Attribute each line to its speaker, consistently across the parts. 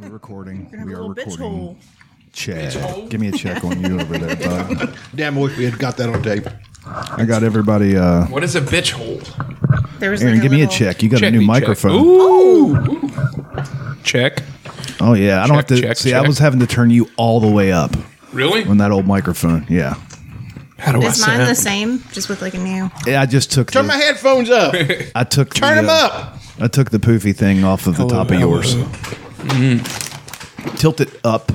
Speaker 1: We're recording.
Speaker 2: You're gonna
Speaker 1: We
Speaker 2: have
Speaker 1: are
Speaker 2: a little bitch hole.
Speaker 1: recording. Chad, give me a check on you over there, bud.
Speaker 3: Damn, I wish we had got that on tape.
Speaker 1: I got everybody. Uh,
Speaker 4: What is a bitch hole?
Speaker 2: There was
Speaker 1: Aaron,
Speaker 2: like
Speaker 1: give me a
Speaker 2: little-
Speaker 1: check. You got a
Speaker 4: Check
Speaker 1: new
Speaker 4: me, check.
Speaker 1: microphone.
Speaker 4: Ooh. Check.
Speaker 1: Oh yeah, I don't
Speaker 4: Check,
Speaker 1: have to.
Speaker 4: check,
Speaker 1: see, I
Speaker 4: check.
Speaker 1: was having to turn you all the way up
Speaker 4: Really?
Speaker 1: on that old microphone. Yeah,
Speaker 4: How do
Speaker 2: Is mine the same, just with like a new?
Speaker 1: yeah I just took.
Speaker 3: Turn
Speaker 1: the,
Speaker 3: my headphones up.
Speaker 1: I took.
Speaker 3: Turn
Speaker 1: the,
Speaker 3: them
Speaker 1: uh,
Speaker 3: up.
Speaker 1: I took the poofy thing off of the top of yours.
Speaker 4: Mm.
Speaker 1: Tilt it up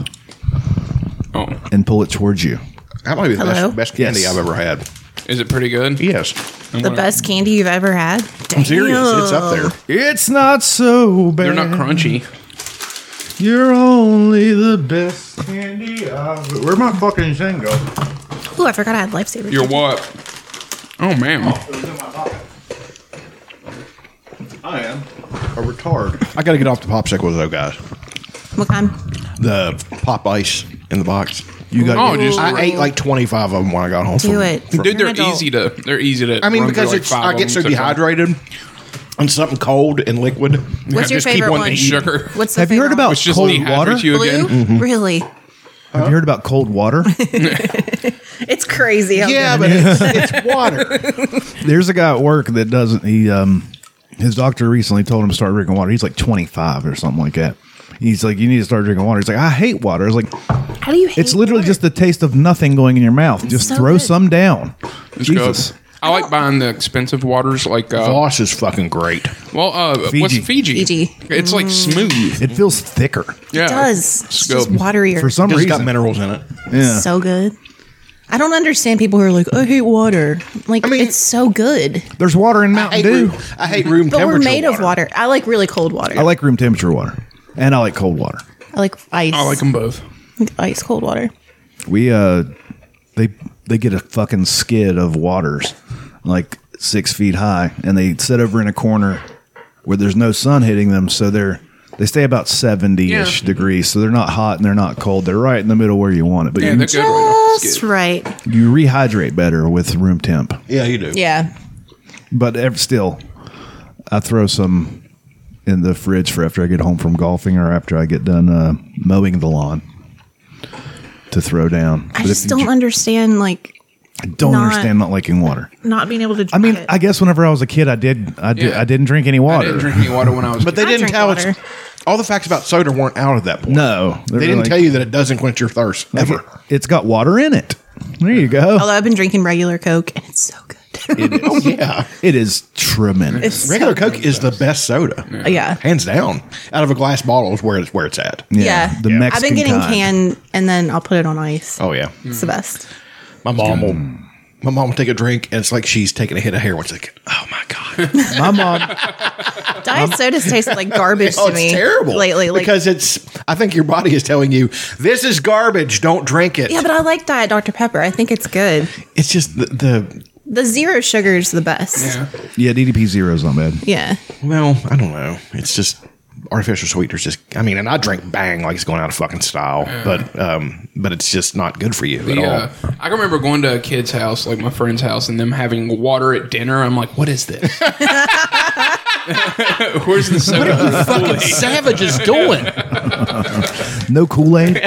Speaker 4: Oh,
Speaker 1: and pull it towards you.
Speaker 3: That might be the
Speaker 2: Hello?
Speaker 3: best, best candy
Speaker 1: Yes.
Speaker 3: I've ever had.
Speaker 4: is it pretty good?
Speaker 3: Yes.
Speaker 2: The best candy you've ever had.
Speaker 3: I'm serious. It's up there.
Speaker 1: It's not so bad.
Speaker 4: They're not crunchy.
Speaker 1: You're only the best candy I've. Where my fucking Zingo?
Speaker 2: Ooh, I forgot I had lifesavers.
Speaker 4: Your what? Oh man.
Speaker 1: I am.
Speaker 3: A retard. I got to get off the popsicles, though, guys.
Speaker 2: What kind?
Speaker 3: The pop ice in the box.
Speaker 1: You got.
Speaker 4: Oh, just
Speaker 3: I ate like 25 of them when I got home.
Speaker 2: Do
Speaker 3: from-
Speaker 2: it.
Speaker 4: dude. They're easy to. They're easy to.
Speaker 3: I mean,
Speaker 4: run
Speaker 3: because
Speaker 4: through, like,
Speaker 3: it's,
Speaker 4: five
Speaker 3: I
Speaker 4: of
Speaker 3: get
Speaker 4: them
Speaker 3: so
Speaker 4: so fast.
Speaker 3: dehydrated on something cold and liquid.
Speaker 2: What's
Speaker 3: I
Speaker 2: your
Speaker 3: just keep
Speaker 2: favorite
Speaker 3: wanting
Speaker 2: one?
Speaker 3: to eat it.
Speaker 4: Sugar.
Speaker 2: What's the
Speaker 1: Have you heard
Speaker 2: favorite
Speaker 1: about
Speaker 2: one?
Speaker 4: Which just
Speaker 1: cold
Speaker 4: dehydrates
Speaker 1: water?
Speaker 4: you
Speaker 2: blue?
Speaker 4: again.
Speaker 2: Really?
Speaker 1: Have you heard about cold water?
Speaker 2: It's crazy. how
Speaker 3: Yeah,
Speaker 2: good
Speaker 3: but it's, it's water.
Speaker 1: There's a guy at work that doesn't. He um, his doctor recently told him to start drinking water. He's like 25 or something like that. He's like, you need to start drinking water. He's like, I hate water. It's like,
Speaker 2: it- How do you? Hate
Speaker 1: it's literally
Speaker 2: water?
Speaker 1: just the taste of nothing going in your mouth. just
Speaker 2: so
Speaker 1: throw
Speaker 2: good.
Speaker 1: some down.
Speaker 4: It's good.
Speaker 1: Jesus.
Speaker 4: I like buying the expensive waters, like uh,
Speaker 3: Voss is fucking great.
Speaker 4: well, uh, what's
Speaker 1: Fiji.
Speaker 4: Fiji?
Speaker 2: Fiji.
Speaker 4: It's like
Speaker 3: Mm.
Speaker 4: smooth.
Speaker 1: It feels thicker
Speaker 4: Yeah,
Speaker 2: It does. It's
Speaker 4: go.
Speaker 2: just waterier.
Speaker 1: for some
Speaker 3: It's got
Speaker 1: reason.
Speaker 3: minerals in it.
Speaker 1: yeah.
Speaker 2: So good. I don't understand people who are like, I hate water. Like,
Speaker 3: mean-
Speaker 2: it's so good.
Speaker 1: There's water in Mountain
Speaker 3: hate
Speaker 1: Dew.
Speaker 3: room, I hate room
Speaker 2: But we're
Speaker 3: temperature
Speaker 2: made of water. I like really cold water.
Speaker 1: I like room temperature water, and I like cold water.
Speaker 2: I like ice.
Speaker 4: I like them both.
Speaker 2: ice cold water.
Speaker 1: We uh, they they get a fucking skid of waters, like six feet high, and they sit over in a corner where there's no sun hitting them, so they're they stay about seventy ish
Speaker 4: Yeah.
Speaker 1: degrees, so they're not hot and they're not cold. They're right in the middle where you want it, but
Speaker 4: Yeah,
Speaker 1: you,
Speaker 4: they're good. Right off the
Speaker 2: That's
Speaker 4: skid.
Speaker 2: right.
Speaker 1: you rehydrate better with room temp.
Speaker 3: Yeah, you do.
Speaker 2: Yeah.
Speaker 1: But ev- still, I throw some in the fridge for after I get home from golfing or after I get done uh, mowing the lawn to throw down.
Speaker 2: I
Speaker 1: But
Speaker 2: just
Speaker 1: if you
Speaker 2: don't understand, like,
Speaker 1: j- don't
Speaker 2: not-
Speaker 1: understand not liking water.
Speaker 2: not being able to drink
Speaker 1: I mean,
Speaker 2: it.
Speaker 1: I guess whenever I was a kid, I did. I did.
Speaker 4: Yeah.
Speaker 1: I didn't drink any
Speaker 4: I
Speaker 1: water.
Speaker 4: didn't drink any water when I was.
Speaker 3: But they
Speaker 2: I
Speaker 3: didn't
Speaker 2: drink
Speaker 3: tell
Speaker 2: water.
Speaker 3: us all the facts about soda weren't out at that point.
Speaker 1: no,
Speaker 3: They didn't tell you that it doesn't quench your thirst ever.
Speaker 1: It's got water in it. There you go.
Speaker 2: Although I've been drinking regular Coke and it's so good.
Speaker 3: yeah,
Speaker 1: It is tremendous.
Speaker 2: It's
Speaker 3: regular
Speaker 2: so-
Speaker 3: Coke is the best soda,
Speaker 2: Yeah.
Speaker 3: hands down. Out of a glass bottle is where it's where it's at.
Speaker 1: yeah,
Speaker 2: Yeah.
Speaker 1: the
Speaker 2: I've
Speaker 1: Mexican
Speaker 2: been getting
Speaker 1: kind.
Speaker 2: canned and then I'll put it on ice.
Speaker 3: Oh yeah,
Speaker 2: It's the best.
Speaker 3: my mom will. My mom will take a drink and it's like she's taking a hit of heroin. It's like, oh my god,
Speaker 1: My mom.
Speaker 2: Diet sodas taste like garbage
Speaker 3: oh
Speaker 2: to me.
Speaker 3: it's terrible
Speaker 2: Lately. Like,
Speaker 3: because it's. I think your body is telling you this is garbage. Don't drink it.
Speaker 2: yeah, but I like Diet Dr. Pepper. I think it's good.
Speaker 3: it's just the, the
Speaker 2: The zero sugar is the best.
Speaker 4: Yeah.
Speaker 1: Yeah, DDP zero is not bad.
Speaker 2: Yeah.
Speaker 3: Well, I don't know. It's just artificial sweeteners. Just I mean, and I drink Bang like it's going out of fucking style, but um, but it's just not good for you at
Speaker 4: Yeah.
Speaker 3: all.
Speaker 4: I can remember going to a kid's house, like my friend's house, and them having water at dinner. I'm like, what is this? Where's the soda?
Speaker 3: Fucking savage is doing.
Speaker 1: No Kool Aid.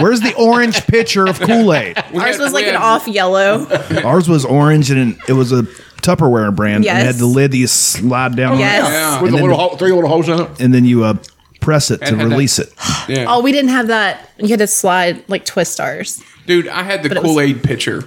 Speaker 1: Where's the orange pitcher of Kool Aid?
Speaker 2: Ours
Speaker 4: had-
Speaker 2: was
Speaker 4: we
Speaker 2: like an
Speaker 4: had-
Speaker 2: off yellow.
Speaker 1: Ours was orange and it was a Tupperware brand. And it had
Speaker 2: Yes.
Speaker 1: the lid that you slide down. on it,
Speaker 2: Yes.
Speaker 4: Yeah.
Speaker 1: And
Speaker 3: With the
Speaker 1: then-
Speaker 3: little hole, three little holes in it.
Speaker 1: and then you uh, press it to
Speaker 4: had that-
Speaker 1: release it.
Speaker 4: Yeah.
Speaker 2: Oh, we didn't have that. You had to slide like twist ours.
Speaker 4: Dude, I had the
Speaker 2: it was-
Speaker 4: Kool Aid pitcher.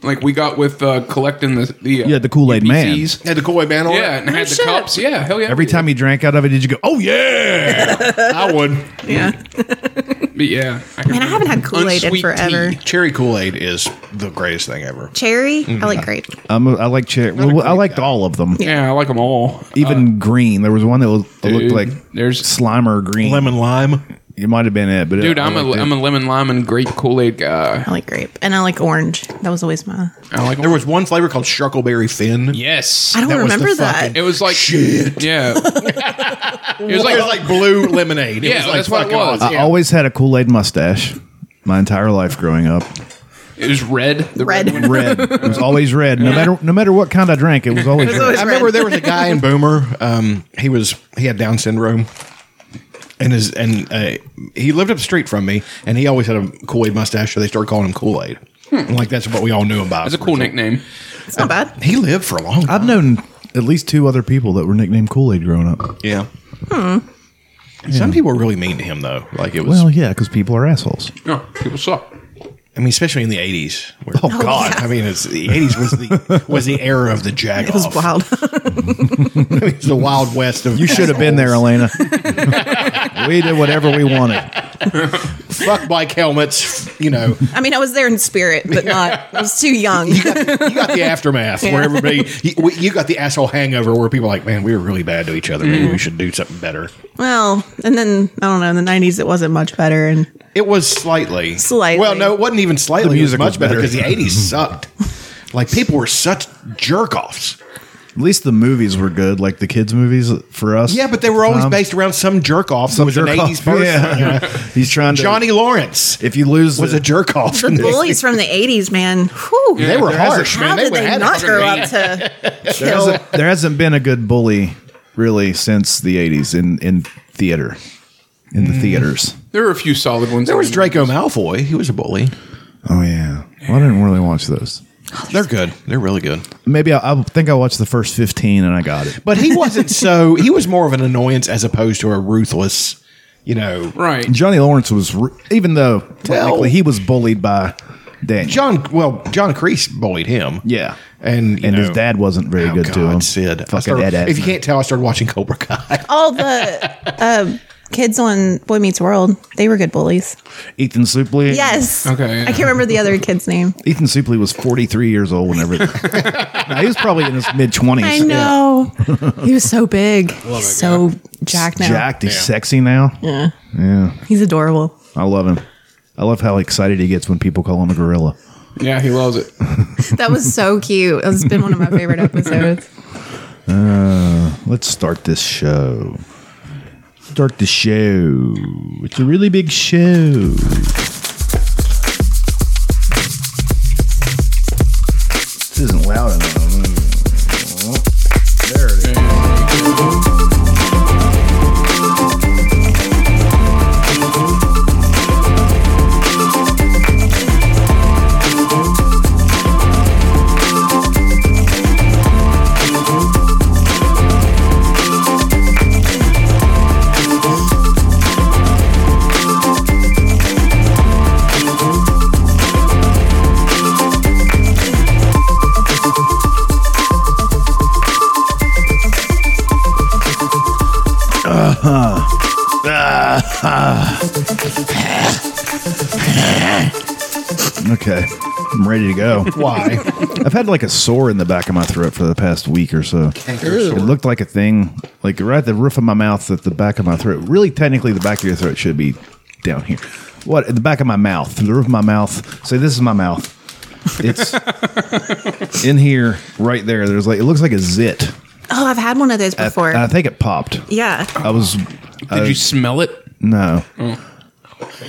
Speaker 4: Like we got with uh, collecting the the uh,
Speaker 1: You had the Kool-Aid man.
Speaker 4: UPCs.
Speaker 3: Had the Kool Aid man on
Speaker 4: Yeah,
Speaker 3: it.
Speaker 4: and I had the
Speaker 2: shit.
Speaker 4: cups. Yeah, hell yeah.
Speaker 1: Every time you drank out of it, did you go, oh,
Speaker 3: yeah, I would.
Speaker 2: Yeah.
Speaker 4: But yeah, I can
Speaker 2: Man, I haven't had Kool Aid in
Speaker 4: Unsweet
Speaker 2: forever.
Speaker 4: tea.
Speaker 3: Cherry Kool Aid is the greatest thing ever.
Speaker 2: Cherry, I like grape.
Speaker 1: I'm a, I like cherry. Well, I liked all of them,
Speaker 4: Yeah, I like them all.
Speaker 1: even green. There was one that was,
Speaker 4: Uh, Dude,
Speaker 1: looked like
Speaker 4: there's-
Speaker 1: Slimer green.
Speaker 3: Lemon lime.
Speaker 1: It might have been it, but
Speaker 4: Dude,
Speaker 1: I
Speaker 4: I'm a
Speaker 1: liked it.
Speaker 4: am a lemon lime and grape Kool Aid guy.
Speaker 2: I like grape. And I like orange. That was always my.
Speaker 4: I like 'em.
Speaker 3: There was one flavor called Shuckleberry Finn.
Speaker 4: yes.
Speaker 2: I don't
Speaker 3: That was the
Speaker 2: remember that.
Speaker 3: fucking-
Speaker 4: it was like
Speaker 3: Shit.
Speaker 4: Yeah, it was
Speaker 3: It
Speaker 4: like
Speaker 3: was like blue lemonade. It
Speaker 4: Yeah,
Speaker 3: was like
Speaker 4: that's what it
Speaker 3: fucking
Speaker 4: was. uh,
Speaker 3: awesome.
Speaker 1: I always had a Kool Aid mustache my entire life growing up.
Speaker 4: it was red. The
Speaker 2: Red.
Speaker 4: one.
Speaker 1: Red. it was always red. No matter no matter what kind I drank, it was always red.
Speaker 3: I remember there was a guy in Boomer. Um, he was he had Down syndrome, and his and uh, he lived up the street from me, and he always had a Kool Aid mustache, so they started calling him Kool Aid.
Speaker 1: Hmm.
Speaker 3: Like that's what we all knew about.
Speaker 4: That's a cool nickname.
Speaker 2: It's not bad.
Speaker 3: He lived for a long time.
Speaker 1: I've known at least two other people that were nicknamed Kool Aid growing up.
Speaker 3: yeah. Some people were really mean to him though. Like it was.
Speaker 1: Hmm. Well, yeah, because people are assholes.
Speaker 4: No, people suck.
Speaker 3: I mean, especially in the eighties. Oh,
Speaker 2: God. yeah.
Speaker 3: I mean, it's the eighties was the was the era of the jag.
Speaker 2: It was wild.
Speaker 3: It's the wild west of.
Speaker 1: You should have been there, Elena. we did whatever we wanted.
Speaker 3: Fuck bike helmets. You know,
Speaker 2: I mean, I was there in spirit, but not. I was too young.
Speaker 3: you got the aftermath where everybody. You, we- you got the asshole hangover where people are like, man, we were really bad to each other. Maybe
Speaker 2: Mm.
Speaker 3: we should do something better.
Speaker 2: well, and then I don't know. In the nineties, it wasn't much better, and
Speaker 3: It was slightly,
Speaker 2: Slightly.
Speaker 3: Well, no, it wasn't even slightly.
Speaker 1: The music
Speaker 3: it was
Speaker 1: was
Speaker 3: much better
Speaker 1: better.
Speaker 3: because the eighties sucked. Like people were such jerk offs.
Speaker 1: At least the movies were good, like the kids' movies for us.
Speaker 3: Yeah, but they were always
Speaker 1: Um,
Speaker 3: based around some jerk off who
Speaker 1: some
Speaker 3: was an
Speaker 1: jerk-off.
Speaker 3: eighties person.
Speaker 1: Yeah. He's trying to
Speaker 3: Johnny Lawrence
Speaker 1: If you lose,
Speaker 3: was
Speaker 1: the-
Speaker 3: a jerk off.
Speaker 2: the bullies from the eighties, man. Whew,
Speaker 3: They were
Speaker 1: There has a-
Speaker 3: harsh,
Speaker 2: How
Speaker 3: man.
Speaker 2: did
Speaker 3: went
Speaker 2: they
Speaker 3: at
Speaker 2: not
Speaker 3: it.
Speaker 2: grow up to
Speaker 1: there
Speaker 2: kill?
Speaker 1: hasn't, there hasn't been a good bully really since the '80s in in theater, in the theaters.
Speaker 4: There were a few solid ones.
Speaker 3: There was Draco Malfoy. He was a bully.
Speaker 1: Oh yeah, well, I didn't really watch those.
Speaker 3: They're good. They're really good.
Speaker 1: Maybe I, I think I watched the first 15 and I got it.
Speaker 3: But he wasn't so. He was more of an annoyance as opposed to a ruthless. You know,
Speaker 4: Right.
Speaker 1: Johnny Lawrence was, re- even though technically he was bullied by Daniel.
Speaker 3: John. Well, John Creese bullied him.
Speaker 1: yeah.
Speaker 3: and you
Speaker 1: and his
Speaker 3: know-
Speaker 1: dad wasn't very
Speaker 3: Oh,
Speaker 1: good to
Speaker 3: God,
Speaker 1: him.
Speaker 3: Sid. I
Speaker 1: Fucking
Speaker 3: started-
Speaker 1: Ed
Speaker 3: If you
Speaker 1: Asner.
Speaker 3: can't tell, I started watching Cobra Kai.
Speaker 2: All the uh, kids on Boy Meets World, they were good bullies.
Speaker 1: Ethan Supley.
Speaker 2: Yes.
Speaker 4: Okay, yeah.
Speaker 2: I can't remember the other kid's name.
Speaker 1: Ethan Supley was 43 years old whenever. now, he was probably in his mid 20s.
Speaker 2: I know. he was so big. He's so jacked now.
Speaker 1: Jacked. He's sexy now. Yeah. Yeah.
Speaker 2: He's adorable.
Speaker 1: I love him. I love how excited he gets when people call him a gorilla.
Speaker 4: Yeah, he loves it.
Speaker 2: That was so cute. It's been one of my favorite episodes.
Speaker 1: Let's start this show. Start the show. It's a really big show. This isn't loud enough. There it is. Okay. I'm ready to go.
Speaker 3: Why?
Speaker 1: I've had like a sore in the back of my throat for the past week or so. It looked like a thing, like right at the roof of my mouth at the back of my throat. Really, technically, the back of your throat should be down here. What? At the back of my mouth, the roof of my mouth. Say, this is my mouth. It's in here, right there. There's like, it looks like a zit.
Speaker 2: Oh, I've had one of those
Speaker 1: I,
Speaker 2: before.
Speaker 1: I think it popped.
Speaker 2: yeah.
Speaker 1: I was,
Speaker 4: Did you smell it?
Speaker 1: no.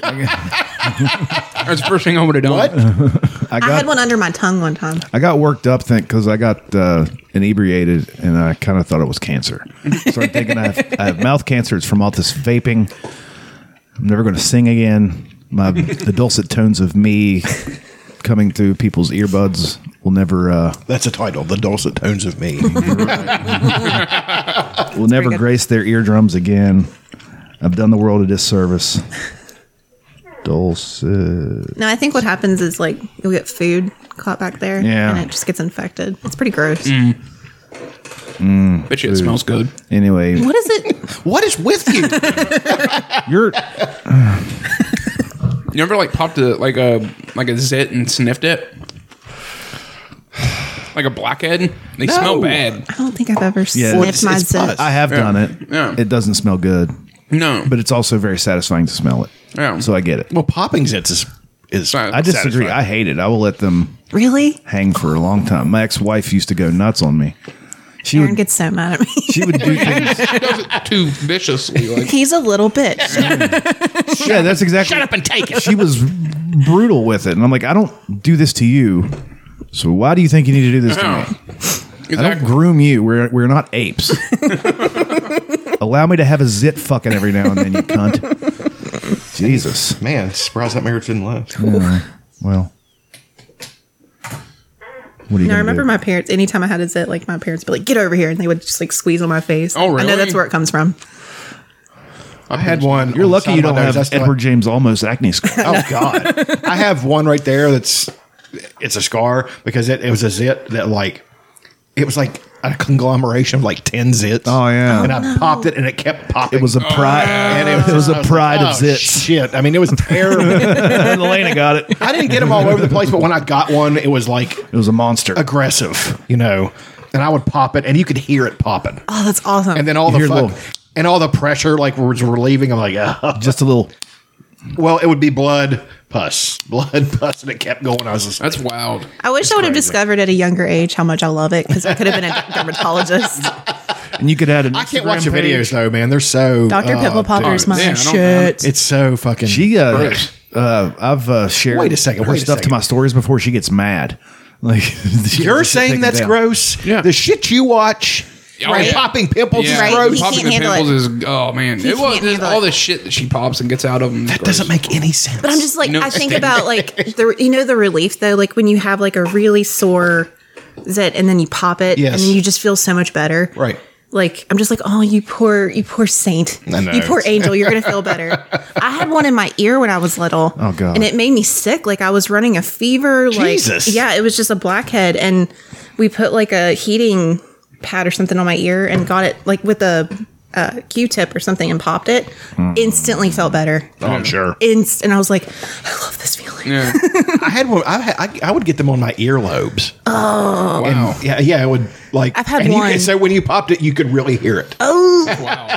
Speaker 4: That's the first thing I would have done.
Speaker 1: I
Speaker 2: I
Speaker 1: got,
Speaker 2: had one under my tongue one time.
Speaker 1: I got worked up think because I got uh, inebriated and I kind of thought it was cancer. So I'm thinking I have, I have mouth cancer. It's from all this vaping. I'm never going to sing again. My the dulcet tones of me coming through people's earbuds will never uh,
Speaker 3: That's a title. The dulcet tones of me.
Speaker 1: will never
Speaker 2: good.
Speaker 1: grace their eardrums again. I've done the world a disservice. Dulcet.
Speaker 2: No, I think what happens is like you'll get food caught back there
Speaker 1: Yeah.
Speaker 2: and it just gets infected. It's pretty gross.
Speaker 4: Bet you it smells good.
Speaker 1: Anyway,
Speaker 2: What is it?
Speaker 3: what is with you?
Speaker 1: you're
Speaker 4: You ever like popped a like a like a zit and sniffed it? Like a blackhead? They
Speaker 3: No.
Speaker 4: smell bad.
Speaker 2: I don't think I've ever
Speaker 1: Well,
Speaker 2: sniffed
Speaker 1: it's-
Speaker 2: my
Speaker 3: it's
Speaker 2: zit.
Speaker 3: fuzz.
Speaker 1: I have done it.
Speaker 4: Yeah.
Speaker 1: It doesn't smell good,
Speaker 4: No.
Speaker 1: but it's also very satisfying to smell it.
Speaker 4: Yeah.
Speaker 1: So I get it.
Speaker 3: well, popping zits is is.
Speaker 4: Right.
Speaker 1: I disagree.
Speaker 3: satisfying.
Speaker 1: I hate it. I will let them
Speaker 2: Really?
Speaker 1: hang for a long time. My ex-wife used to go nuts on me. She
Speaker 2: Aaron
Speaker 1: would
Speaker 2: gets so mad at me.
Speaker 1: she would do things.
Speaker 4: does it too viciously. Like
Speaker 2: He's a little bitch.
Speaker 1: yeah, that's exactly. Shut up and take it. She was brutal with it, and I'm like, I don't do this to you. So why do you think you need to do this to me?
Speaker 4: Yeah.
Speaker 1: I don't
Speaker 4: exactly.
Speaker 1: groom you. We're we're not apes. Allow me to have a zit fucking every now and then, you cunt. Jesus.
Speaker 3: Man, surprised that marriage didn't last.
Speaker 1: Yeah, well, what do you?
Speaker 2: No,
Speaker 1: gonna
Speaker 2: I remember
Speaker 1: do?
Speaker 2: my parents. Anytime I had a zit, like my parents would be like, "Get over here," and they would just like squeeze on my face.
Speaker 4: Oh,
Speaker 2: I
Speaker 4: really?
Speaker 2: know that's where it comes from.
Speaker 3: I had one.
Speaker 1: You're
Speaker 3: on the
Speaker 1: lucky
Speaker 3: side
Speaker 1: you
Speaker 3: of my
Speaker 1: don't
Speaker 3: nose.
Speaker 1: have
Speaker 3: That's the
Speaker 1: Edward
Speaker 3: one-
Speaker 1: James almost acne scar.
Speaker 3: Oh God, I have one right there. That's it's a scar because it, it was a zit that like it was like a conglomeration of like ten zits.
Speaker 1: Oh, yeah.
Speaker 3: and I popped it and it kept popping.
Speaker 1: It was a pride.
Speaker 3: and
Speaker 1: it was a pride of
Speaker 3: zit.
Speaker 1: zits.
Speaker 3: "Oh, Shit, I mean it was terrible.
Speaker 1: and Elena got it.
Speaker 3: I didn't get them all over the place, but when I got one, it was like
Speaker 1: It was a monster.
Speaker 3: aggressive, you know. And I would pop it, and you could hear it popping,
Speaker 2: Oh, that's awesome.
Speaker 3: and then all the
Speaker 1: Hear a
Speaker 3: fuck,
Speaker 1: little-
Speaker 3: and all the pressure like was relieving. I'm like, ah.
Speaker 1: Just a little.
Speaker 3: well, it would be blood, pus, blood, pus, and it kept going. I was just
Speaker 4: That's wild.
Speaker 2: I wish I would have discovered at a younger age how much I love it because I could have been a dermatologist.
Speaker 1: And you could add an.
Speaker 3: I can't watch
Speaker 1: Instagram
Speaker 3: the videos
Speaker 1: page.
Speaker 3: though, man. They're so
Speaker 2: Dr.
Speaker 3: uh,
Speaker 2: Pimple Popper's
Speaker 4: dude.
Speaker 2: my
Speaker 4: Yeah, I don't-
Speaker 2: shit.
Speaker 3: It's so fucking.
Speaker 1: She. Uh,
Speaker 4: Gross.
Speaker 1: uh, I've uh, shared.
Speaker 3: Wait a second,
Speaker 1: Her
Speaker 3: wait a
Speaker 1: stuff to
Speaker 3: second.
Speaker 1: my stories before she gets mad. Like she-
Speaker 3: You're
Speaker 1: she take
Speaker 3: saying
Speaker 1: it
Speaker 3: that's
Speaker 1: down.
Speaker 3: gross.
Speaker 4: Yeah.
Speaker 3: The shit you watch,
Speaker 4: Oh,
Speaker 3: right?
Speaker 4: yeah.
Speaker 3: Popping pimples
Speaker 4: Yeah,
Speaker 3: is
Speaker 2: Right,
Speaker 3: gross.
Speaker 2: he
Speaker 4: popping
Speaker 2: can't
Speaker 4: the
Speaker 2: handle
Speaker 4: pimples is oh man, it was
Speaker 2: can't handle
Speaker 4: all
Speaker 2: it.
Speaker 4: the shit that she pops and gets out of them.
Speaker 3: That doesn't make any sense.
Speaker 2: But I'm just like
Speaker 4: No
Speaker 2: I think
Speaker 4: kidding.
Speaker 2: about like the you know the relief though, like when you have like a really sore zit and then you pop it
Speaker 3: Yes.
Speaker 2: and then you just feel so much better.
Speaker 3: Right.
Speaker 2: Like I'm just like, oh, you poor, you poor saint,
Speaker 3: I know.
Speaker 2: you poor angel. You're gonna feel better. I had one in my ear when I was little.
Speaker 1: Oh, God.
Speaker 2: And it made me sick. Like I was running a fever.
Speaker 3: Jesus.
Speaker 2: Like yeah, it was just a blackhead, and we put like a heating pad or something on my ear and got it like with a uh, Q-tip or something and popped it.
Speaker 3: Hmm.
Speaker 2: Instantly felt better
Speaker 3: Oh, I'm sure.
Speaker 2: inst- and I was like, I love this feeling.
Speaker 4: Yeah.
Speaker 3: I had one. I, had, I I would get them on my earlobes. Oh.
Speaker 4: Wow.
Speaker 3: Yeah, yeah. It would like.
Speaker 2: I've had
Speaker 3: and you
Speaker 2: one. Oh.
Speaker 3: could- so when you popped it, you could really hear it.
Speaker 4: wow.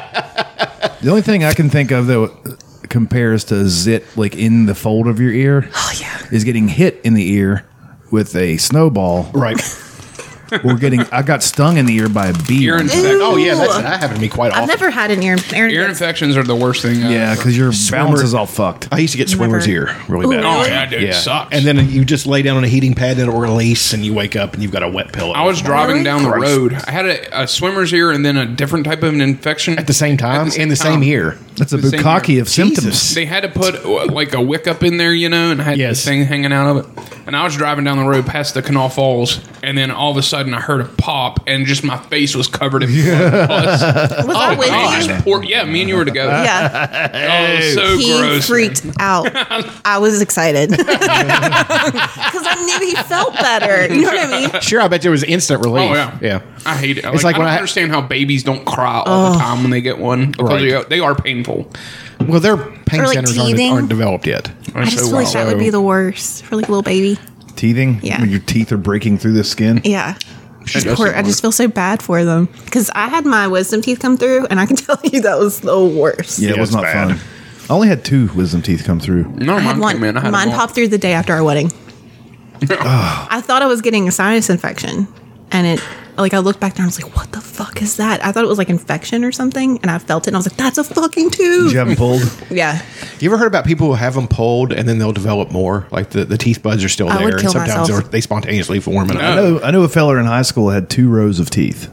Speaker 1: The only thing I can think of that compares to zit, like in the fold of your ear,
Speaker 2: Oh yeah.
Speaker 1: is getting hit in the ear with a snowball.
Speaker 3: Right.
Speaker 1: Or getting, I got stung in the ear by a bee.
Speaker 4: Ear
Speaker 1: once.
Speaker 4: infections.
Speaker 3: oh yeah, that's,
Speaker 2: Ooh.
Speaker 3: that happened to me quite often.
Speaker 2: I've never had an ear. ear,
Speaker 4: Ear infections are the worst thing. uh,
Speaker 1: yeah, because your balance is all fucked.
Speaker 3: I used to get swimmer's ear really bad.
Speaker 4: Oh yeah, dude, it sucks.
Speaker 3: And then you just lay down on a heating pad and it'll release, and you wake up and you've got a wet pillow.
Speaker 4: I was driving down the
Speaker 3: Gross.
Speaker 4: road. I had a, a swimmer's ear and then a different type of an infection
Speaker 3: at the same time in the same
Speaker 4: time.
Speaker 3: year.
Speaker 1: That's a
Speaker 4: the same
Speaker 1: bukkake
Speaker 4: ear.
Speaker 1: of symptoms.
Speaker 4: They had to put uh, like a wick up in there, you know, and had
Speaker 3: Yes.
Speaker 4: this thing hanging out of it. And I was driving down the road past the Canal Falls, and then all of a sudden I heard a pop, and just my face was covered in blood. Plus,
Speaker 2: Was
Speaker 3: Oh,
Speaker 2: I Oh, with
Speaker 4: gosh,
Speaker 2: you?
Speaker 4: poor- yeah, me and you were together.
Speaker 2: Yeah,
Speaker 4: Oh, it was so
Speaker 2: he
Speaker 4: gross.
Speaker 2: freaked out. I was excited because I knew he felt better. You know what I mean?
Speaker 3: Sure, I bet there was instant relief.
Speaker 4: Oh yeah, I hate it.
Speaker 3: It's
Speaker 4: It's
Speaker 3: like
Speaker 4: like,
Speaker 3: when
Speaker 4: I don't
Speaker 3: I-
Speaker 4: understand how babies don't cry all the time when they get one because
Speaker 3: Right.
Speaker 4: they, are, they are painful.
Speaker 3: Well, their pain
Speaker 2: Or, like,
Speaker 3: centers aren't,
Speaker 2: teething.
Speaker 3: aren't developed yet.
Speaker 2: I just feel like that would be the worst for like a little baby.
Speaker 1: Teething?
Speaker 2: Yeah.
Speaker 1: When your teeth are breaking through the skin?
Speaker 2: Yeah. Just
Speaker 4: does
Speaker 2: poor-
Speaker 4: sound
Speaker 2: I just feel so bad for them because I had my wisdom teeth come through, and I can tell you that was the worst.
Speaker 1: Yeah, it
Speaker 3: Yeah,
Speaker 1: was
Speaker 3: it's
Speaker 1: not
Speaker 3: bad.
Speaker 1: fun. I only had two wisdom teeth come through.
Speaker 4: No,
Speaker 2: I had
Speaker 4: mine
Speaker 2: one.
Speaker 4: came in. I had
Speaker 2: mine
Speaker 4: them all.
Speaker 2: popped through the day after our wedding. I thought I was getting a sinus infection, and it like I looked back down. I was like, "What the fuck is that?" I thought it was like infection or something, and I felt it, and I was like, "That's a fucking tube."
Speaker 1: Did you have them pulled?
Speaker 2: Yeah,
Speaker 3: You ever heard about people who have them pulled and then they'll develop more? Like the, the teeth buds are still
Speaker 2: I
Speaker 3: there,
Speaker 2: would
Speaker 3: and
Speaker 2: kill
Speaker 3: sometimes
Speaker 2: myself.
Speaker 3: they're- they spontaneously form. And
Speaker 1: I know, I know a fella in high school had two rows of teeth.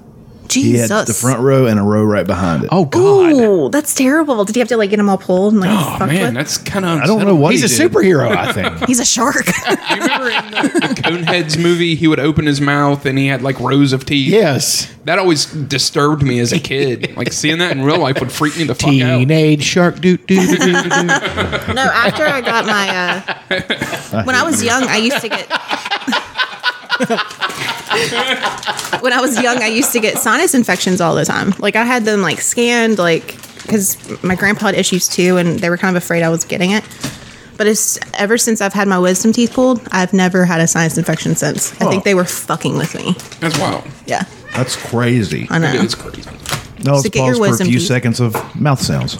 Speaker 1: He
Speaker 2: Jesus.
Speaker 1: had the front row and a row right behind it.
Speaker 3: Oh God,
Speaker 2: Ooh, that's terrible. Did you have to like get them all pulled and like
Speaker 4: Oh
Speaker 2: fucked
Speaker 4: man,
Speaker 2: with?
Speaker 4: that's kind of.
Speaker 1: I don't know what
Speaker 3: he's a
Speaker 1: he did.
Speaker 3: superhero. I think.
Speaker 2: He's a shark.
Speaker 4: Do you remember in the, the Coneheads movie, he would open his mouth and he had like rows of teeth?
Speaker 3: yes,
Speaker 4: That always disturbed me as a kid. Like seeing that in real life would freak me the fuck out.
Speaker 3: teenage shark. Doot doot doot. doot, doot.
Speaker 2: no, after I got my uh, when I was young, I used to get. when I was young, I used to get sinus infections all the time. Like I had them like scanned, like because my grandpa had issues too, and they were kind of afraid I was getting it. But it's ever since I've had my wisdom teeth pulled, I've never had a sinus infection since. I think they were fucking with me.
Speaker 4: That's wild.
Speaker 2: Yeah,
Speaker 1: That's crazy.
Speaker 2: I know.
Speaker 4: It's crazy.
Speaker 1: No, it's
Speaker 2: So get your
Speaker 1: paused for a
Speaker 2: wisdom
Speaker 1: few
Speaker 2: teeth.
Speaker 1: seconds of mouth sounds.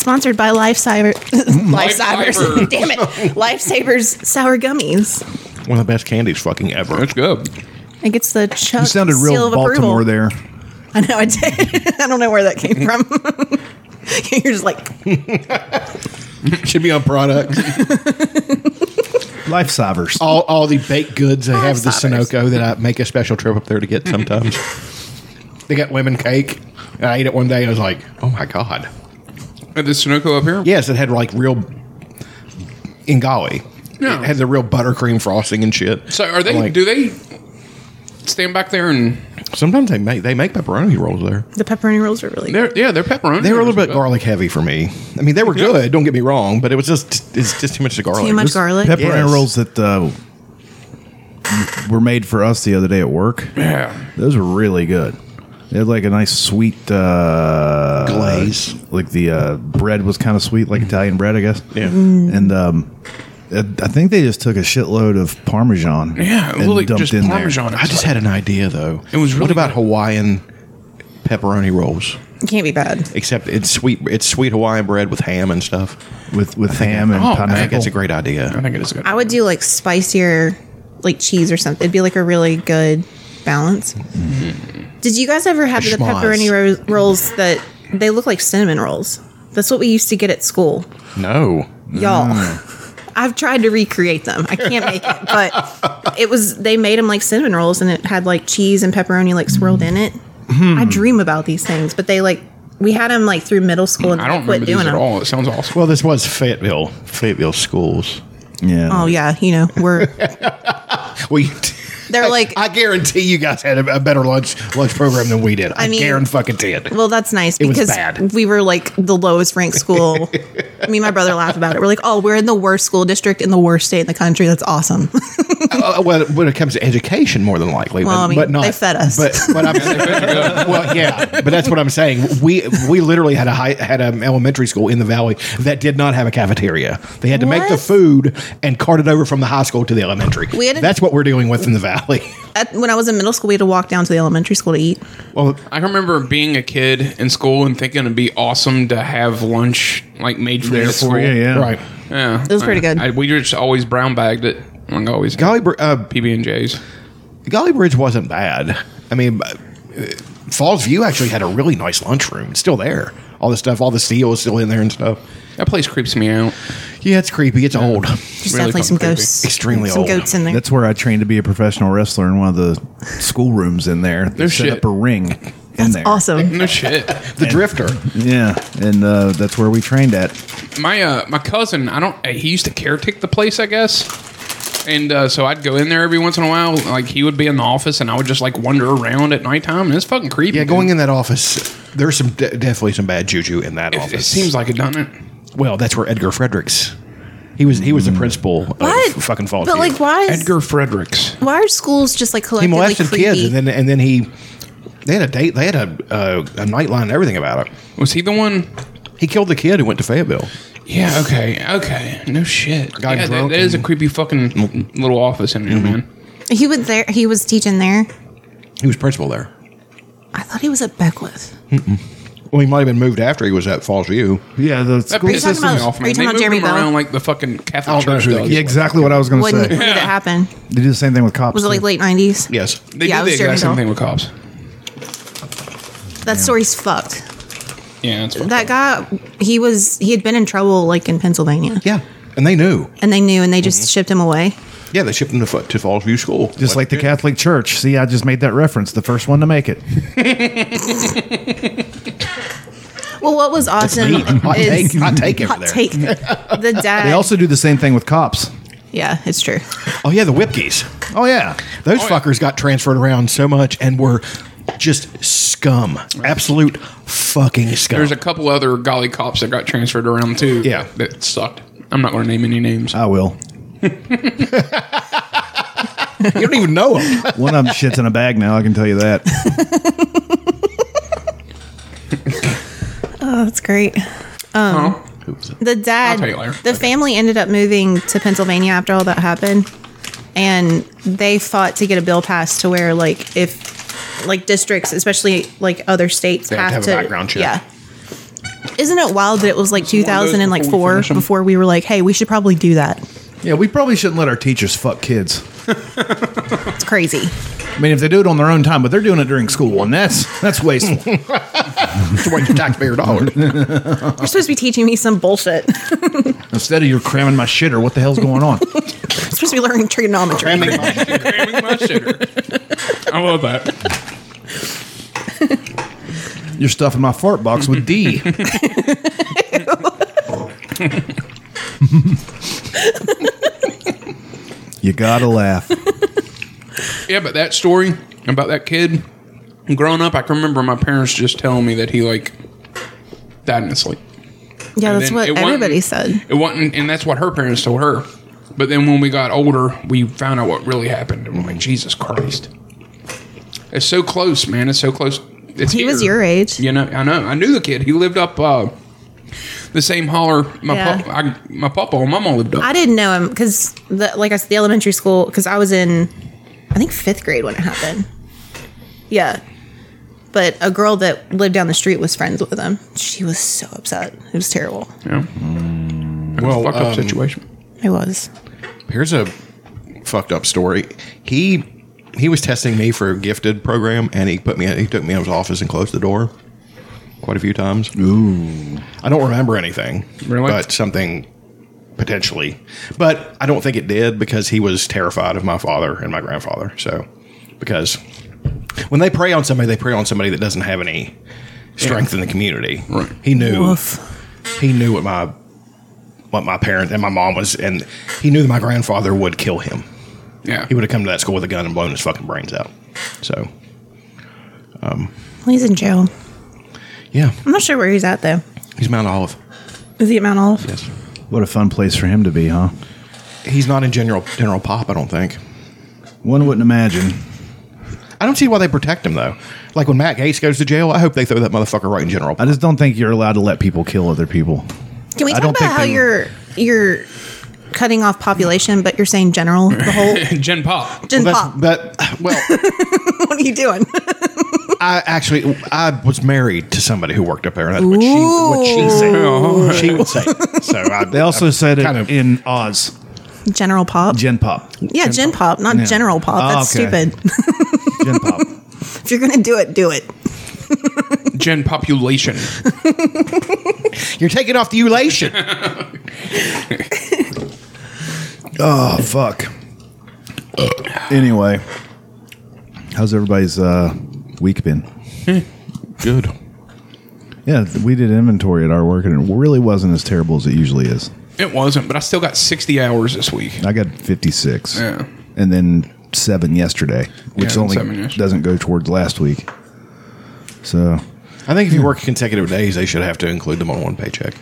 Speaker 2: Sponsored by Lifesavers.
Speaker 4: Lifesavers.
Speaker 2: Lifesavers. Damn it. Lifesavers sour gummies.
Speaker 3: One of the best candies fucking ever.
Speaker 4: That's good.
Speaker 2: It gets the Chuck
Speaker 1: You sounded real
Speaker 2: seal of
Speaker 1: Baltimore
Speaker 2: approval.
Speaker 1: there.
Speaker 2: I know I did. I don't know where that came from. You're just like,
Speaker 3: Should be on products.
Speaker 1: Life savers.
Speaker 3: all, all the baked goods they have at the
Speaker 2: Lifesavers.
Speaker 3: Sunoco that I make a special trip up there to get sometimes. they got lemon cake. And I ate it one day. I was like, oh my god.
Speaker 4: At the Sunoco up here?
Speaker 3: Yes, it had like real ingali.
Speaker 4: Yeah.
Speaker 3: It had the real buttercream frosting and shit.
Speaker 4: So are they?
Speaker 3: I'm like,
Speaker 4: do they stand back there and?
Speaker 3: Sometimes they make they make pepperoni rolls there.
Speaker 2: The pepperoni rolls are really good.
Speaker 4: They're yeah, they're pepperoni.
Speaker 3: They were a little bit garlic heavy for me. I mean, they were good. Don't get me wrong, but it was just it's just too much of garlic.
Speaker 2: Too much garlic.
Speaker 1: Pepperoni
Speaker 3: Yes.
Speaker 1: rolls that uh, were made for us the other day at work.
Speaker 4: Yeah.
Speaker 1: Those were really good. They had like a nice sweet uh,
Speaker 3: Glaze.
Speaker 1: Like the uh, bread was kind of sweet, like Italian bread, I guess.
Speaker 3: Yeah.
Speaker 2: Mm-hmm.
Speaker 1: And um, I I think they just took a shitload of Parmesan.
Speaker 4: Yeah,
Speaker 1: and
Speaker 4: well, like,
Speaker 1: dumped
Speaker 4: just
Speaker 1: in
Speaker 4: Parmesan.
Speaker 1: There.
Speaker 3: I just had an idea though.
Speaker 4: It was
Speaker 3: what
Speaker 4: really
Speaker 3: about
Speaker 4: good.
Speaker 3: Hawaiian pepperoni rolls?
Speaker 2: It can't be bad.
Speaker 3: Except it's sweet. It's sweet Hawaiian bread with ham and stuff.
Speaker 1: with with ham and
Speaker 4: oh, I think
Speaker 1: pineapple.
Speaker 3: I think that's a great
Speaker 4: I
Speaker 3: idea.
Speaker 4: think it is good.
Speaker 2: I would do like spicier, like cheese or something. It'd be like a really good balance. Did you guys ever have the
Speaker 3: Schmoz.
Speaker 2: pepperoni ro- rolls that they look like cinnamon rolls? That's what we used to get at school,
Speaker 3: No,
Speaker 2: y'all.
Speaker 3: Mm.
Speaker 2: I've tried to recreate them. I can't make it, but it was they made them like cinnamon rolls, and it had like cheese and pepperoni like swirled in it.
Speaker 3: Hmm.
Speaker 2: I dream about these things, but they like we had them like through middle school, and
Speaker 4: I don't
Speaker 2: quit
Speaker 4: remember
Speaker 2: doing
Speaker 4: these at
Speaker 2: them.
Speaker 4: all. It sounds awesome.
Speaker 3: Well, this was Fayetteville, Fayetteville schools.
Speaker 1: yeah.
Speaker 2: Oh yeah, you know we're
Speaker 3: We,
Speaker 2: they're like
Speaker 3: I guarantee you guys had a, a better lunch lunch program than we did. I,
Speaker 2: I mean-
Speaker 3: guarantee fucking did.
Speaker 2: Well, that's nice
Speaker 3: was
Speaker 2: because
Speaker 3: bad. we
Speaker 2: we were like the lowest ranked school. Me and my brother laugh about it. We're like, oh, we're in the worst school district in the worst state in the country. That's awesome.
Speaker 3: Uh, well, when it comes to education, more than likely,
Speaker 2: Well,
Speaker 3: but,
Speaker 2: I mean,
Speaker 3: but not
Speaker 2: they fed us.
Speaker 3: But, but I'm well, yeah, but that's what I'm saying. We we literally had a high, had an elementary school in the valley that did not have a cafeteria. They had to make the
Speaker 2: What?
Speaker 3: food and cart it over from the high school to the elementary.
Speaker 2: We had a-
Speaker 3: that's what we're dealing with in the valley.
Speaker 2: At, when I was in middle school, we had to walk down to the elementary school to eat.
Speaker 3: Well,
Speaker 4: I can remember being a kid in school and thinking it'd be awesome to have lunch like made for you at school.
Speaker 1: yeah, yeah.
Speaker 3: right.
Speaker 4: Yeah,
Speaker 2: It was pretty good.
Speaker 4: I, we just always brown bagged it. Like always,
Speaker 3: Golly, Br- uh,
Speaker 4: PB and J's.
Speaker 3: Golly Bridge wasn't bad. I mean, uh, Falls View actually had a really nice lunchroom. It's still there. All the stuff, all the steel is still in there and stuff.
Speaker 4: That place creeps me out.
Speaker 3: Yeah, it's creepy. It's old.
Speaker 2: There's definitely
Speaker 4: Really fucking
Speaker 2: some
Speaker 4: creepy.
Speaker 2: ghosts.
Speaker 3: Extremely
Speaker 2: some
Speaker 3: old.
Speaker 2: goats in there.
Speaker 1: That's where I trained to be a professional wrestler in one of the schoolrooms in there. They
Speaker 4: No
Speaker 1: set
Speaker 4: shit.
Speaker 1: up a ring in there.
Speaker 2: awesome.
Speaker 4: No shit.
Speaker 3: The Drifter.
Speaker 1: Yeah, and uh, that's where we trained at.
Speaker 4: my uh, my cousin, I don't. He used to caretake the place, I guess. And uh, so I'd go in there every once in a while. Like he would be in the office, and I would just like wander around at nighttime, and it's fucking creepy.
Speaker 3: Yeah,
Speaker 4: dude.
Speaker 3: going in that office, there's some de- definitely some bad juju in that
Speaker 4: It,
Speaker 3: office.
Speaker 4: it seems like Mm. it, doesn't it?
Speaker 3: well, that's where Edgar Fredericks. He was he was the principal
Speaker 2: What?
Speaker 3: of fucking Falls
Speaker 2: But
Speaker 3: View.
Speaker 2: like, why is
Speaker 4: Edgar Fredericks.
Speaker 2: why are schools just like
Speaker 3: he
Speaker 2: collectively
Speaker 3: molested
Speaker 2: creepy?
Speaker 3: kids, and then and then he they had a date, they had a uh, a nightline and everything about it.
Speaker 4: Was he the one?
Speaker 3: He killed the kid who went to Fayetteville.
Speaker 4: Yeah. Okay. Okay. No shit.
Speaker 3: Got
Speaker 4: yeah, that,
Speaker 3: drunk
Speaker 4: that is a
Speaker 3: and- Mm-hmm.
Speaker 4: creepy fucking little office in there, man.
Speaker 2: he was there. He was teaching there.
Speaker 3: He was principal there.
Speaker 2: I thought he was at Beckwith.
Speaker 3: Well, he might have been moved after he was at Falls View.
Speaker 1: Yeah, the
Speaker 4: That
Speaker 1: school.
Speaker 2: you
Speaker 4: pisses
Speaker 2: talking
Speaker 4: me
Speaker 2: about-
Speaker 4: off,
Speaker 2: are
Speaker 4: man.
Speaker 2: you talking
Speaker 4: They
Speaker 2: about
Speaker 4: moved
Speaker 2: Jeremy
Speaker 4: him
Speaker 2: Bell?
Speaker 4: around like the fucking Catholic
Speaker 3: don't know
Speaker 4: Church.
Speaker 3: who the
Speaker 4: does.
Speaker 3: kid
Speaker 1: Yeah, exactly what I was going to
Speaker 2: When,
Speaker 1: say.
Speaker 2: when did it happen?
Speaker 1: They do the same thing with cops.
Speaker 2: Was it like
Speaker 1: too.
Speaker 2: late nineties?
Speaker 3: Yes,
Speaker 4: They
Speaker 2: Yeah, it
Speaker 4: do the
Speaker 2: was Jeremy
Speaker 4: exact same
Speaker 2: Bell.
Speaker 4: thing with cops.
Speaker 2: That story's fucked.
Speaker 4: Yeah. It's fucked
Speaker 2: That guy, he was he had been in trouble like in Pennsylvania.
Speaker 3: yeah, Mm-hmm. and they knew.
Speaker 2: and they knew and they just shipped him away.
Speaker 3: Yeah, they shipped him to, Fa- to Falls View School.
Speaker 1: Just like the Catholic Church. See, I just made that reference. The first one to make it.
Speaker 2: Well, what was awesome
Speaker 3: hot take,
Speaker 2: is
Speaker 3: hot take over
Speaker 2: hot
Speaker 3: there.
Speaker 2: take. The dad.
Speaker 1: They also do the same thing with cops.
Speaker 2: yeah, it's true.
Speaker 3: Oh yeah, the Whipkeys.
Speaker 1: Oh yeah,
Speaker 3: Those
Speaker 4: Oh, yeah.
Speaker 3: fuckers got transferred around so much and were just scum. Absolute fucking scum.
Speaker 4: There's a couple other golly cops that got transferred around too.
Speaker 3: Yeah. Uh-huh.
Speaker 4: that sucked. I'm not going to name any names.
Speaker 1: I will.
Speaker 3: you don't even know them.
Speaker 1: One of them shits in a bag now. I can tell you that.
Speaker 2: Oh, that's great. Oh.
Speaker 4: Huh?
Speaker 2: The dad.
Speaker 4: I'll tell you later.
Speaker 2: The family ended up moving to Pennsylvania after all that happened, and they fought to get a bill passed to where like if like districts, especially like other states,
Speaker 3: They have to have a background check.
Speaker 2: Yeah. Isn't it wild that it was like
Speaker 4: one of those
Speaker 2: 2004 like
Speaker 4: before we
Speaker 2: four
Speaker 4: finish 'em?
Speaker 2: before we were like, hey, we should probably do that.
Speaker 1: yeah, we probably shouldn't let our teachers fuck kids.
Speaker 2: It's crazy.
Speaker 1: I mean, if they do it on their own time, but they're doing it during school, and that's that's wasteful.
Speaker 3: That's what your taxpayer dollar.
Speaker 2: You're supposed to be teaching me some bullshit. You're
Speaker 1: Instead of you're cramming my shitter, what the hell's going on?
Speaker 2: supposed to be learning trigonometry.
Speaker 4: Cramming my shitter. I love that.
Speaker 1: You're stuffing my fart box with D. you gotta laugh.
Speaker 4: Yeah, but that story about that kid growing up, I can remember my parents just telling me that he like died in his sleep.
Speaker 2: Yeah, that's
Speaker 4: then
Speaker 2: what
Speaker 4: it wasn't-
Speaker 2: everybody said.
Speaker 4: It wasn't, and that's what her parents told her. But then when we got older, we found out what really happened, and we're like, Jesus Christ! It's so close, man. It's so close. It's
Speaker 2: He was
Speaker 4: here.
Speaker 2: your age.
Speaker 4: You know, I know. I knew the kid. He lived up uh, the same holler. My
Speaker 2: Yeah.
Speaker 4: pop, I, my papa and mama lived up.
Speaker 2: I didn't know him because, the, like I said, the elementary school, because I was in, I think, fifth grade when it happened. Yeah. But a girl that lived down the street was friends with him. She was so upset. It was terrible.
Speaker 4: yeah. Well,
Speaker 3: Well,
Speaker 4: fucked up
Speaker 3: um,
Speaker 4: situation.
Speaker 2: It was.
Speaker 3: Here's a fucked up story. He he was testing me for a gifted program, and he put me. He took me out of his office and closed the door quite a few times. Ooh, I don't remember anything.
Speaker 4: Really?
Speaker 3: but something potentially. But I don't think it did because he was terrified of my father and my grandfather. So because when they prey on somebody, they prey on somebody that doesn't have any strength in the community.
Speaker 4: Right.
Speaker 3: He knew
Speaker 2: Woof.
Speaker 3: he knew what my what my parents and my mom was, and he knew that my grandfather would kill him.
Speaker 4: Yeah.
Speaker 3: He would have come to that school with a gun and blown his fucking brains out. So,
Speaker 2: He's in jail.
Speaker 3: yeah,
Speaker 2: I'm not sure where he's at, though.
Speaker 3: he's Mount Olive.
Speaker 2: Is he at Mount Olive?
Speaker 3: Yes,
Speaker 1: What a fun place for him to be, huh?
Speaker 3: he's not in general general pop. I don't think.
Speaker 1: One wouldn't imagine.
Speaker 3: I don't see why they protect him though. Like when Matt Gates goes to jail, I hope they throw that motherfucker right in general.
Speaker 1: I just don't think you're allowed to let people kill other people.
Speaker 2: Can we
Speaker 1: I
Speaker 2: talk
Speaker 1: don't
Speaker 2: about
Speaker 1: think
Speaker 2: how
Speaker 1: they-
Speaker 2: you're you're cutting off population, but you're saying general the whole
Speaker 4: Gen Pop.
Speaker 2: Gen
Speaker 3: That's-
Speaker 2: Pop?
Speaker 3: but well,
Speaker 2: what are you doing?
Speaker 3: I actually I was married to somebody who worked up there, and that's what she what she
Speaker 4: Ooh.
Speaker 3: said. She would say. So I,
Speaker 1: They also said it
Speaker 3: kind of-
Speaker 1: in Oz,
Speaker 2: general Pop.
Speaker 1: Gen Pop.
Speaker 2: yeah, Gen Pop, not
Speaker 1: Yeah.
Speaker 2: General Pop.
Speaker 1: Oh,
Speaker 2: That's
Speaker 1: okay.
Speaker 2: stupid.
Speaker 1: Gen Pop.
Speaker 2: if you're gonna do it, do it.
Speaker 4: Gen population.
Speaker 3: you're taking off the elation.
Speaker 1: Oh fuck. Anyway, how's everybody's uh, week been?
Speaker 3: Good.
Speaker 1: Yeah, we did inventory at our work, and it really wasn't as terrible as it usually is.
Speaker 4: It wasn't, but I still got 60 hours this week.
Speaker 1: I got fifty six,
Speaker 4: Yeah.
Speaker 1: and then seven yesterday, which
Speaker 4: Yeah,
Speaker 1: only
Speaker 4: seven yesterday.
Speaker 1: doesn't go towards last week. So
Speaker 3: I think if you work consecutive days, they should have to include them on one paycheck.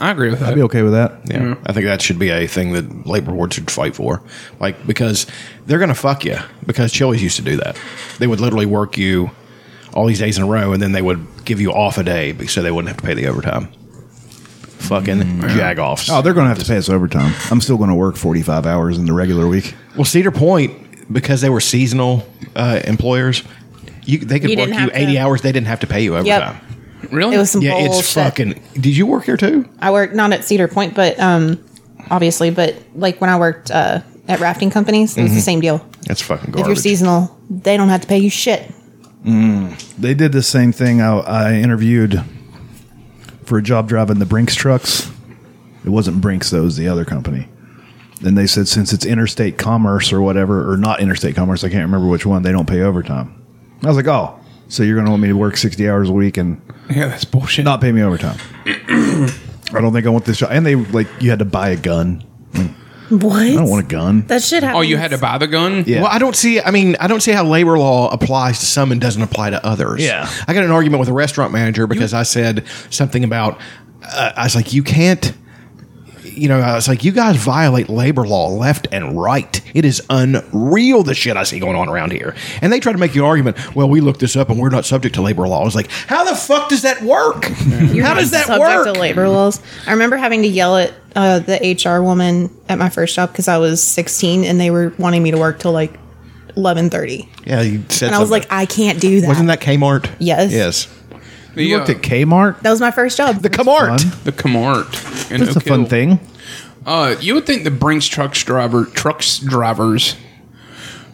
Speaker 4: I agree with that.
Speaker 1: I'd be okay with that.
Speaker 3: Yeah. I think that should be a thing that labor boards should fight for. Like, because they're going to fuck you. Because Chili's used to do that. They would literally work you all these days in a row, and then they would give you off a day be- so they wouldn't have to pay the overtime. Fucking jag offs.
Speaker 1: Oh, they're going to have to pay us overtime. I'm still going to work forty five hours in the regular week.
Speaker 3: well, Cedar Point, because they were seasonal uh, employers, you, they could
Speaker 2: You
Speaker 3: work
Speaker 2: didn't
Speaker 3: you
Speaker 2: have
Speaker 3: 80
Speaker 2: to-
Speaker 3: hours. They didn't have to pay you overtime.
Speaker 4: really?
Speaker 2: It was some
Speaker 3: Yeah,
Speaker 2: bullshit.
Speaker 3: it's fucking. Did you work here too?
Speaker 2: I worked not at Cedar Point, but um, obviously, but like when I worked uh, at rafting companies, it was the same deal.
Speaker 3: That's fucking
Speaker 2: If you're
Speaker 3: Mm-hmm. garbage.
Speaker 2: seasonal, they don't have to pay you shit.
Speaker 1: They did the same thing. I, I interviewed for a job driving the Brinks trucks. It wasn't Brinks though; it was the other company. And they said since it's interstate commerce or whatever, or not interstate commerce, I can't remember which one. They don't pay overtime. I was like, oh, so you're going to want me to work sixty hours a week and
Speaker 4: yeah, that's bullshit.
Speaker 1: not pay me overtime? I don't think I want this job. And they like you had to buy a gun.
Speaker 2: What?
Speaker 1: I don't want a gun.
Speaker 2: that shit happens.
Speaker 4: oh, you had to buy the gun?
Speaker 1: Yeah.
Speaker 3: Well, I don't see. I mean, I don't see how labor law applies to some and doesn't apply to others.
Speaker 1: Yeah.
Speaker 3: I got in an argument with a restaurant manager because I said something about. Uh, I was like, you can't. You know, I was like, you guys violate labor law left and right. It is unreal the shit I see going on around here. And they try to make you an argument. Well, we looked this up and we're not subject to labor law. I was like, how the fuck does that work? how does that
Speaker 2: subject
Speaker 3: work?
Speaker 2: to labor laws. I remember having to yell at uh, the HR woman at my first job because I was 16 and they were wanting me to work till like 11:30, and
Speaker 3: yeah, you said.
Speaker 2: I was
Speaker 3: something.
Speaker 2: like, I can't do that.
Speaker 3: wasn't that Kmart?
Speaker 2: Yes.
Speaker 3: Yes.
Speaker 4: The,
Speaker 1: You
Speaker 4: uh,
Speaker 1: worked at Kmart.
Speaker 2: That was my first job.
Speaker 3: The Kmart.
Speaker 1: Fun.
Speaker 4: the Camart. in
Speaker 1: That's a
Speaker 4: Oak
Speaker 1: fun
Speaker 4: Hill.
Speaker 1: thing.
Speaker 4: Uh, you would think the Brinks trucks driver trucks drivers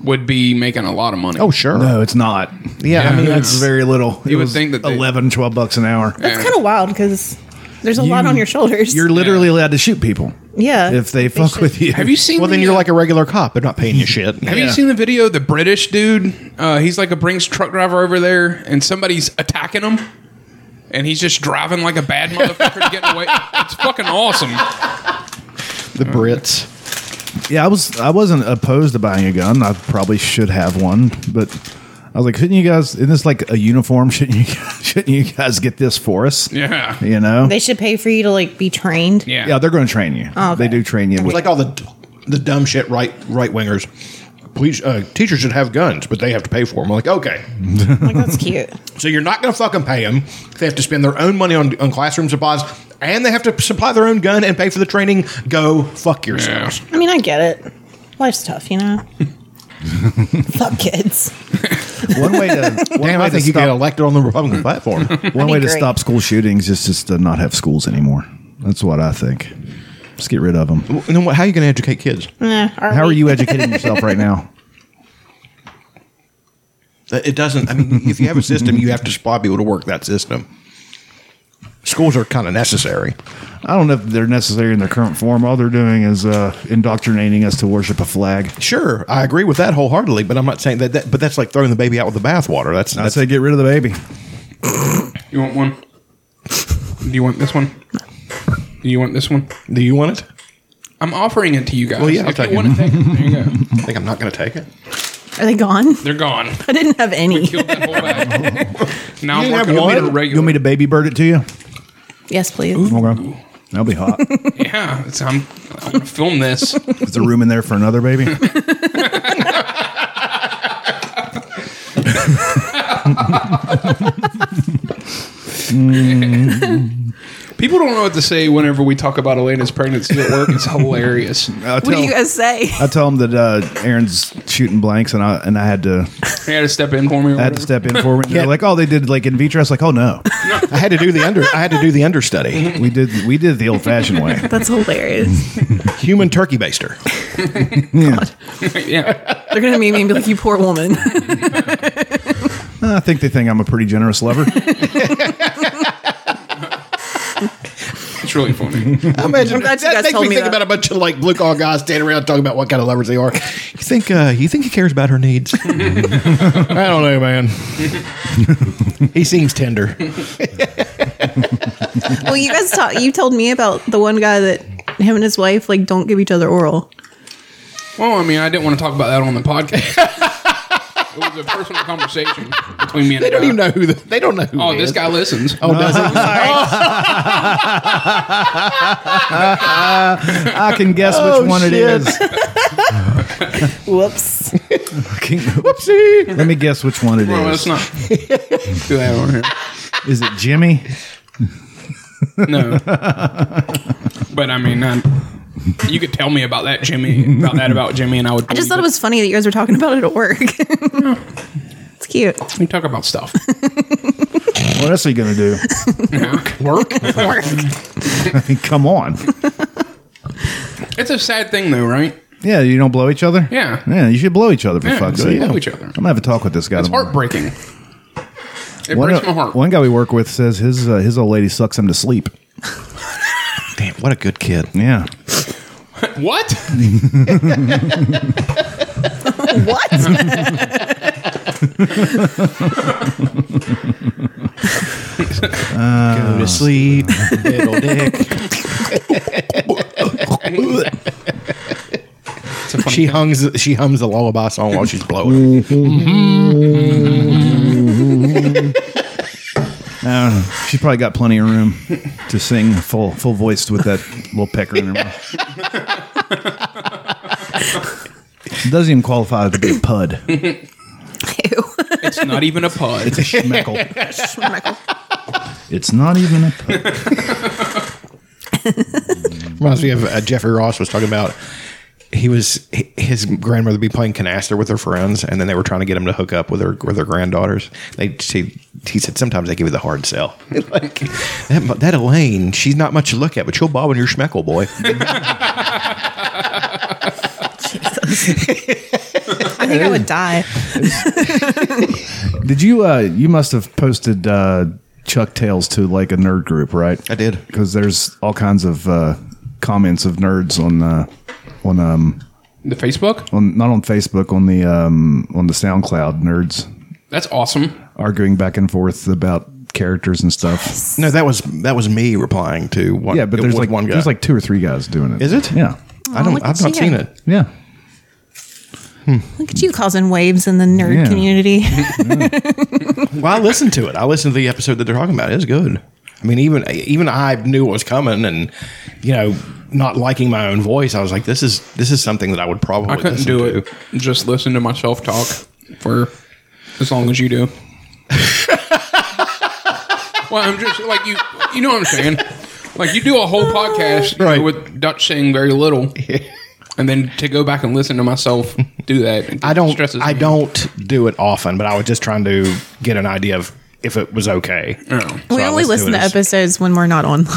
Speaker 4: would be making a lot of money.
Speaker 3: Oh sure.
Speaker 1: No, it's not. Yeah, I
Speaker 4: Yeah.
Speaker 1: mean that's very little. it
Speaker 4: would
Speaker 1: was
Speaker 4: think that they-
Speaker 1: 11, 12 bucks an hour.
Speaker 2: That's kind of wild because there's a lot on your shoulders.
Speaker 1: You're literally allowed to shoot people
Speaker 2: yeah.
Speaker 1: if they, fuck
Speaker 2: Uh, should-
Speaker 1: with you.
Speaker 4: Have you seen?
Speaker 3: Well, then
Speaker 4: the,
Speaker 3: you're
Speaker 4: uh,
Speaker 3: like a regular cop. They're not paying you shit.
Speaker 4: Have
Speaker 1: Yeah.
Speaker 4: you seen the video? of The British dude, uh, he's like a Brinks truck driver over there, and somebody's attacking him, and he's just driving like a bad motherfucker to get away. It's fucking awesome.
Speaker 3: The Brits.
Speaker 1: Yeah, I was I wasn't opposed to buying a gun. I probably should have one, but I was like, couldn't you guys? Isn't this like a uniform? Shouldn't you guys, shouldn't you guys get this for us?
Speaker 4: Yeah.
Speaker 1: you know.
Speaker 2: They should pay for you to like be trained.
Speaker 4: Yeah.
Speaker 1: yeah, they're going to train you.
Speaker 2: Oh, okay.
Speaker 1: They do train you. With,
Speaker 3: Like all the the dumb shit right right wingers. Please, uh, teachers should have guns, but they have to pay for them. I'm like, okay,
Speaker 2: Like that's cute.
Speaker 3: so you're not going to fucking pay them. They have to spend their own money on, on classroom supplies, and they have to supply their own gun and pay for the training. Go fuck
Speaker 4: Yeah.
Speaker 3: yourselves.
Speaker 2: I mean, I get it. Life's tough, you know. Fuck kids.
Speaker 1: one way to one
Speaker 3: Damn,
Speaker 1: way
Speaker 3: I think
Speaker 1: to
Speaker 3: you get
Speaker 1: stop,
Speaker 3: elected on the Hmm. Republican platform.
Speaker 1: one
Speaker 2: be
Speaker 1: way to
Speaker 2: great.
Speaker 1: stop school shootings is just to not have schools anymore. That's what I think. Just get rid of them.
Speaker 3: and then what, how are you going to educate kids?
Speaker 2: Eh,
Speaker 1: How are
Speaker 2: we?
Speaker 1: you educating yourself right now?
Speaker 3: Uh, It doesn't. I mean, if you have a system, you have to supply people to work that system. Schools are kind of necessary.
Speaker 1: I don't know if they're necessary in their current form. All they're doing is uh, indoctrinating us to worship a flag.
Speaker 3: Sure, I agree with that wholeheartedly, but I'm not saying that. that but that's like throwing the baby out with the bathwater. That's
Speaker 1: I
Speaker 3: not.
Speaker 1: say get rid of the baby.
Speaker 4: You want one? Do you want this one? Do you want this one?
Speaker 3: Do you want it?
Speaker 4: I'm offering it to you guys.
Speaker 3: Well, yeah, I'll
Speaker 4: If you
Speaker 3: take it.
Speaker 4: want to take it, there you go.
Speaker 3: I think I'm not going to take it.
Speaker 2: Are they gone?
Speaker 4: They're gone.
Speaker 2: I didn't have any.
Speaker 4: Killed that whole bag. Now I'm
Speaker 3: You didn't
Speaker 4: working on
Speaker 3: have one?
Speaker 4: a
Speaker 1: You want
Speaker 4: regular.
Speaker 1: me to baby bird it to you?
Speaker 2: yes, please.
Speaker 1: Okay. That'll be hot.
Speaker 4: Yeah, it's, I'm. I want to film this.
Speaker 1: Is there room in there for another baby?
Speaker 4: People don't know what to say whenever we talk about Elena's pregnancy at work. It's hilarious.
Speaker 3: Uh,
Speaker 1: I
Speaker 2: What do
Speaker 1: tell-
Speaker 2: you guys say?
Speaker 1: I tell him that uh, Aaron's shooting blanks, and I and I had to
Speaker 4: You had to step in for me. or
Speaker 1: I had to step
Speaker 4: whatever.
Speaker 1: in for it. They're like, oh, they did like in vitro. I was like, oh no,
Speaker 3: I had to do the under. I had to do the understudy.
Speaker 1: we did we did it the old fashioned way.
Speaker 2: That's hilarious.
Speaker 3: Human turkey baster.
Speaker 4: yeah.
Speaker 2: They're gonna meet me and be like, "You poor woman."
Speaker 1: I think they think I'm a pretty generous lover.
Speaker 4: It's really funny.
Speaker 3: I imagine
Speaker 2: glad
Speaker 3: that,
Speaker 2: you guys
Speaker 3: makes
Speaker 2: told
Speaker 3: me
Speaker 2: me
Speaker 3: think
Speaker 2: that.
Speaker 3: about a bunch of like blue collar guys standing around talking about what kind of lovers they are. You think? Uh, you think he cares about her needs? I don't know, man. he seems tender.
Speaker 2: well, you guys talk. You told me about the one guy that him and his wife like don't give each other oral.
Speaker 4: Well, I mean, I didn't want to talk about that on the podcast. it was a personal conversation between me and
Speaker 3: They don't
Speaker 4: the guy.
Speaker 3: even know who. The, they don't know who.
Speaker 4: Oh,
Speaker 3: he
Speaker 4: this
Speaker 3: is.
Speaker 4: guy listens.
Speaker 3: Oh, does it?
Speaker 1: I can guess
Speaker 3: Oh,
Speaker 1: which one
Speaker 3: shit.
Speaker 1: it is.
Speaker 2: Whoops.
Speaker 1: I can-
Speaker 3: Oopsie.
Speaker 1: Let me guess which one it
Speaker 4: Well,
Speaker 1: is.
Speaker 4: that's not. Do that on here.
Speaker 1: Is it Jimmy?
Speaker 4: No. But I mean, i you could tell me about that, Jimmy, about that about Jimmy, and I would.
Speaker 2: I just thought it was funny that you guys were talking about it at work. it's cute.
Speaker 4: We talk about stuff.
Speaker 1: What else are you gonna do?
Speaker 4: Work.
Speaker 2: Work.
Speaker 1: I mean, come on.
Speaker 4: It's a sad thing, though, right?
Speaker 1: Yeah, you don't blow each other.
Speaker 4: Yeah.
Speaker 1: yeah, you should blow each other for
Speaker 4: Yeah,
Speaker 1: fuck's
Speaker 4: go
Speaker 1: sake.
Speaker 4: blow each other.
Speaker 1: I'm gonna have a talk with this guy.
Speaker 4: It's
Speaker 1: tomorrow.
Speaker 4: heartbreaking. It
Speaker 1: One,
Speaker 4: breaks my heart.
Speaker 1: one guy we work with says his uh, his old lady sucks him to sleep.
Speaker 3: Damn, what a good kid.
Speaker 1: Yeah,
Speaker 4: What?
Speaker 2: What?
Speaker 1: Um,
Speaker 3: Go to sleep, little dick.
Speaker 4: It's a funny
Speaker 3: She
Speaker 4: thing.
Speaker 3: hums. She hums a lullaby song while she's
Speaker 1: Mm.
Speaker 3: blowing.
Speaker 1: Uh, she's probably got plenty of room to sing full full voiced with that little pecker in her mouth. Doesn't even qualify to be a pud. It's
Speaker 2: Ew.
Speaker 4: It's not even a pud.
Speaker 1: a schmeckle.
Speaker 2: Schmeckle.
Speaker 1: It's not even a pud.
Speaker 3: Reminds me of uh, Jeffrey Ross was talking about. He was hi- his grandmother be playing canasta with her friends, and then they were trying to get him to hook up with her with her granddaughters. They she, he said sometimes they give you the hard sell. like that, that Elaine, she's not much to look at, but she'll bob in your schmeckle, boy.
Speaker 2: I think I would die.
Speaker 1: Did you? Uh, you must have posted uh, Chuck Tales to like a nerd group, right?
Speaker 3: I did.
Speaker 1: because there's all kinds of uh, comments of nerds on uh, on um
Speaker 4: The Facebook?
Speaker 1: on not on Facebook on the um on the SoundCloud nerds
Speaker 4: That's awesome.
Speaker 1: arguing back and forth about characters and stuff.
Speaker 3: No, that was that was me replying to one.
Speaker 1: Yeah, but there's
Speaker 3: with
Speaker 1: like
Speaker 3: one guy.
Speaker 1: there's like two or three guys doing it.
Speaker 3: Is it?
Speaker 1: Yeah,
Speaker 3: I don't.
Speaker 2: look
Speaker 3: I've
Speaker 2: at
Speaker 3: not
Speaker 2: you.
Speaker 3: seen it.
Speaker 1: yeah.
Speaker 2: Look at you causing waves in the nerd
Speaker 1: Yeah.
Speaker 2: community.
Speaker 3: Well, I listened to it. I listened to the episode that they're talking about. It was good. I mean, even even I knew it was coming, and you know, not liking my own voice, I was like, "This is this is something that I would probably
Speaker 4: I couldn't
Speaker 3: Oh,
Speaker 4: do
Speaker 3: listen to.
Speaker 4: it. Just listen to myself talk for as long as you do. well, I'm just like you. You know what I'm saying? Like you do a whole podcast you know,
Speaker 3: Right.
Speaker 4: with Dutch saying very little, and then to go back and listen to myself do that. it
Speaker 3: I don't.
Speaker 4: stresses
Speaker 3: I
Speaker 4: me.
Speaker 3: don't do it often, but I was just trying to get an idea of if it was okay.
Speaker 4: No.
Speaker 2: we
Speaker 3: I
Speaker 2: only listen
Speaker 3: listen to
Speaker 2: to
Speaker 3: it as-
Speaker 2: episodes when we're not on them.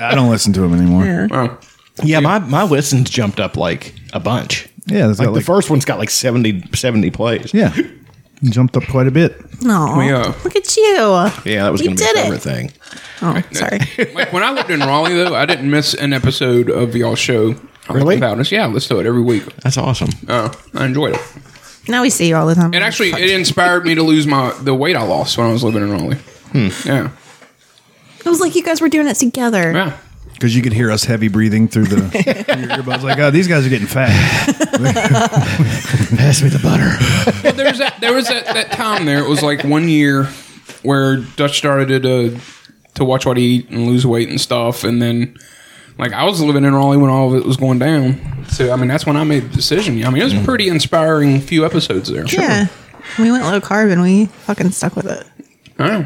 Speaker 1: I don't listen to them anymore. Yeah,
Speaker 4: Well,
Speaker 3: Yeah, my my listens jumped up like a bunch.
Speaker 1: that's
Speaker 3: Like,
Speaker 1: got,
Speaker 3: the first one's got like 70, 70 plays.
Speaker 1: Yeah, jumped up quite a bit.
Speaker 2: No,
Speaker 4: We, uh,
Speaker 2: look at you.
Speaker 3: Yeah, that was
Speaker 2: You
Speaker 3: going to be
Speaker 2: did
Speaker 3: a
Speaker 2: it.
Speaker 3: favorite thing.
Speaker 2: Oh, sorry.
Speaker 4: like when I lived in Raleigh, though, I didn't miss an episode of y'all show. uh,
Speaker 3: Really?
Speaker 4: Without us, yeah, let's do it every week.
Speaker 3: That's awesome.
Speaker 4: Uh, I enjoyed it.
Speaker 2: now we see you all the time.
Speaker 4: It actually it inspired me to lose my the weight I lost when I was living in Raleigh. Yeah,
Speaker 2: it was like you guys were doing it together.
Speaker 4: yeah.
Speaker 1: Because you could hear us heavy breathing through the through your earbuds, like, oh, these guys are getting fat.
Speaker 3: Pass me the butter.
Speaker 4: Well, there was that there was that, that time there. It was like one year where Dutch started to to watch what he eat and lose weight and stuff, and then like I was living in Raleigh when all of it was going down. So I mean, that's when I made the decision. I mean, it was a pretty inspiring few episodes there.
Speaker 2: Yeah. We went low carb and we fucking stuck with it.
Speaker 4: Yeah.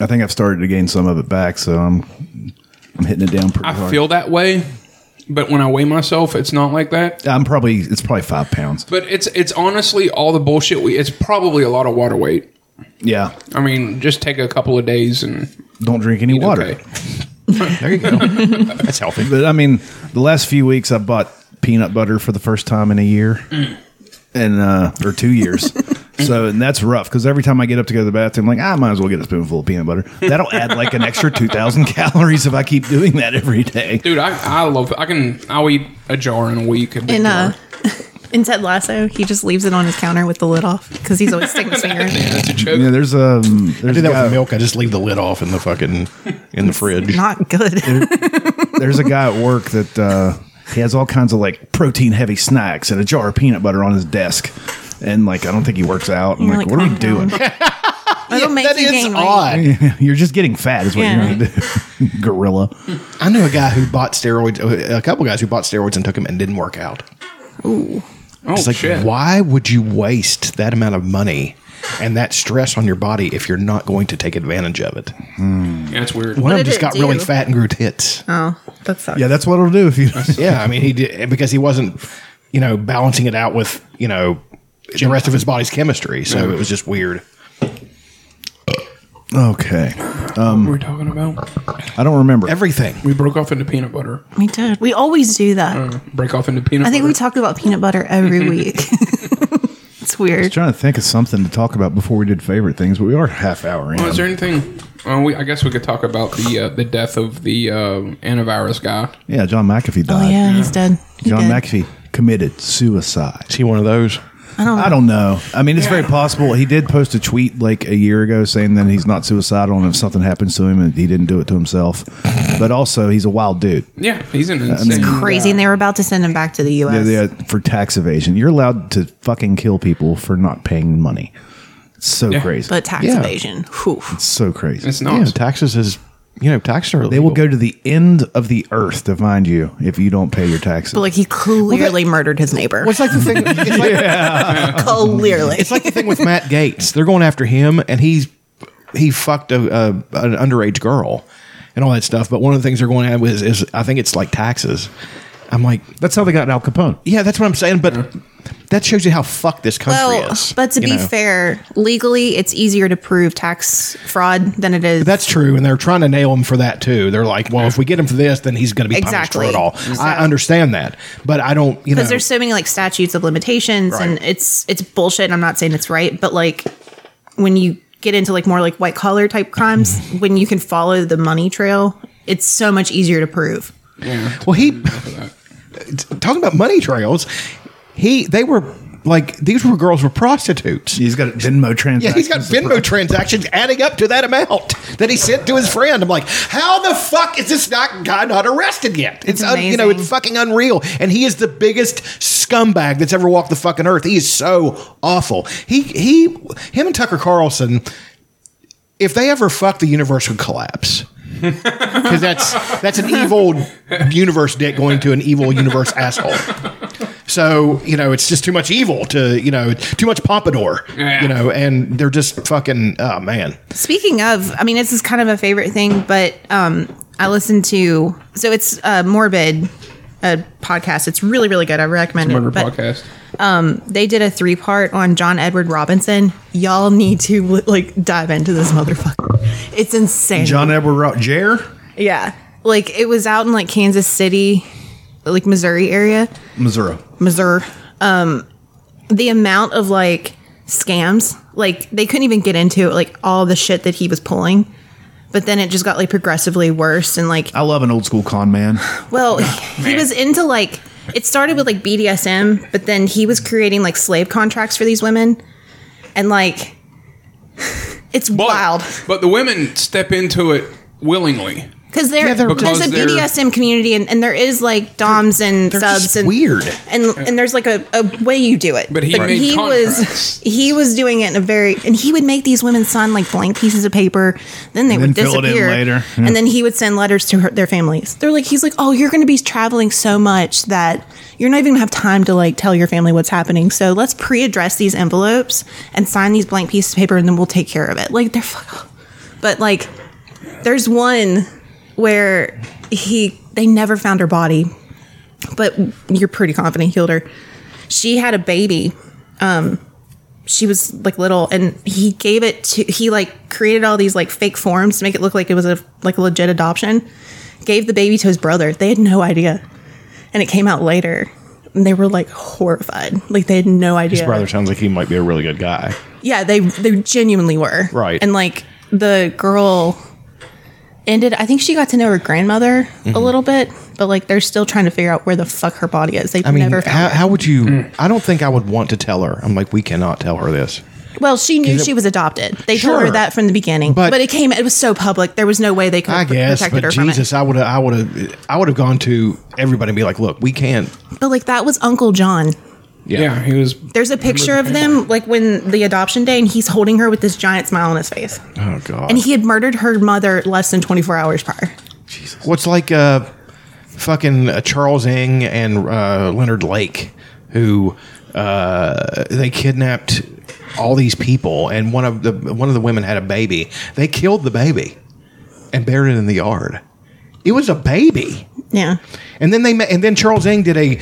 Speaker 1: I think I've started to gain some of it back, so I'm I'm hitting it down pretty
Speaker 4: I
Speaker 1: hard.
Speaker 4: feel that way, but when I weigh myself, it's not like that.
Speaker 1: I'm probably it's probably five pounds.
Speaker 4: But it's it's honestly all the bullshit. We it's probably a lot of water weight.
Speaker 1: Yeah,
Speaker 4: I mean, just take a couple of days and
Speaker 1: don't drink any water.
Speaker 4: okay.
Speaker 3: There you go. That's healthy.
Speaker 1: But I mean, the last few weeks I bought peanut butter for the first time in a year,
Speaker 4: Mm.
Speaker 1: and uh, or two years. so and that's rough because every time I get up to go to the bathroom, I'm like I might as well get a spoonful of peanut butter. That'll add like an extra two thousand calories if I keep doing that every day.
Speaker 4: Dude, I, I love. I can. I'll eat a jar in a week. A big
Speaker 2: In uh
Speaker 4: jar.
Speaker 2: in Ted Lasso, he just leaves it on his counter with the lid off because he's always sticking his finger in it.
Speaker 4: That's a joke.
Speaker 1: Yeah, there's a there's
Speaker 3: Do
Speaker 1: a
Speaker 3: that
Speaker 1: guy,
Speaker 3: with milk. I just leave the lid off in the fucking in the fridge.
Speaker 2: Not good.
Speaker 1: there's a guy at work that uh, he has all kinds of like protein heavy snacks and a jar of peanut butter on his desk. And like, I don't think he works out. I'm
Speaker 2: You're
Speaker 1: like,
Speaker 2: like, "Oh,
Speaker 1: what are we doing?
Speaker 2: calm It'll make
Speaker 3: That
Speaker 2: you
Speaker 3: is
Speaker 2: gain weight.
Speaker 3: odd.
Speaker 1: you're just getting fat, is what
Speaker 2: Yeah.
Speaker 1: you're gonna do, gorilla.
Speaker 3: I knew a guy who bought steroids, a couple guys who bought steroids and took them and didn't work out.
Speaker 4: oh
Speaker 3: It's like,
Speaker 4: shit!
Speaker 3: why would you waste that amount of money and that stress on your body if you're not going to take advantage of it?
Speaker 4: Yeah, it's weird.
Speaker 3: One of
Speaker 2: did
Speaker 3: them just
Speaker 2: it
Speaker 3: got really
Speaker 2: do?
Speaker 3: fat and grew tits.
Speaker 2: Oh, that sucks.
Speaker 1: Yeah, that's what it'll do if you.
Speaker 3: Yeah, I mean, he did because he wasn't, you know, balancing it out with you know the rest of his body's chemistry. So it was just weird.
Speaker 1: Okay,
Speaker 4: What were we talking about?
Speaker 1: I don't remember.
Speaker 3: Everything.
Speaker 4: We broke off into peanut butter.
Speaker 2: We did. We always do that.
Speaker 3: Oh,
Speaker 4: Break off into peanut.
Speaker 2: I think
Speaker 4: butter.
Speaker 2: we talk about peanut butter every week. it's
Speaker 1: I was
Speaker 2: weird.
Speaker 1: trying to think of something to talk about before we did favorite things, but we are half hour in.
Speaker 2: Oh,
Speaker 4: Well, is there anything? Well, we, I guess we could talk about the uh, the death of the uh, antivirus guy.
Speaker 1: yeah, John McAfee
Speaker 2: Oh
Speaker 1: died.
Speaker 2: yeah, he's dead. He
Speaker 1: John
Speaker 2: dead.
Speaker 1: McAfee committed suicide.
Speaker 3: Is he one of those?
Speaker 1: I don't know. I mean, it's very possible. He did post a tweet like a year ago saying that he's not suicidal and if something happens to him, and he didn't do it to himself. But also, he's a wild dude.
Speaker 4: Yeah, he's an insane.
Speaker 2: Crazy, and they were about to send him back to the U.S.
Speaker 1: Yeah, yeah, for tax evasion, you're allowed to fucking kill people for not paying money. It's so
Speaker 4: Yeah.
Speaker 1: crazy.
Speaker 2: But tax
Speaker 3: Yeah.
Speaker 2: evasion. Whew.
Speaker 1: so crazy.
Speaker 4: It's not.
Speaker 3: taxes is you know taxes are.
Speaker 1: They will go to the end of the earth to find you if you don't pay your taxes.
Speaker 2: But like he clearly murdered his neighbor.
Speaker 3: What's like the thing? It's like,
Speaker 2: clearly.
Speaker 3: it's like the thing with Matt Gates. They're going after him, and he's he fucked a, a an underage girl and all that stuff. But one of the things they're going at is, is I think it's like taxes. I'm like,
Speaker 1: That's how they got Al Capone.
Speaker 3: yeah, that's what I'm saying. But that shows you how fucked this country
Speaker 2: Well,
Speaker 3: is.
Speaker 2: but to
Speaker 3: you
Speaker 2: be
Speaker 3: know?
Speaker 2: fair, legally it's easier to prove tax fraud than it is.
Speaker 3: That's true, and they're trying to nail him for that too. They're like, well, if we get him for this, then he's going to be
Speaker 2: Exactly.
Speaker 3: punished for it all. I
Speaker 2: So-
Speaker 3: understand that, but I don't. You know,
Speaker 2: because there's so many like statutes of limitations and
Speaker 3: Right.
Speaker 2: it's it's bullshit. I'm not saying it's right, but like when you get into like more like white collar type crimes, when you can follow the money trail, it's so much easier to prove.
Speaker 4: Yeah.
Speaker 3: Well, he talking about money trails. He they were like these were girls were prostitutes.
Speaker 1: He's got Venmo
Speaker 3: Yeah,
Speaker 1: transactions.
Speaker 3: he's got Venmo transactions adding up to that amount that he sent to his friend. I'm like, how the fuck is this not guy not arrested yet? It's,
Speaker 2: It's
Speaker 3: un, you know,
Speaker 2: amazing.
Speaker 3: it's fucking unreal. And he is the biggest scumbag that's ever walked the fucking earth. He is so awful. He he him and Tucker Carlson. If they ever fuck, the universe would collapse. Because that's that's an evil universe dick going to an evil universe asshole. So you know, it's just too much evil to you know, too much pompadour.
Speaker 4: Yeah.
Speaker 3: You know, and they're just fucking. Oh man,
Speaker 2: Speaking of, I mean, this is kind of a favorite thing, but um, I listen to so it's uh, Morbid, a podcast. It's really really good. I recommend
Speaker 4: Murder
Speaker 2: it. But
Speaker 4: podcast.
Speaker 2: they did a three part on John Edward Robinson. Y'all need to like dive into this motherfucker. It's insane.
Speaker 1: John Edward Rock Jair,
Speaker 2: yeah, like it was out in like Kansas City, like Missouri area.
Speaker 1: Missouri.
Speaker 2: Missouri. Um, the amount of like scams, like they couldn't even get into it, like all the shit that he was pulling. But then it just got like progressively worse. And like,
Speaker 1: I love an old school con man.
Speaker 2: well, he was into like, it started with like BDSM, but then he was creating like slave contracts for these women. And like, it's
Speaker 4: But,
Speaker 2: wild
Speaker 4: But the women step into it willingly.
Speaker 2: because there,
Speaker 3: Yeah, they're-
Speaker 2: there's a
Speaker 4: Because they're-
Speaker 2: BDSM community and, and there is like doms and
Speaker 3: they're
Speaker 2: subs
Speaker 3: just
Speaker 2: and
Speaker 3: weird.
Speaker 2: and and there's like a, a way you do it.
Speaker 4: But he made
Speaker 2: was
Speaker 4: contracts.
Speaker 2: he was doing it in a very and he would make these women sign like blank pieces of paper, then they
Speaker 1: And
Speaker 2: would
Speaker 1: then fill it in
Speaker 2: disappear
Speaker 1: later. Yeah.
Speaker 2: and then he would send letters to her, their families. They're like he's like, oh, you're going to be traveling so much that you're not even gonna have time to like tell your family what's happening. So let's pre-address these envelopes and sign these blank pieces of paper, and then we'll take care of it. Like they're, fuck- but like there's one where he they never found her body but you're pretty confident he healed her. She had a baby. Um, she was like little, and he gave it to. He like created all these like fake forms to make it look like it was a like a legit adoption. Gave the baby to his brother. They had no idea, and it came out later, and they were like horrified. Like they had no idea.
Speaker 3: sounds like he might be a really good guy.
Speaker 2: Yeah, they they genuinely were.
Speaker 3: Right.
Speaker 2: And like the girl ended I think she got to know her grandmother
Speaker 3: Mm-hmm.
Speaker 2: a little bit, but like they're still trying to figure out where the fuck her body is. They've
Speaker 3: I mean,
Speaker 2: never found
Speaker 3: how,
Speaker 2: her.
Speaker 3: how would you? I don't think I would want to tell her. I'm like, we cannot tell her this.
Speaker 2: Well, she knew she was adopted. They told
Speaker 3: Sure.
Speaker 2: her that from the beginning.
Speaker 3: But-
Speaker 2: But, it came it was so public. There was no way they could
Speaker 3: I
Speaker 2: have
Speaker 3: guess,
Speaker 2: protected
Speaker 3: but
Speaker 2: her
Speaker 3: Jesus, I would have, I would have, I would have gone to everybody and be like, look, we can't.
Speaker 2: from it. But like that was Uncle John.
Speaker 4: Yeah, he was.
Speaker 2: There's a picture of them like when the adoption day and he's holding her with this giant smile on his face.
Speaker 3: Oh God.
Speaker 2: And he had murdered her mother less than 24 hours prior.
Speaker 3: What's like uh, fucking uh, Charles Ng and uh, Leonard Lake, who uh, they kidnapped all these people, and one of the one of the women had a baby. They killed the baby and buried it in the yard. It was a baby.
Speaker 2: Yeah.
Speaker 3: And then they ma- and then Charles Ng did a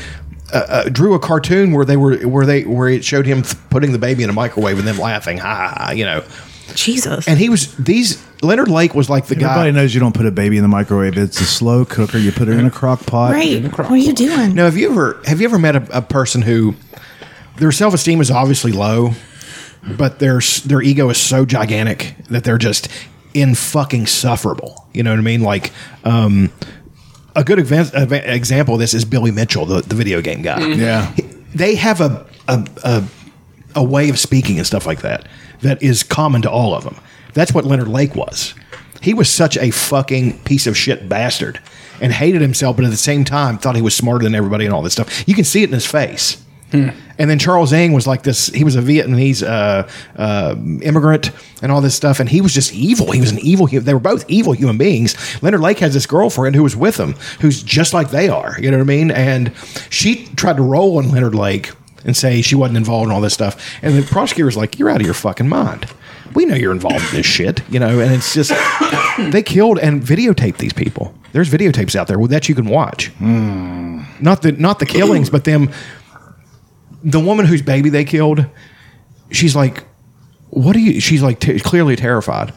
Speaker 3: uh, uh, drew a cartoon where they were where they where it showed him th- putting the baby in a microwave and them laughing, ha ha, ha, you know.
Speaker 2: Jesus.
Speaker 3: And he was these Leonard Lake was like the guy.
Speaker 1: Everybody knows you don't put a baby in the microwave. It's a slow cooker. You put it in a crock pot.
Speaker 2: Right. What are you doing?
Speaker 3: Now, have you ever have you ever met a, a person who their self esteem is obviously low, but their s- their ego is so gigantic that they're just in fucking sufferable. You know what I mean? Like, um, a good advan- adva- example of this is Billy Mitchell, the, the video game guy.
Speaker 1: Yeah.
Speaker 3: They have a a, a a way of speaking and stuff like that that is common to all of them. That's what Leonard Lake was. He was such a fucking piece of shit bastard and hated himself, but at the same time thought he was smarter than everybody and all this stuff. You can see it in his face. And then Charles Ng was like this. He was a Vietnamese uh, uh, immigrant and all this stuff. And he was just evil. He was an evil. hu- They were both evil human beings. Leonard Lake has this girlfriend who was with him, who's just like they are. You know what I mean? And she tried to roll on Leonard Lake and say she wasn't involved in all this stuff. And the prosecutor's like, "You're out of your fucking mind. We know you're involved in this shit." You know. And it's just they killed and videotaped these people. There's videotapes out there that you can watch. Not the not the killings, but them the woman whose baby they killed, she's like, "What are you?" She's like t- clearly terrified,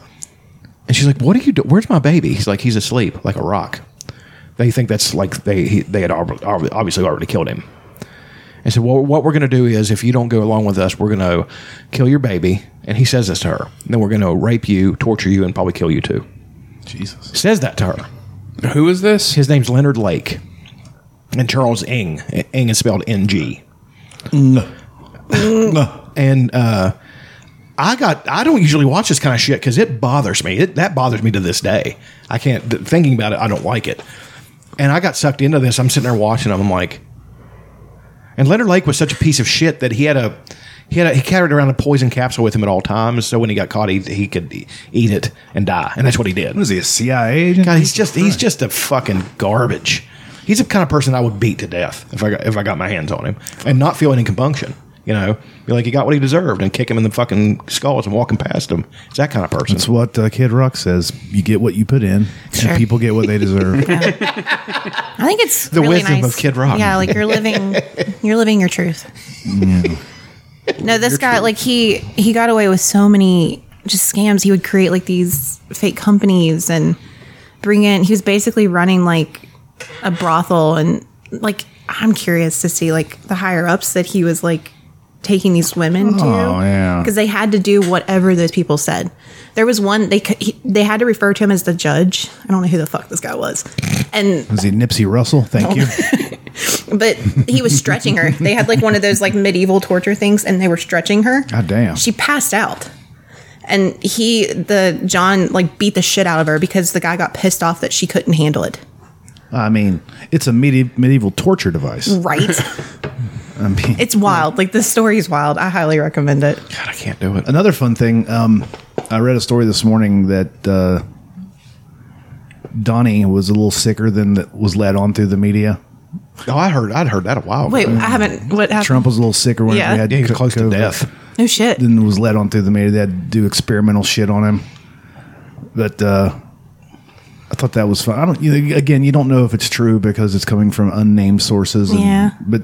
Speaker 3: and she's like, "What are you? Do- Where's my baby?" He's like, "He's asleep, like a rock." They think that's like they he, they had ob- ob- obviously already killed him. And said, "Well, what we're going to do is, if you don't go along with us, we're going to kill your baby." And he says this to her. And then we're going to rape you, torture you, and probably kill you too.
Speaker 1: Jesus.
Speaker 3: Says that to her.
Speaker 4: Who is this?
Speaker 3: His name's Leonard Lake, and Charles Ng. Ng is spelled N G. and uh, I got I don't usually watch this kind of shit because it bothers me. It that bothers me to this day. I can't th- thinking about it. I don't like it. And I got sucked into this. I'm sitting there watching. 'em, I'm like, and Leonard Lake was such a piece of shit that he had a he had a, he carried around a poison capsule with him at all times. So when he got caught, he he could e- eat it and die. And that's what he did.
Speaker 1: Was he a CIA agent?
Speaker 3: God, he's just he's just a fucking garbage. He's the kind of person I would beat to death if I got, if I got my hands on him and not feel any compunction. You know, be like he got what he deserved and kick him in the fucking skull as I'm walking past him. It's that kind of person.
Speaker 1: That's what uh, Kid Rock says. You get what you put in,
Speaker 2: Sure.
Speaker 1: and people get what they deserve.
Speaker 2: I think it's
Speaker 3: The
Speaker 2: really
Speaker 3: wisdom
Speaker 2: nice.
Speaker 3: of Kid Rock.
Speaker 2: Yeah, like you're living, you're living your truth. No, this guy, like he he got away with so many just scams. He would create like these fake companies and bring in. He was basically running like a brothel and like I'm curious to see like the higher ups that he was like taking these women to.
Speaker 1: Oh, yeah.
Speaker 2: because they had to do whatever those people said. There was one they could, he, they had to refer to him as the judge. I don't know who the fuck this guy was, and
Speaker 1: Was he Nipsey Russell? Thank you.
Speaker 2: but he was stretching her. They had like one of those like medieval torture things, and they were stretching her.
Speaker 1: God damn.
Speaker 2: She passed out, and he the John like beat the shit out of her because the guy got pissed off that she couldn't handle it.
Speaker 1: I mean, it's a medi- medieval torture device.
Speaker 2: Right?
Speaker 1: I mean,
Speaker 2: it's wild. Like this story is wild. I highly recommend it.
Speaker 3: God, I can't do it.
Speaker 1: Another fun thing, um, I read a story this morning that uh, Donnie was a little sicker than that was led on through the media.
Speaker 3: Oh, I heard I'd heard that a while. ago.
Speaker 2: Wait, I haven't. What happened?
Speaker 1: Trump was a little sicker when
Speaker 2: Yeah.
Speaker 1: we had
Speaker 3: yeah, he was
Speaker 1: co-
Speaker 3: close to
Speaker 1: COVID.
Speaker 3: death.
Speaker 2: No shit.
Speaker 1: Then was led on through the media. They had to do experimental shit on him. But uh, I thought that was fun. I don't. You, again, you don't know if it's true because it's coming from unnamed sources. and-
Speaker 2: Yeah.
Speaker 1: But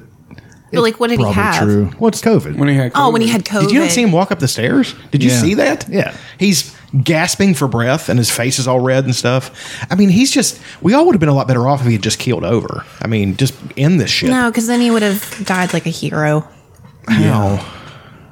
Speaker 2: But like, what did he
Speaker 1: probably
Speaker 2: have?
Speaker 1: true. What's COVID?
Speaker 4: When he had
Speaker 2: Oh, when he
Speaker 4: COVID.
Speaker 2: had COVID.
Speaker 3: Did you not see him walk up the stairs? Did you
Speaker 1: Yeah.
Speaker 3: see that?
Speaker 1: Yeah.
Speaker 3: He's gasping for breath and his face is all red and stuff. I mean, he's just, we all would have been a lot better off if he had just keeled over. I mean, just end this shit.
Speaker 2: No, because then he would have died like a hero.
Speaker 3: How?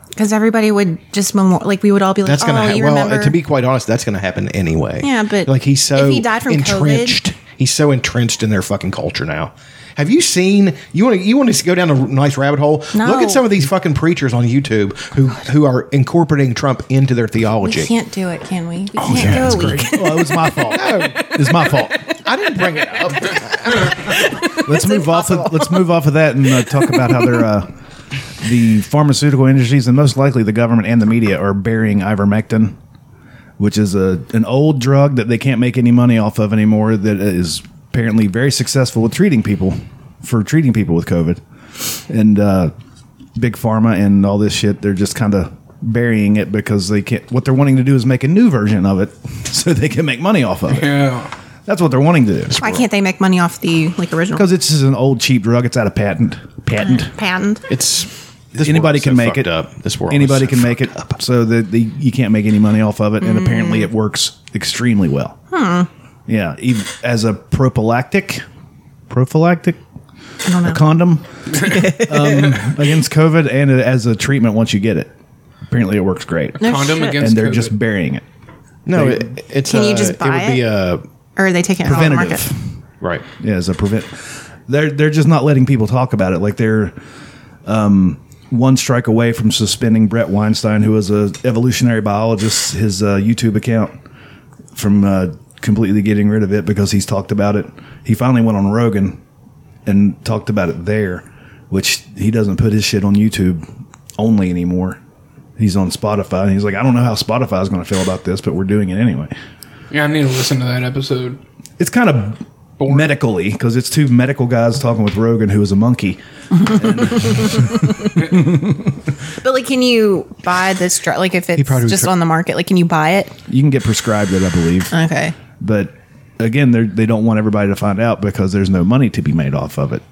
Speaker 2: Because everybody would just memor- like we would all be like,
Speaker 3: That's gonna
Speaker 2: oh,
Speaker 3: happen.
Speaker 2: you
Speaker 3: Well, uh,
Speaker 2: remember?
Speaker 3: to be quite honest, that's gonna happen anyway.
Speaker 2: Yeah, but
Speaker 3: like he's so
Speaker 2: if he died from
Speaker 3: entrenched. He's so entrenched in their fucking culture now. Have you seen? You want to you want to go down a nice rabbit hole?
Speaker 2: No. Oh,
Speaker 3: Look at some of these fucking preachers on YouTube who who are incorporating Trump into their
Speaker 2: we
Speaker 3: theology.
Speaker 2: can't do it, can we? We
Speaker 3: Oh,
Speaker 2: can't do it.
Speaker 1: well, it was my fault. It's my fault.
Speaker 3: I didn't bring it up.
Speaker 1: let's move off. Of, let's move off of that and uh, talk about how they're uh, the pharmaceutical industries and most likely the government and the media are burying ivermectin, which is a an old drug that they can't make any money off of anymore. That is apparently very successful with treating people for treating people with COVID, and uh, big pharma and all this shit. They're just kind of burying it because they can't. What they're wanting to do is make a new version of it so they can make money off of it.
Speaker 4: Yeah.
Speaker 1: That's what they're wanting to do.
Speaker 2: Why can't they make money off the like original
Speaker 1: Because it's just an old cheap drug. It's out of patent. Patent.
Speaker 2: patent?
Speaker 3: It's this
Speaker 1: Anybody
Speaker 3: world is
Speaker 1: can
Speaker 3: so
Speaker 1: make
Speaker 3: fucked
Speaker 1: it.
Speaker 3: up. This world. is
Speaker 1: Anybody
Speaker 3: so Mm.
Speaker 1: can make it so that the, you can't make any money off of it, and apparently it works extremely well. Yeah, even as a prophylactic, prophylactic, a condom um, against COVID, and as a treatment once you get it. Apparently, it works great,
Speaker 2: No
Speaker 4: condom
Speaker 2: shit.
Speaker 4: against
Speaker 1: and they're
Speaker 4: COVID.
Speaker 1: just burying it.
Speaker 3: No, it, it's
Speaker 2: Can
Speaker 3: a,
Speaker 2: you just
Speaker 3: it
Speaker 2: buy
Speaker 3: would be a
Speaker 2: Or are they taking it out of the market?
Speaker 1: Preventative.
Speaker 3: right.
Speaker 1: Yeah, as a prevent. They're they're just not letting people talk about it. Like they're um, one strike away from suspending Brett Weinstein, who is a evolutionary biologist, his uh, YouTube account from uh, completely getting rid of it because he's talked about it. He finally went on Rogan and talked about it there, which he doesn't put his shit on YouTube only anymore. He's on Spotify, and he's like, I don't know how Spotify is going to feel about this, but we're doing it anyway
Speaker 4: Yeah, I need to listen to that episode.
Speaker 1: it's kind of
Speaker 4: Boring.
Speaker 1: medically because it's two medical guys talking with Rogan, who is a monkey.
Speaker 2: But like, can you buy this drug? Like, if it's
Speaker 3: probably
Speaker 2: just
Speaker 3: tr-
Speaker 2: on the market, like, can you buy it?
Speaker 1: You can get prescribed it, I believe,
Speaker 2: Okay.
Speaker 1: but again, they they don't want everybody to find out because there's no money to be made off of it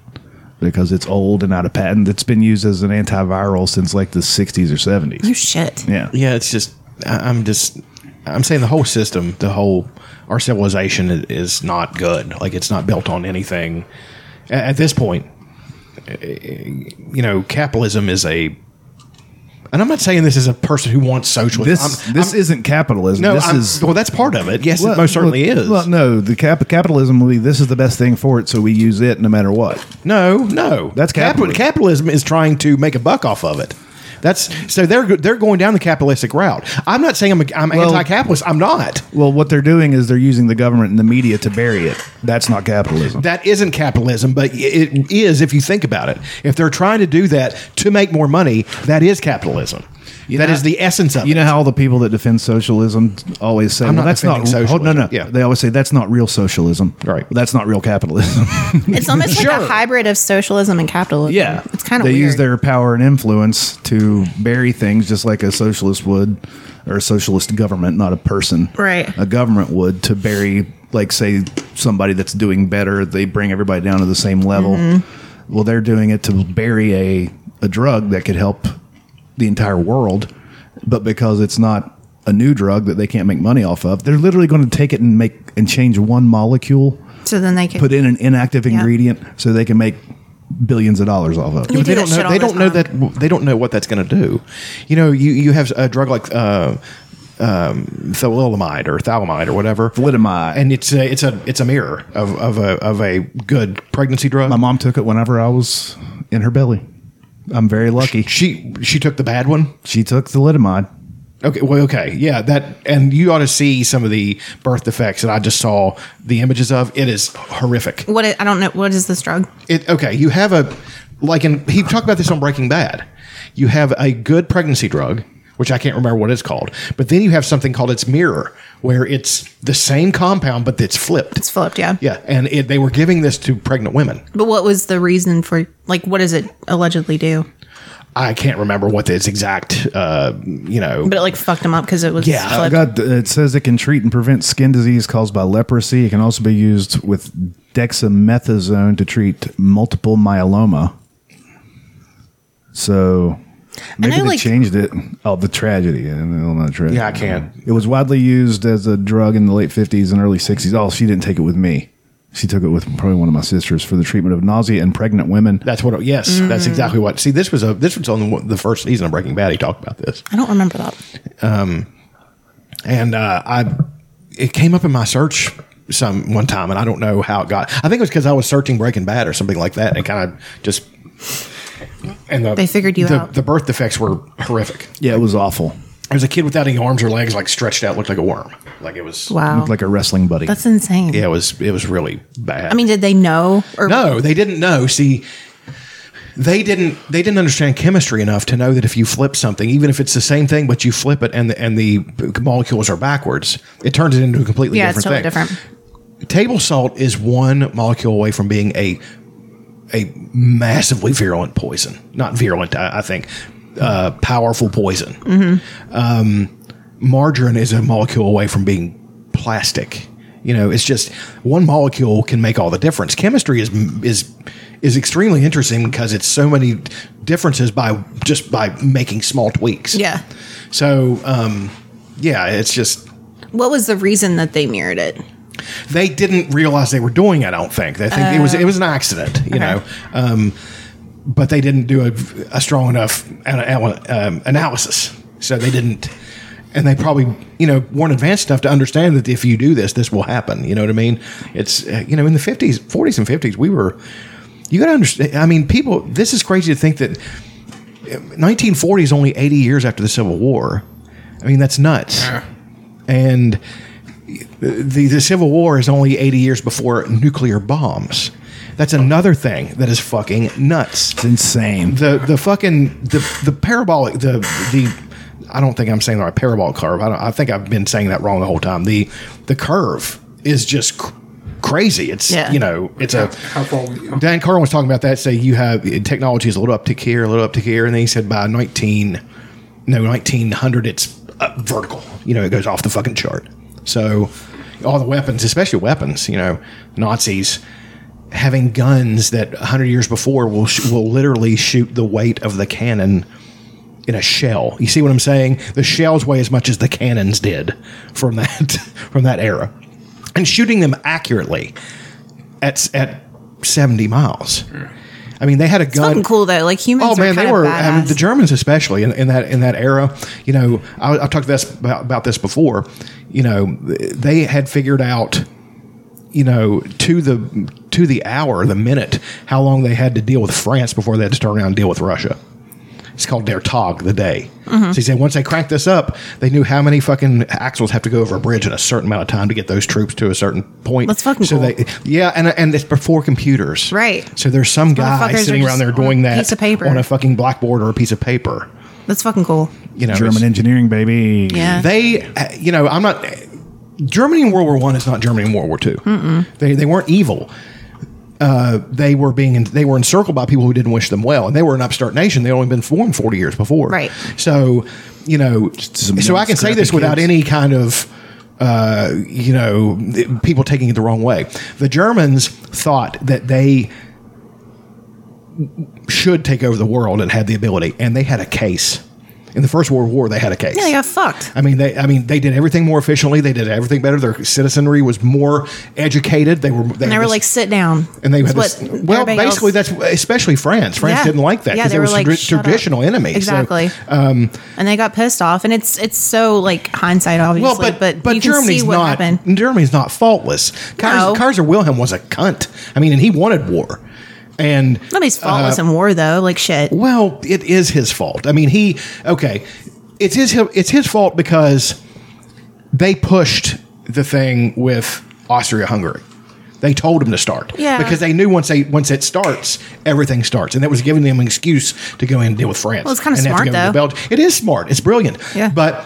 Speaker 1: because it's old and out of patent. It's been used as an antiviral since like the 60s or 70s.
Speaker 2: You shit.
Speaker 1: Yeah,
Speaker 3: Yeah, it's just I, I'm just I'm saying the whole system, the whole our civilization i- is not good. Like it's not built on anything A- at this point. eh, You know, capitalism is a. And I'm not saying this is a person who wants socialism.
Speaker 1: this
Speaker 3: I'm-
Speaker 1: this
Speaker 3: I'm-
Speaker 1: isn't capitalism.
Speaker 3: no.
Speaker 1: this
Speaker 3: I'm-
Speaker 1: is
Speaker 3: well, that's part of it. Yes,
Speaker 1: Well,
Speaker 3: it most certainly
Speaker 1: well,
Speaker 3: is.
Speaker 1: Well, no, the cap- capitalism will be this is the best thing for it, so we use it no matter what.
Speaker 3: No, no.
Speaker 1: That's
Speaker 3: Capi-
Speaker 1: capitalism.
Speaker 3: capitalism is trying to make a buck off of it. That's so they're they're going down the capitalistic route. I'm not saying I'm a, I'm
Speaker 1: Well-
Speaker 3: anti-capitalist. I'm not.
Speaker 1: Well, what they're doing is they're using the government and the media to bury it. That's not capitalism.
Speaker 3: That isn't capitalism, but it is if you think about it. If they're trying to do that to make more money, that is capitalism. That is
Speaker 1: know-
Speaker 3: the essence of
Speaker 1: you
Speaker 3: it.
Speaker 1: know how all the people that defend socialism always say,
Speaker 3: I'm
Speaker 1: "Well,
Speaker 3: not
Speaker 1: that's not
Speaker 3: defending
Speaker 1: hold- no, no."
Speaker 3: socialism. Yeah.
Speaker 1: They always say that's not real socialism.
Speaker 3: Right.
Speaker 1: That's not real capitalism.
Speaker 2: It's almost like
Speaker 3: Sure.
Speaker 2: a hybrid of socialism and capitalism. It's kind of
Speaker 1: they
Speaker 2: weird.
Speaker 1: use their power and influence to bury things, just like a socialist would, or a socialist government, not a person.
Speaker 2: Right.
Speaker 1: A government would to bury, like, say, somebody that's doing better. They bring everybody down to the same level.
Speaker 2: Mm-hmm.
Speaker 1: Well, they're doing it to bury a a drug that could help the entire world, but because it's not a new drug that they can't make money off of, they're literally going to take it and make and change one molecule.
Speaker 2: so then they can
Speaker 1: Put in an inactive ingredient so they can make billions of dollars off of it.
Speaker 2: We
Speaker 3: But they
Speaker 2: do
Speaker 3: don't
Speaker 2: that shit
Speaker 3: know.
Speaker 2: all
Speaker 3: They
Speaker 2: the
Speaker 3: don't know
Speaker 2: time.
Speaker 3: that. They don't know what that's going to do. You know, you you have a drug like uh, um, thalidomide or thalamide or whatever,
Speaker 1: Thalidomide.
Speaker 3: and it's a, it's a it's a mirror of of a of a good pregnancy drug.
Speaker 1: My mom took it whenever I was in her belly. I'm very lucky.
Speaker 3: she she took the bad one.
Speaker 1: She took thalidomide.
Speaker 3: Okay, well, okay, yeah, that, and you ought to see some of the birth defects that I just saw the images of. It is horrific.
Speaker 2: What is, I don't know. What is this drug?
Speaker 3: It okay, you have a like, in he talked about this on Breaking Bad. You have a good pregnancy drug, which I can't remember what it's called, but then you have something called its mirror, where it's the same compound but it's flipped.
Speaker 2: It's flipped. Yeah.
Speaker 3: Yeah, and it, they were giving this to pregnant women.
Speaker 2: But what was the reason for like what does it allegedly do?
Speaker 3: I can't remember what its exact, uh, you know,
Speaker 2: But it like fucked them up because it was
Speaker 3: Yeah, I
Speaker 1: I
Speaker 2: flipped.
Speaker 1: got, it says it can treat and prevent skin disease caused by leprosy. It can also be used with dexamethasone to treat multiple myeloma. So maybe
Speaker 2: know,
Speaker 1: they
Speaker 2: like-
Speaker 1: changed it. Oh, the tragedy. I don't know the tragedy.
Speaker 3: Yeah, I can't.
Speaker 1: It was widely used as a drug in the late 50s and early 60s. Oh, she didn't take it with me. She took it with probably one of my sisters for the treatment of nausea in pregnant women.
Speaker 3: That's what. Yes, that's exactly what. See, this was a this was on the, the first season of Breaking Bad. He talked about this,
Speaker 2: I don't remember that.
Speaker 3: and uh, I it came up in my search some one time, and I don't know how it got. I think it was because I was searching Breaking Bad or something like that, and kind of just and the,
Speaker 2: They figured you
Speaker 3: the,
Speaker 2: out.
Speaker 3: The birth defects were horrific.
Speaker 1: Yeah, it was awful.
Speaker 3: There was a kid without any arms or legs, like stretched out, looked like a worm. Like it was.
Speaker 2: Wow.
Speaker 1: Looked like a wrestling buddy.
Speaker 2: Oh. That's insane.
Speaker 3: Yeah, it was. It was really bad.
Speaker 2: I mean, did they know? Or
Speaker 3: No, they didn't know. See, they didn't they didn't understand chemistry enough to know that if you flip something, even if it's the same thing, but you flip it and the, and the molecules are backwards, it turns it into a completely
Speaker 2: Yeah, it's
Speaker 3: different
Speaker 2: totally
Speaker 3: thing.
Speaker 2: different.
Speaker 3: Table salt is one molecule away from being a a massively virulent poison. Not virulent, I, I think, uh, powerful poison. Um, margarine is a molecule away from being plastic. You know, it's just one molecule can make all the difference. Chemistry is is is extremely interesting because it's so many differences by just by making small tweaks.
Speaker 2: Yeah.
Speaker 3: So, um, yeah, it's just
Speaker 2: What was the reason that they mirrored it?
Speaker 3: they didn't realize they were doing it. I don't think they think it was it was an accident, you
Speaker 2: okay.
Speaker 3: know. Um, but they didn't do a, a strong enough ana- ala- um, analysis, so they didn't, and they probably you know weren't advanced enough to understand that if you do this, this will happen. You know what I mean? It's uh, you know in the fifties, forties, and fifties, we were. You got to understand. I mean, people. This is crazy to think that 1940 is only 80 years after the Civil War. I mean, that's nuts. And the, the Civil War is only 80 years before nuclear bombs. That's another thing that is fucking nuts.
Speaker 1: it's insane.
Speaker 3: The the fucking the the parabolic the the I don't think I'm saying the right parabolic curve. I, don't, I think I've been saying that wrong the whole time. The the curve is just cr- crazy. It's
Speaker 2: Yeah.
Speaker 3: you know it's a
Speaker 4: How far we go.
Speaker 3: Dan Carlin was talking about that. Say you have technology is a little uptick here, a little uptick here, and then he said by nineteen, no nineteen hundred, it's uh, vertical. You know, it goes off the fucking chart. So all the weapons, especially weapons, you know, Nazis having guns that hundred years before will sh- will literally shoot the weight of the cannon in a shell. You see what I'm saying? The shells weigh as much as the cannons did from that from that era, and shooting them accurately at at 70 miles. I mean, they had a gun.
Speaker 2: Fucking cool though. Like humans.
Speaker 3: Oh man, they were I mean, the
Speaker 2: German.
Speaker 3: Germans, especially in, in that in that era. You know, I, I've talked this about, about this before. You know, they had figured out, you know, to the to the hour, the minute, how long they had to deal with France before they had to turn around and deal with Russia. It's called Der Tag, the day.
Speaker 2: Mm-hmm.
Speaker 3: So he said once they cranked this up, they knew how many fucking axles have to go over a bridge in a certain amount of time to get those troops to a certain point.
Speaker 2: That's fucking
Speaker 3: so
Speaker 2: cool.
Speaker 3: they yeah, and and it's before computers,
Speaker 2: Right.
Speaker 3: So there's some guy
Speaker 2: motherfuckers are
Speaker 3: sitting around
Speaker 2: just
Speaker 3: there
Speaker 2: on a
Speaker 3: doing that
Speaker 2: piece of paper.
Speaker 3: on a fucking blackboard or a piece of paper.
Speaker 2: That's fucking cool.
Speaker 3: You know,
Speaker 1: German
Speaker 3: it's-
Speaker 1: engineering, baby.
Speaker 2: Yeah.
Speaker 3: they uh, you know i'm not germany in world war one is not germany in world war 2 they, they weren't evil uh, they were being they were encircled by people who didn't wish them well, and they were an upstart nation. They would only been formed forty years before,
Speaker 2: Right.
Speaker 3: So, you know,
Speaker 1: some
Speaker 3: so I
Speaker 1: young,
Speaker 3: can say
Speaker 1: scrappy
Speaker 3: this without
Speaker 1: kids.
Speaker 3: any kind of uh, you know people taking it the wrong way. The Germans thought that they should take over the world and had the ability, and they had a case in the First World War. They had a case.
Speaker 2: Yeah, they got fucked.
Speaker 3: I mean, they. I mean, they did everything more efficiently. They did everything better. Their citizenry was more educated. They were. They,
Speaker 2: And they
Speaker 3: had
Speaker 2: were
Speaker 3: this-
Speaker 2: like, sit down.
Speaker 3: And they had
Speaker 2: That's
Speaker 3: this,
Speaker 2: what
Speaker 3: well,
Speaker 2: everybody
Speaker 3: basically,
Speaker 2: else-
Speaker 3: that's especially France. France
Speaker 2: Yeah.
Speaker 3: didn't like that
Speaker 2: Yeah,
Speaker 3: because
Speaker 2: they
Speaker 3: it was
Speaker 2: were like,
Speaker 3: tra-
Speaker 2: "Shut up."
Speaker 3: traditional enemy. So, um,
Speaker 2: Exactly. and they got pissed off, and it's it's so like hindsight, obviously.
Speaker 3: well, but but,
Speaker 2: you can
Speaker 3: Germany's
Speaker 2: see what
Speaker 3: not.
Speaker 2: happened.
Speaker 3: Germany's not faultless. Kaiser,
Speaker 2: No.
Speaker 3: Kaiser Wilhelm was a cunt. I mean, and he wanted war. And
Speaker 2: Nobody's
Speaker 3: uh,
Speaker 2: faultless in war, though. Like shit.
Speaker 3: Well, it is his fault. I mean, he okay. It's his it's his fault because they pushed the thing with Austria Hungary. They told him to start.
Speaker 2: Yeah.
Speaker 3: Because they knew once they once it starts, everything starts, and that was giving them an excuse to go in and deal with France.
Speaker 2: Well, it's kinda
Speaker 3: And they have to
Speaker 2: smart,
Speaker 3: go into
Speaker 2: though.
Speaker 3: Belgium. It is smart. It's brilliant.
Speaker 2: Yeah.
Speaker 3: But.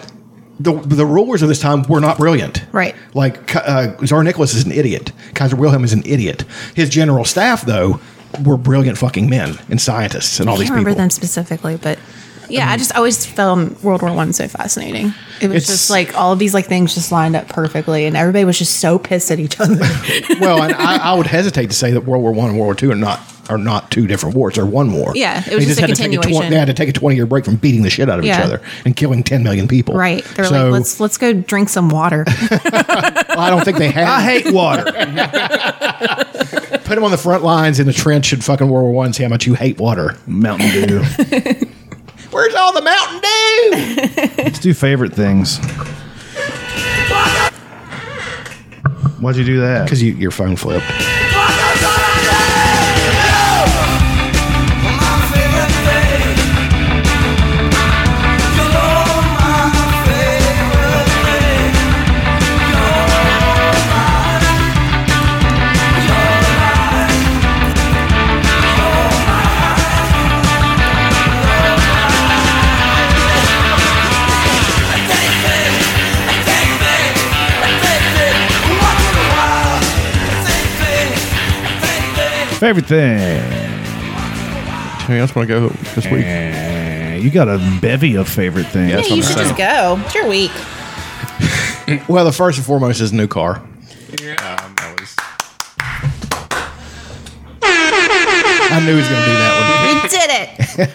Speaker 3: The, the rulers of this time were not brilliant.
Speaker 2: Right.
Speaker 3: Like Ki- uh, Tsar Nicholas is an idiot. Kaiser Wilhelm is an idiot. His general staff, though, were brilliant fucking men and scientists and all
Speaker 2: I
Speaker 3: these
Speaker 2: can't remember
Speaker 3: people. Um,
Speaker 2: them specifically, but yeah, I just always found World War One so fascinating. It was
Speaker 3: It's-
Speaker 2: just like all of these like things just lined up perfectly, and everybody was just so pissed at each other.
Speaker 3: well, and I, I would hesitate to say that World War One and World War Two are not are not two different wars. They're one war.
Speaker 2: Yeah, it was just a
Speaker 3: had to take twen-
Speaker 2: continuation.
Speaker 3: they had to take a twenty year break from beating the shit out of each
Speaker 2: Yeah.
Speaker 3: other and killing ten million people.
Speaker 2: right? They were
Speaker 3: So,
Speaker 2: like, let's let's go drink some water.
Speaker 3: well, I don't think they had.
Speaker 1: I hate water.
Speaker 3: put them on the front lines in the trench in fucking World War One. See how much you hate water.
Speaker 1: Mountain Dew.
Speaker 3: Where's all the Mountain Dew?
Speaker 1: Let's do favorite things. Why'd you do that?
Speaker 3: Because you, your phone flipped.
Speaker 1: favorite thing.
Speaker 3: Anything else want to go this week?
Speaker 1: Eh, You got a bevy of favorite things.
Speaker 3: Yes. That's
Speaker 2: you
Speaker 3: what
Speaker 2: should
Speaker 3: I'm
Speaker 2: just go. It's your week.
Speaker 3: Well, the first and foremost is new car.
Speaker 4: Yeah.
Speaker 3: I knew he was going to
Speaker 2: You
Speaker 3: do that one.
Speaker 2: did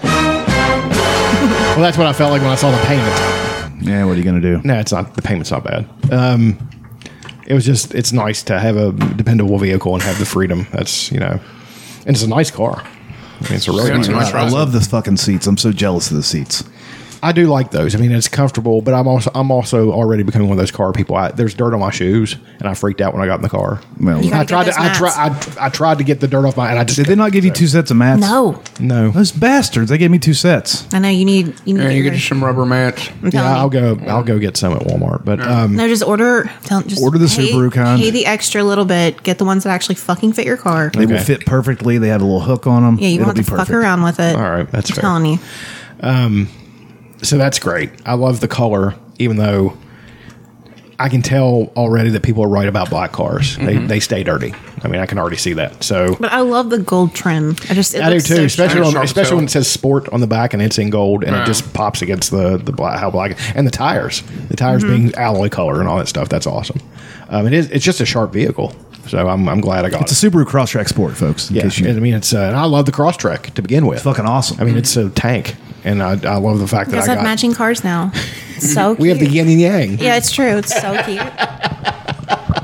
Speaker 2: it.
Speaker 3: Well, that's what I felt like when I saw the payment.
Speaker 1: Yeah, what are you gonna do?
Speaker 3: No, it's not. The payment's not bad. Um, it was just it's nice to have a dependable vehicle and have the freedom. That's you know, and it's a nice car. I mean, it's a really
Speaker 4: Yeah,
Speaker 3: nice
Speaker 4: it's a
Speaker 3: car.
Speaker 4: nice
Speaker 1: I love the fucking seats. I'm so jealous of the seats.
Speaker 3: I do like those. I mean, it's comfortable, but I'm also I'm also already becoming one of those car people. I, there's dirt on my shoes, and I freaked out when I got in the car.
Speaker 1: Well,
Speaker 2: You
Speaker 1: did
Speaker 2: got-
Speaker 3: I
Speaker 2: Gotta
Speaker 3: tried
Speaker 2: get
Speaker 3: to I
Speaker 2: those
Speaker 3: try I, I tried to get the dirt off my and I just did
Speaker 1: they not give you two sets of mats?
Speaker 2: No,
Speaker 3: no.
Speaker 1: Those bastards. They gave me two sets.
Speaker 2: I know you need you need.
Speaker 4: Yeah, you
Speaker 2: your-
Speaker 4: get you some rubber mats.
Speaker 2: I'm telling
Speaker 3: Yeah,
Speaker 2: you.
Speaker 3: I'll go I'll go get some at Walmart, but um,
Speaker 2: No, just order. Tell, just
Speaker 1: Order the
Speaker 2: pay-
Speaker 1: Subaru kind.
Speaker 2: Pay the extra little bit. Get the ones that actually fucking fit your car.
Speaker 1: They will
Speaker 3: Okay.
Speaker 1: fit perfectly. They have a little hook on them.
Speaker 2: Yeah, you
Speaker 1: It'll
Speaker 2: won't
Speaker 1: be
Speaker 2: have to fuck
Speaker 1: perfect.
Speaker 2: around with it.
Speaker 3: All right, that's
Speaker 2: I'm
Speaker 3: fair.
Speaker 2: telling you.
Speaker 3: so that's great. I love the color, even though I can tell already that people are right about black cars. They, they stay dirty. I mean, I can already see that. So
Speaker 2: Mm-hmm. But I love the gold trim. I just it
Speaker 3: I do
Speaker 2: looks
Speaker 3: too,
Speaker 2: so
Speaker 3: especially
Speaker 4: sharp.
Speaker 3: on,
Speaker 4: Sharp
Speaker 3: especially
Speaker 4: toe.
Speaker 3: when it says sport on the back and it's in gold and
Speaker 4: Yeah.
Speaker 3: it just pops against the the black how black and the tires, the tires
Speaker 2: Mm-hmm.
Speaker 3: being alloy color and all that stuff. That's awesome. Um, it is it's just a sharp vehicle, so I'm, I'm glad I got
Speaker 1: It's
Speaker 3: it.
Speaker 1: a Subaru Crosstrack Sport, folks. In
Speaker 3: Yeah,
Speaker 1: case you,
Speaker 3: and I mean it's uh, and I love the Crosstrek to begin with.
Speaker 1: fucking awesome.
Speaker 2: Mm-hmm.
Speaker 3: I mean it's a tank, and I, I love the fact
Speaker 2: You
Speaker 3: that
Speaker 2: guys
Speaker 3: I
Speaker 2: have
Speaker 3: got
Speaker 2: matching cars now. It's So
Speaker 3: we have the
Speaker 2: cute.
Speaker 3: yin and yang.
Speaker 2: yeah, it's true. It's so cute.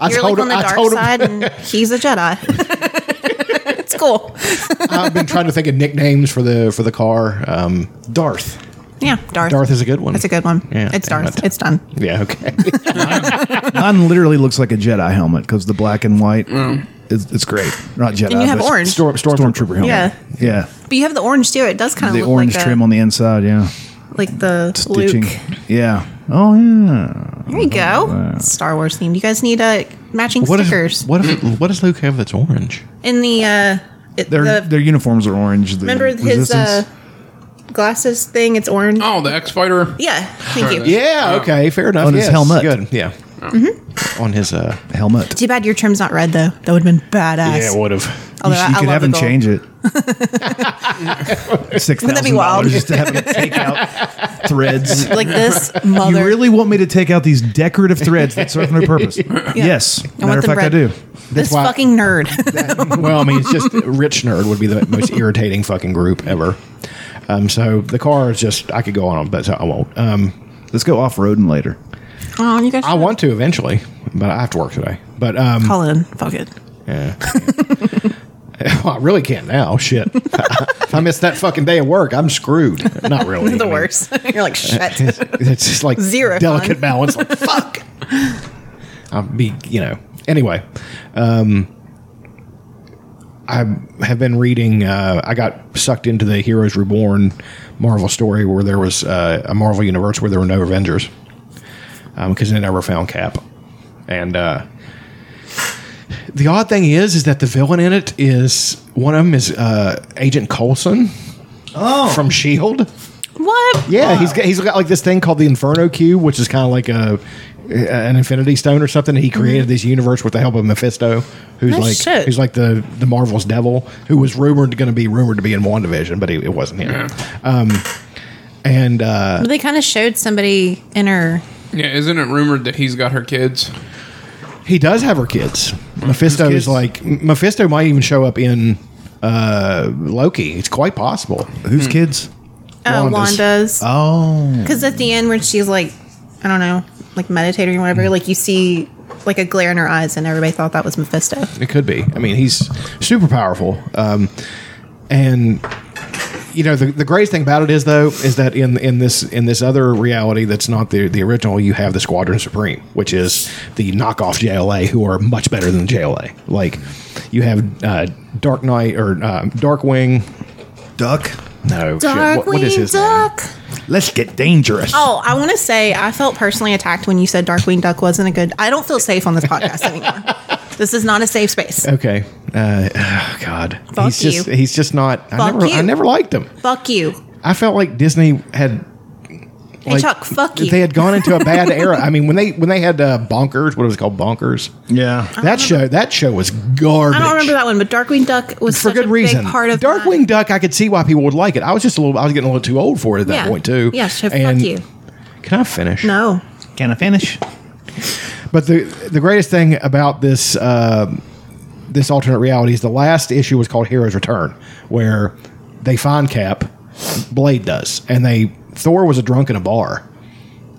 Speaker 3: I
Speaker 2: You're like
Speaker 3: told
Speaker 2: on
Speaker 3: him.
Speaker 2: the
Speaker 3: I
Speaker 2: dark
Speaker 3: told him.
Speaker 2: side, and he's a Jedi. it's cool.
Speaker 3: I've been trying to think of nicknames for the for the car. Um, Darth.
Speaker 2: Yeah, Darth.
Speaker 3: Darth is a good one.
Speaker 2: That's a good one.
Speaker 3: Yeah,
Speaker 2: it's
Speaker 3: damn
Speaker 2: Darth.
Speaker 3: it.
Speaker 2: It's done.
Speaker 3: Yeah. Okay.
Speaker 1: Mine literally looks like a Jedi helmet because the black and white. It's, it's great. Not Jedi.
Speaker 2: Mm. And you have
Speaker 1: but
Speaker 2: orange.
Speaker 1: Storm, stormtrooper helmet.
Speaker 2: Yeah.
Speaker 1: Yeah.
Speaker 2: But you have the orange too. It does kind of
Speaker 1: The
Speaker 2: look
Speaker 1: orange
Speaker 2: like
Speaker 1: trim
Speaker 2: a,
Speaker 1: on the inside, yeah.
Speaker 2: like the
Speaker 1: Stitching.
Speaker 2: Luke.
Speaker 1: Yeah. Oh yeah.
Speaker 2: There you go. Star Wars themed. You guys need uh, matching
Speaker 3: What
Speaker 2: stickers
Speaker 3: if, what if, what does Luke have that's orange?
Speaker 2: in the. Uh, it,
Speaker 1: Their
Speaker 2: the
Speaker 1: their uniforms are orange. The
Speaker 2: remember his uh, glasses thing? It's orange.
Speaker 4: Oh, the X Fighter.
Speaker 2: Yeah, thank you.
Speaker 4: Sorry.
Speaker 3: Yeah, okay, fair enough.
Speaker 1: On his
Speaker 3: yes,
Speaker 1: helmet.
Speaker 3: Good. Yeah.
Speaker 2: Mm-hmm.
Speaker 3: On his uh
Speaker 1: helmet.
Speaker 2: Too bad your trim's not red though. That would have been badass.
Speaker 3: Yeah, it would have.
Speaker 1: You,
Speaker 2: Although
Speaker 1: sh-
Speaker 2: I-
Speaker 1: you
Speaker 2: I
Speaker 1: could
Speaker 2: love
Speaker 1: have
Speaker 2: the
Speaker 1: him
Speaker 2: gold.
Speaker 1: change it. Six
Speaker 2: that be
Speaker 1: thousand
Speaker 2: wild?
Speaker 1: dollars just to have him take out threads.
Speaker 2: Like this mother.
Speaker 1: You really want me to take out these decorative threads that serve no purpose? Yes. Matter of
Speaker 2: them
Speaker 1: fact, I
Speaker 2: red.
Speaker 1: do.
Speaker 2: this
Speaker 3: why-
Speaker 2: fucking nerd.
Speaker 3: well, I mean, it's just rich nerd would be the most irritating fucking group ever. Um, so the car is just I could go on, but I won't. Um,
Speaker 1: Let's go off roading later.
Speaker 2: oh, you guys.
Speaker 3: I want to eventually, but I have to work today. But um,
Speaker 2: call in. Fuck it.
Speaker 3: Yeah. well, I really can't now. Shit. if I miss that fucking day of work, I'm screwed. Not really. I
Speaker 2: The
Speaker 3: mean,
Speaker 2: worst. You're like shit.
Speaker 3: It's, it's just like
Speaker 2: Zero
Speaker 3: delicate
Speaker 2: fun.
Speaker 3: balance. Like fuck. I'll be, you know. Anyway, um, I have been reading. Uh, I got sucked into the Heroes Reborn Marvel story where there was uh, a Marvel universe where there were no Avengers because they never found Cap, and uh, the odd thing is, is that the villain in it is one of them is uh, Agent Coulson. Oh, from Shield.
Speaker 2: What?
Speaker 3: Yeah, he's got he's got like this thing called the Inferno Cube, which is kind of like a an Infinity Stone or something. He created this universe with the help of Mephisto, who's
Speaker 2: No
Speaker 3: like
Speaker 2: shit.
Speaker 3: who's like the the Marvel's devil, who was rumored going to be rumored to be in WandaVision, but it, it wasn't him. Um, and uh,
Speaker 2: They kind of showed somebody in her.
Speaker 4: Yeah, isn't it rumored that he's got her kids?
Speaker 3: he does have her kids. Mephisto
Speaker 1: His kids?
Speaker 3: is like Mephisto might even show up in uh, Loki. It's quite possible.
Speaker 1: Whose kids?
Speaker 2: Uh, Wanda's.
Speaker 3: Wanda's.
Speaker 1: Oh,
Speaker 2: Because at the end, when she's like, I don't know, like meditating or whatever, like you see like a glare in her eyes, and everybody thought that was Mephisto.
Speaker 3: It could be. I mean, he's super powerful. Um, and you know, the, the greatest thing about it is though, is that in in this in this other reality that's not the the original, you have the Squadron Supreme, which is the knockoff JLA, who are much better than JLA. Like you have uh, Dark Knight or uh, Darkwing.
Speaker 1: duck.
Speaker 3: No, shit,
Speaker 2: Darkwing
Speaker 3: what- what is his name?
Speaker 2: Duck.
Speaker 1: Let's get dangerous.
Speaker 2: Oh, I want to say I felt personally attacked when you said Darkwing Duck wasn't a good. I don't feel safe on this podcast anymore. This is not a safe space.
Speaker 3: Okay, uh, oh, God,
Speaker 2: Fuck
Speaker 3: he's just
Speaker 2: you.
Speaker 3: he's just not. I
Speaker 2: Fuck
Speaker 3: never I
Speaker 2: you.
Speaker 3: never liked him.
Speaker 2: Fuck you.
Speaker 3: I felt like Disney had
Speaker 2: Hey Chuck, fuck you.
Speaker 3: They had gone into a bad era. I mean, when they when they had uh, Bonkers, what was it called? Bonkers.
Speaker 1: Yeah.
Speaker 3: That show that show was garbage.
Speaker 2: I don't remember that one, but Darkwing Duck was
Speaker 3: for
Speaker 2: such
Speaker 3: good
Speaker 2: a
Speaker 3: reason.
Speaker 2: Big part of my-
Speaker 3: Darkwing Duck, I could see why people would like it. I was just a little. I was getting a little too old for it at that
Speaker 2: Yeah.
Speaker 3: point too.
Speaker 2: Yeah, so fuck
Speaker 3: And-
Speaker 2: you.
Speaker 3: Can I finish?
Speaker 2: No,
Speaker 1: Can I finish?
Speaker 3: But the the greatest thing about this uh, this alternate reality is the last issue was called Heroes Return, where they find Cap, Blade does, and they Thor was a drunk in a bar,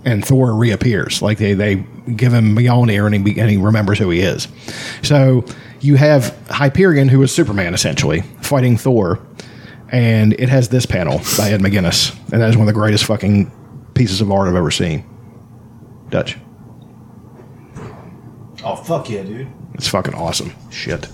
Speaker 3: and Thor reappears. Like they they give him Mjolnir, and he be- and he remembers who he is. So you have Hyperion, who is Superman essentially, fighting Thor, and it has this panel by Ed McGuinness, and that is one of the greatest fucking pieces of art I've ever seen. Dutch.
Speaker 1: Oh fuck yeah, dude.
Speaker 3: It's fucking awesome. Shit.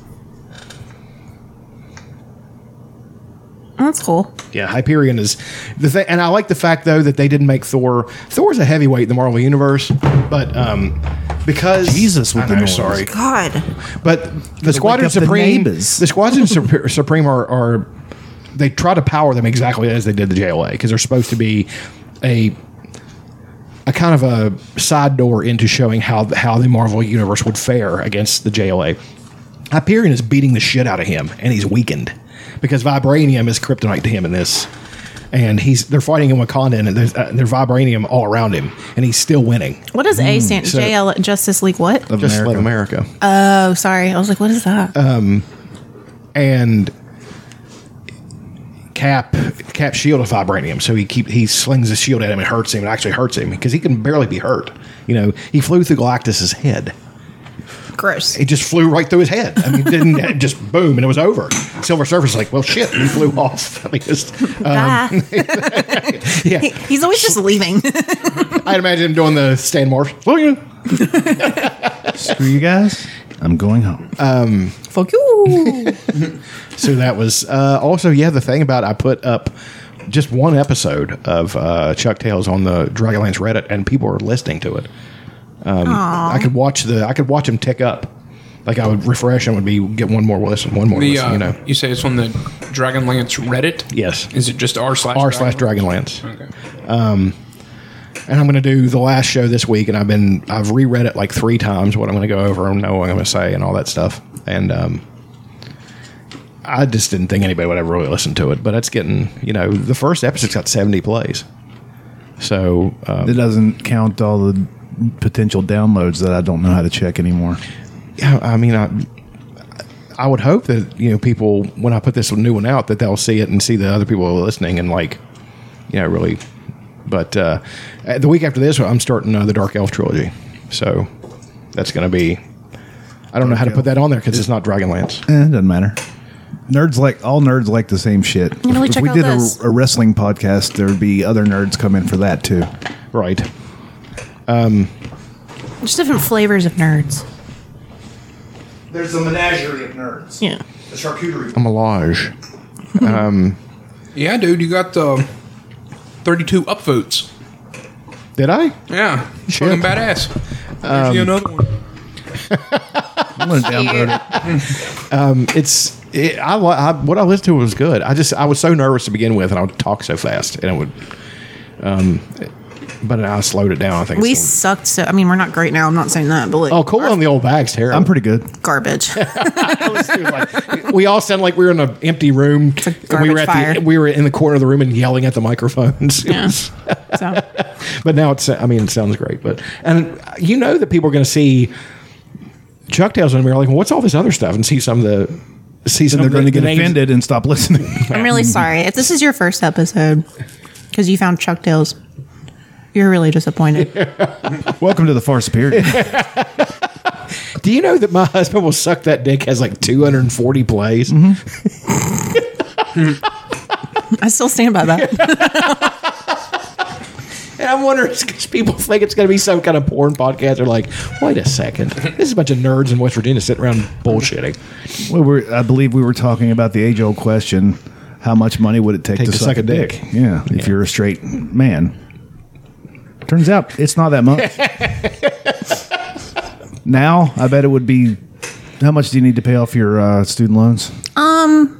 Speaker 2: that's cool.
Speaker 3: Yeah, Hyperion is the thing, and I like the fact though that they didn't make Thor. Thor's a heavyweight in the Marvel universe, but um, because
Speaker 1: Jesus with
Speaker 3: I
Speaker 1: the
Speaker 3: know,
Speaker 1: noise.
Speaker 3: sorry,
Speaker 2: God,
Speaker 3: but the Squadron
Speaker 1: up the
Speaker 3: Supreme, the,
Speaker 1: neighbors.
Speaker 3: Squadron Sup- Supreme are, are they try to power them exactly as they did the JLA because they're supposed to be a a kind of a side door into showing how how the Marvel universe would fare against the JLA. Hyperion is beating the shit out of him, and he's weakened because vibranium is kryptonite to him in this. And he's they're fighting in Wakanda, and there's, uh, there's vibranium all around him, and he's still winning.
Speaker 2: what does A stand?
Speaker 3: Mm, so- Uh,
Speaker 2: JL Justice League. What?
Speaker 1: Of
Speaker 3: Just
Speaker 1: America.
Speaker 3: like America.
Speaker 2: Oh, sorry. I was like, what is that?
Speaker 3: uh, and Cap Cap shield of vibranium, so he keep he slings the shield at him and hurts him. It actually hurts him because he can barely be hurt. You know, he flew through Galactus's head.
Speaker 2: Gross.
Speaker 3: It just flew right through his head. I mean, it didn't it just boom and it was over. Silver Surfer's like, well, shit, he flew off. I mean, just,
Speaker 2: Bye.
Speaker 3: yeah,
Speaker 2: He's always just leaving.
Speaker 3: I'd imagine him doing the Stan Morse. Look at him.
Speaker 1: Screw you guys. Uh, I'm going home.
Speaker 2: Fuck you.
Speaker 3: So that was uh, also yeah the thing about I put up just one episode of uh, Chuck Tales on the Dragonlance Reddit and people are listening to it. Um, I could watch the I could watch them tick up. Like I would refresh and would be get one more listen, one more
Speaker 4: The
Speaker 3: listen,
Speaker 4: uh,
Speaker 3: you
Speaker 4: you,
Speaker 3: know.
Speaker 4: say it's on the Dragonlance Reddit.
Speaker 3: Yes.
Speaker 4: Is it just r slash
Speaker 3: R slash Dragonlance. And I'm going to do the last show this week, and I've been I've reread it like three times. What I'm going to go over, and know what I'm going to say, and all that stuff. And um, I just didn't think anybody would ever really listen to it. But it's getting you know the first episode's got 70 plays, so uh,
Speaker 1: It doesn't count all the potential downloads that I don't know how to check anymore.
Speaker 3: yeah, I mean I. I would hope that you know people when I put this new one out that they'll see it and see the other people who are listening and like, you know, really. But uh, uh, the week after this, I'm starting uh, the Dark Elf trilogy, so that's going to be. I don't know how to put that on there because it's not Dragonlance.
Speaker 1: Eh, it doesn't matter. Nerds like all nerds like the same shit.
Speaker 2: know, we
Speaker 1: if
Speaker 2: check
Speaker 1: we
Speaker 2: out
Speaker 1: did a,
Speaker 2: this.
Speaker 1: a wrestling podcast, there'd be other nerds come in for that too.
Speaker 3: Right.
Speaker 2: Just different flavors of nerds.
Speaker 1: There's a menagerie of nerds.
Speaker 2: Yeah.
Speaker 1: The charcuterie.
Speaker 3: A melange.
Speaker 4: Yeah, dude, you got the 32 upvotes.
Speaker 3: Did I?
Speaker 4: Yeah,
Speaker 3: Shit.
Speaker 4: fucking badass. Here's you another one.
Speaker 1: I'm gonna download it.
Speaker 3: It's. It, I, li- I what I listened to was good. I just I was so nervous to begin with, and I would talk so fast, and it would. Um, but I slowed it down. I think.
Speaker 2: We
Speaker 3: it's still-
Speaker 2: sucked so. I mean, we're not great now. I'm not saying that, but like
Speaker 3: oh, cool on the old bags, Terry.
Speaker 1: I'm pretty good.
Speaker 2: garbage.
Speaker 3: Like, we all sound like we were in an empty room. and we
Speaker 2: garbage
Speaker 3: were at
Speaker 2: fire.
Speaker 3: the we were in the corner of the room and yelling at the microphones. It
Speaker 2: Yeah.
Speaker 3: was-
Speaker 2: so
Speaker 3: but now it's I mean it sounds great, but and you know that people are going to see Chuck Tails and we're like, well, what's all this other stuff? And see some of the see some
Speaker 1: They're
Speaker 3: of the,
Speaker 1: going to
Speaker 3: the
Speaker 1: get
Speaker 3: names-
Speaker 1: offended and stop listening.
Speaker 2: I'm really sorry if this is your first episode because you found Chuck Tails. You're really disappointed.
Speaker 1: Welcome to the far superior.
Speaker 3: Do you know that my husband will suck that dick has like 240 plays?
Speaker 1: Mm-hmm.
Speaker 2: I still stand by that.
Speaker 3: And I'm wondering because people think it's going to be some kind of porn podcast. They're like, wait a second, this is a bunch of nerds in West Virginia sitting around bullshitting.
Speaker 1: well, we're, I believe we were talking about the age old question: How much money would it take, to, suck, a dick? Yeah, if you're a straight man. Turns out it's not that much. now I bet it would be. How much do you need to pay off your uh, student loans?
Speaker 2: Well,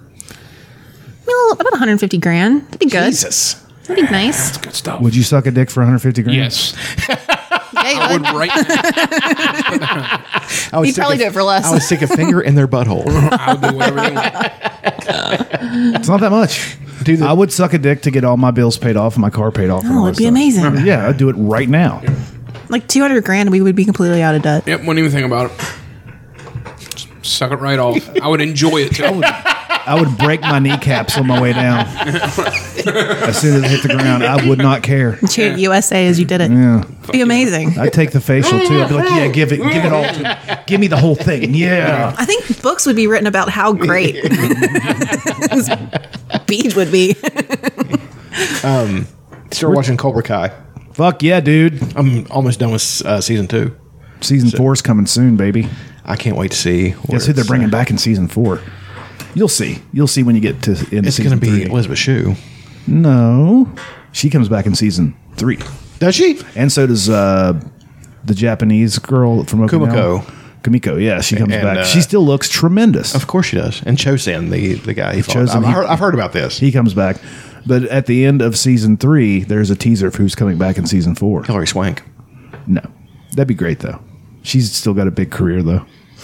Speaker 2: about 150 grand. That'd be good.
Speaker 3: Jesus.
Speaker 2: That'd be nice.
Speaker 4: Good stuff.
Speaker 1: Would you suck a dick for 150 grand?
Speaker 4: yes.
Speaker 2: Yeah, you
Speaker 4: I would
Speaker 2: would.
Speaker 4: right now.
Speaker 3: I would
Speaker 2: He'd
Speaker 3: stick
Speaker 2: probably
Speaker 3: a-
Speaker 2: do it for less.
Speaker 3: I would stick a finger in their butthole.
Speaker 4: I would do whatever they want.
Speaker 1: It's not that much.
Speaker 3: Do the-
Speaker 1: I would suck a dick to get all my bills paid off and my car paid off. and
Speaker 2: Oh,
Speaker 1: all that
Speaker 2: it'd be
Speaker 1: stuff.
Speaker 2: amazing.
Speaker 1: Yeah, I'd do it right now.
Speaker 2: Like 200 grand, we would be completely out of debt.
Speaker 4: Yep, wouldn't even think about it. Just Suck it right off. I would enjoy it too.
Speaker 1: I would break my kneecaps on my way down. as soon as it hit the ground, I would not care.
Speaker 2: Cheered USA as you did it.
Speaker 1: Yeah.
Speaker 2: be amazing.
Speaker 1: I'd take the facial too. I'd be like, yeah, give it, give it all, to, give me the whole thing. Yeah,
Speaker 2: I think books would be written about how great Beach would be.
Speaker 3: Start watching Cobra Kai.
Speaker 1: fuck yeah, dude.
Speaker 3: I'm almost done with uh, season two.
Speaker 1: Season four's coming soon, baby.
Speaker 3: I can't wait to see. where
Speaker 1: Guess who they're
Speaker 3: it's,
Speaker 1: bringing
Speaker 3: uh,
Speaker 1: back in season four? You'll see. You'll see when you get to in
Speaker 3: It's going to
Speaker 1: season
Speaker 3: be
Speaker 1: three.
Speaker 3: Elizabeth Shue.
Speaker 1: No, she comes back in season three,
Speaker 3: Does she?
Speaker 1: and so does uh, the Japanese girl from Okinawa.
Speaker 3: Kumiko.
Speaker 1: Kumiko, yeah, she comes
Speaker 3: And,
Speaker 1: back.
Speaker 3: uh,
Speaker 1: she still looks tremendous.
Speaker 3: Of course she does. And Chosen, the the guy he fought.
Speaker 1: Chosen,
Speaker 3: I've,
Speaker 1: he-
Speaker 3: heard, I've heard about this.
Speaker 1: He comes back, but at the end of season three, there's a teaser of who's coming back in season four.
Speaker 3: Hillary Swank,
Speaker 1: No, that'd be great though. She's still got a big career though.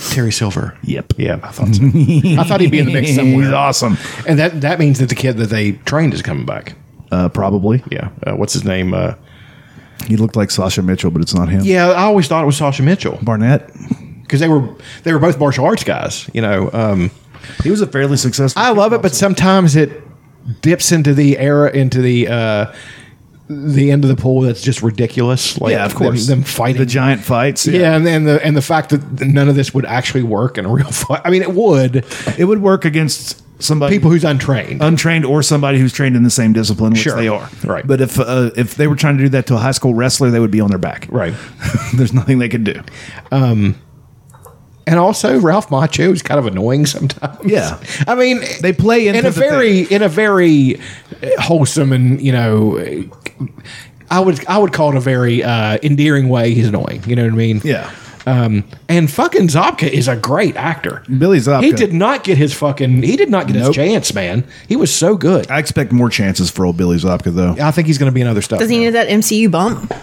Speaker 3: Terry Silver.
Speaker 1: Yep.
Speaker 3: Yeah, I thought so. I thought he'd be in the mix somewhere.
Speaker 1: He's awesome.
Speaker 3: And that that means that the kid that they trained is coming back.
Speaker 1: Uh, probably.
Speaker 3: Yeah. Uh, what's his name? Uh,
Speaker 1: He looked like Sasha Mitchell, but it's not him.
Speaker 3: yeah, I always thought it was Sasha Mitchell
Speaker 1: Barnett.
Speaker 3: because they were they were both martial arts guys. You know. Um,
Speaker 1: He was a fairly successful.
Speaker 3: I love it, but sometimes it dips into the era into the uh, the end of the pool that's just ridiculous. Like
Speaker 1: yeah, of course.
Speaker 3: them, them fighting
Speaker 1: the giant fights.
Speaker 3: Yeah, and, and the and the fact that none of this would actually work in a real fight. I mean, it would
Speaker 1: it would work against somebody
Speaker 3: people who's untrained.
Speaker 1: untrained or somebody who's trained in the same discipline, which
Speaker 3: Sure.
Speaker 1: they are.
Speaker 3: Right.
Speaker 1: But if uh, if they were trying to do that to a high school wrestler, they would be on their back.
Speaker 3: Right.
Speaker 1: There's nothing they could do.
Speaker 3: And also, Ralph Macho is kind of annoying sometimes.
Speaker 1: Yeah.
Speaker 3: I mean,
Speaker 1: They play
Speaker 3: in
Speaker 1: into
Speaker 3: a
Speaker 1: the
Speaker 3: very in a very uh, wholesome and you know, I would I would call it a very uh, endearing way. He's annoying. You know what I mean?
Speaker 1: Yeah.
Speaker 3: Um, and fucking Zopka is a great actor.
Speaker 1: Billy Zabka.
Speaker 3: He did not get his fucking. He did not get
Speaker 1: Nope.
Speaker 3: his chance, man. He was so good.
Speaker 1: I expect more chances for old Billy Zabka though.
Speaker 3: I think he's going to be another stuff.
Speaker 2: Does he need that MCU bump?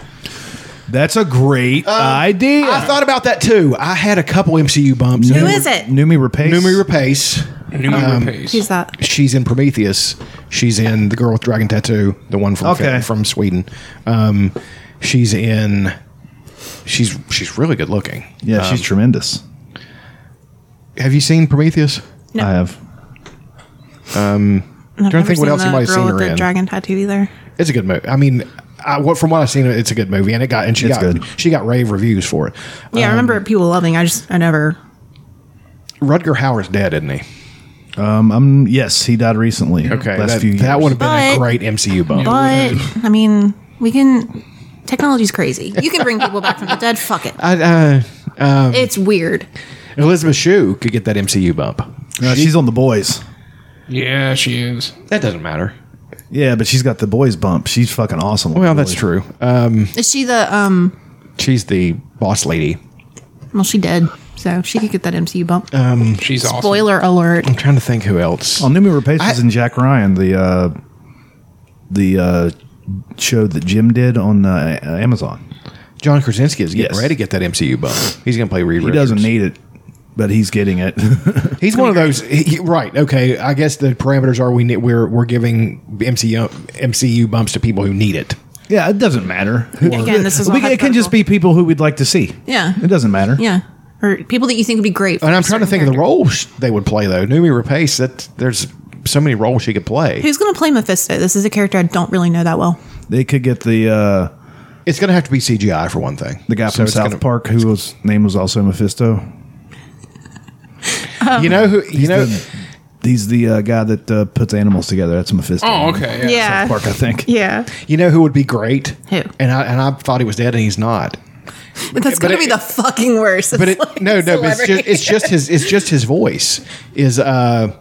Speaker 1: That's a great idea.
Speaker 3: Uh, I thought about that too. I had a couple MCU bumps.
Speaker 2: Who is it?
Speaker 1: Numi Rapace.
Speaker 3: Numi Rapace.
Speaker 4: Newman
Speaker 3: Um,
Speaker 4: Rapace.
Speaker 2: Who's that?
Speaker 3: She's in Prometheus. She's in the girl with dragon tattoo, the one from
Speaker 1: Okay.
Speaker 3: from Sweden. Um, she's in. She's she's really good looking. Uh,
Speaker 1: Yeah,
Speaker 3: Um,
Speaker 1: she's tremendous.
Speaker 3: Have you seen Prometheus?
Speaker 2: No.
Speaker 1: I have.
Speaker 2: I'm
Speaker 3: trying to think what else you might have seen her in.
Speaker 2: Dragon tattoo either.
Speaker 3: It's a good movie. I mean, I, what from what I've seen, it's a good movie, and it got and she
Speaker 1: It's
Speaker 3: got
Speaker 1: good.
Speaker 3: she got rave reviews for it.
Speaker 2: Yeah, I remember people loving. I just I never.
Speaker 3: Rutger Hauer's dead, isn't he?
Speaker 1: Um, I'm yes, he died recently.
Speaker 3: Okay,
Speaker 1: last
Speaker 3: that,
Speaker 1: few years.
Speaker 3: that would have been a
Speaker 2: But-
Speaker 3: great MCU bump.
Speaker 2: But I mean, we can. Technology's crazy. You can bring people back from the dead. Fuck it.
Speaker 3: I, uh,
Speaker 2: It's weird.
Speaker 3: Elizabeth Shue could get that MCU bump.
Speaker 1: No, she's on the boys.
Speaker 4: Yeah, she is.
Speaker 3: That doesn't matter.
Speaker 1: Yeah, but she's got the boys bump. She's fucking awesome. on
Speaker 3: Well,
Speaker 1: The
Speaker 3: that's
Speaker 1: Boys.
Speaker 3: true. Uh,
Speaker 2: Is she the um?
Speaker 3: She's the boss lady.
Speaker 2: Well, she dead, so she could get that MCU bump.
Speaker 3: Oh,
Speaker 4: She's awesome.
Speaker 2: Spoiler alert.
Speaker 3: I'm trying to think who else.
Speaker 1: Oh, Numi Rapace
Speaker 3: I-
Speaker 1: was in Jack Ryan, the uh, the uh, show that Jim did on uh, Amazon.
Speaker 3: John Krasinski is getting
Speaker 1: Yes.
Speaker 3: ready to get that MCU bump. He's going to play Reed.
Speaker 1: He doesn't need it, but he's getting it.
Speaker 3: He's one of those. He, he- right? Okay. I guess the parameters are we need, we're we're giving MCU MCU bumps to people who need it.
Speaker 1: yeah, it doesn't matter.
Speaker 2: Again, this is all
Speaker 1: we, it can just be people who we'd like to see.
Speaker 2: Yeah.
Speaker 1: it doesn't matter.
Speaker 2: Yeah, or people that you think would be great.
Speaker 3: And I'm trying to think of the roles they would play though. Numi Rapace. That there's so many roles she could play.
Speaker 2: Who's going to play Mephisto? This is a character I don't really know that well.
Speaker 1: they could get the uh,
Speaker 3: It's going to have to be CGI for one thing.
Speaker 1: the guy
Speaker 3: So
Speaker 1: from
Speaker 3: it's
Speaker 1: South
Speaker 3: gonna-
Speaker 1: Park who was name was also Mephisto.
Speaker 3: You know who? You know.
Speaker 1: the- He's the uh, guy that uh, puts animals together. That's Mephisto.
Speaker 4: Oh, okay. Yeah.
Speaker 2: Yeah,
Speaker 1: Park, I think.
Speaker 2: yeah.
Speaker 3: You know who would be great?
Speaker 2: Who?
Speaker 3: And I and I thought he was dead, and he's not.
Speaker 2: That's
Speaker 3: But
Speaker 2: going to
Speaker 3: it-
Speaker 2: be the fucking worst.
Speaker 3: But it, no, no, but it's just it's just his it's just his voice is uh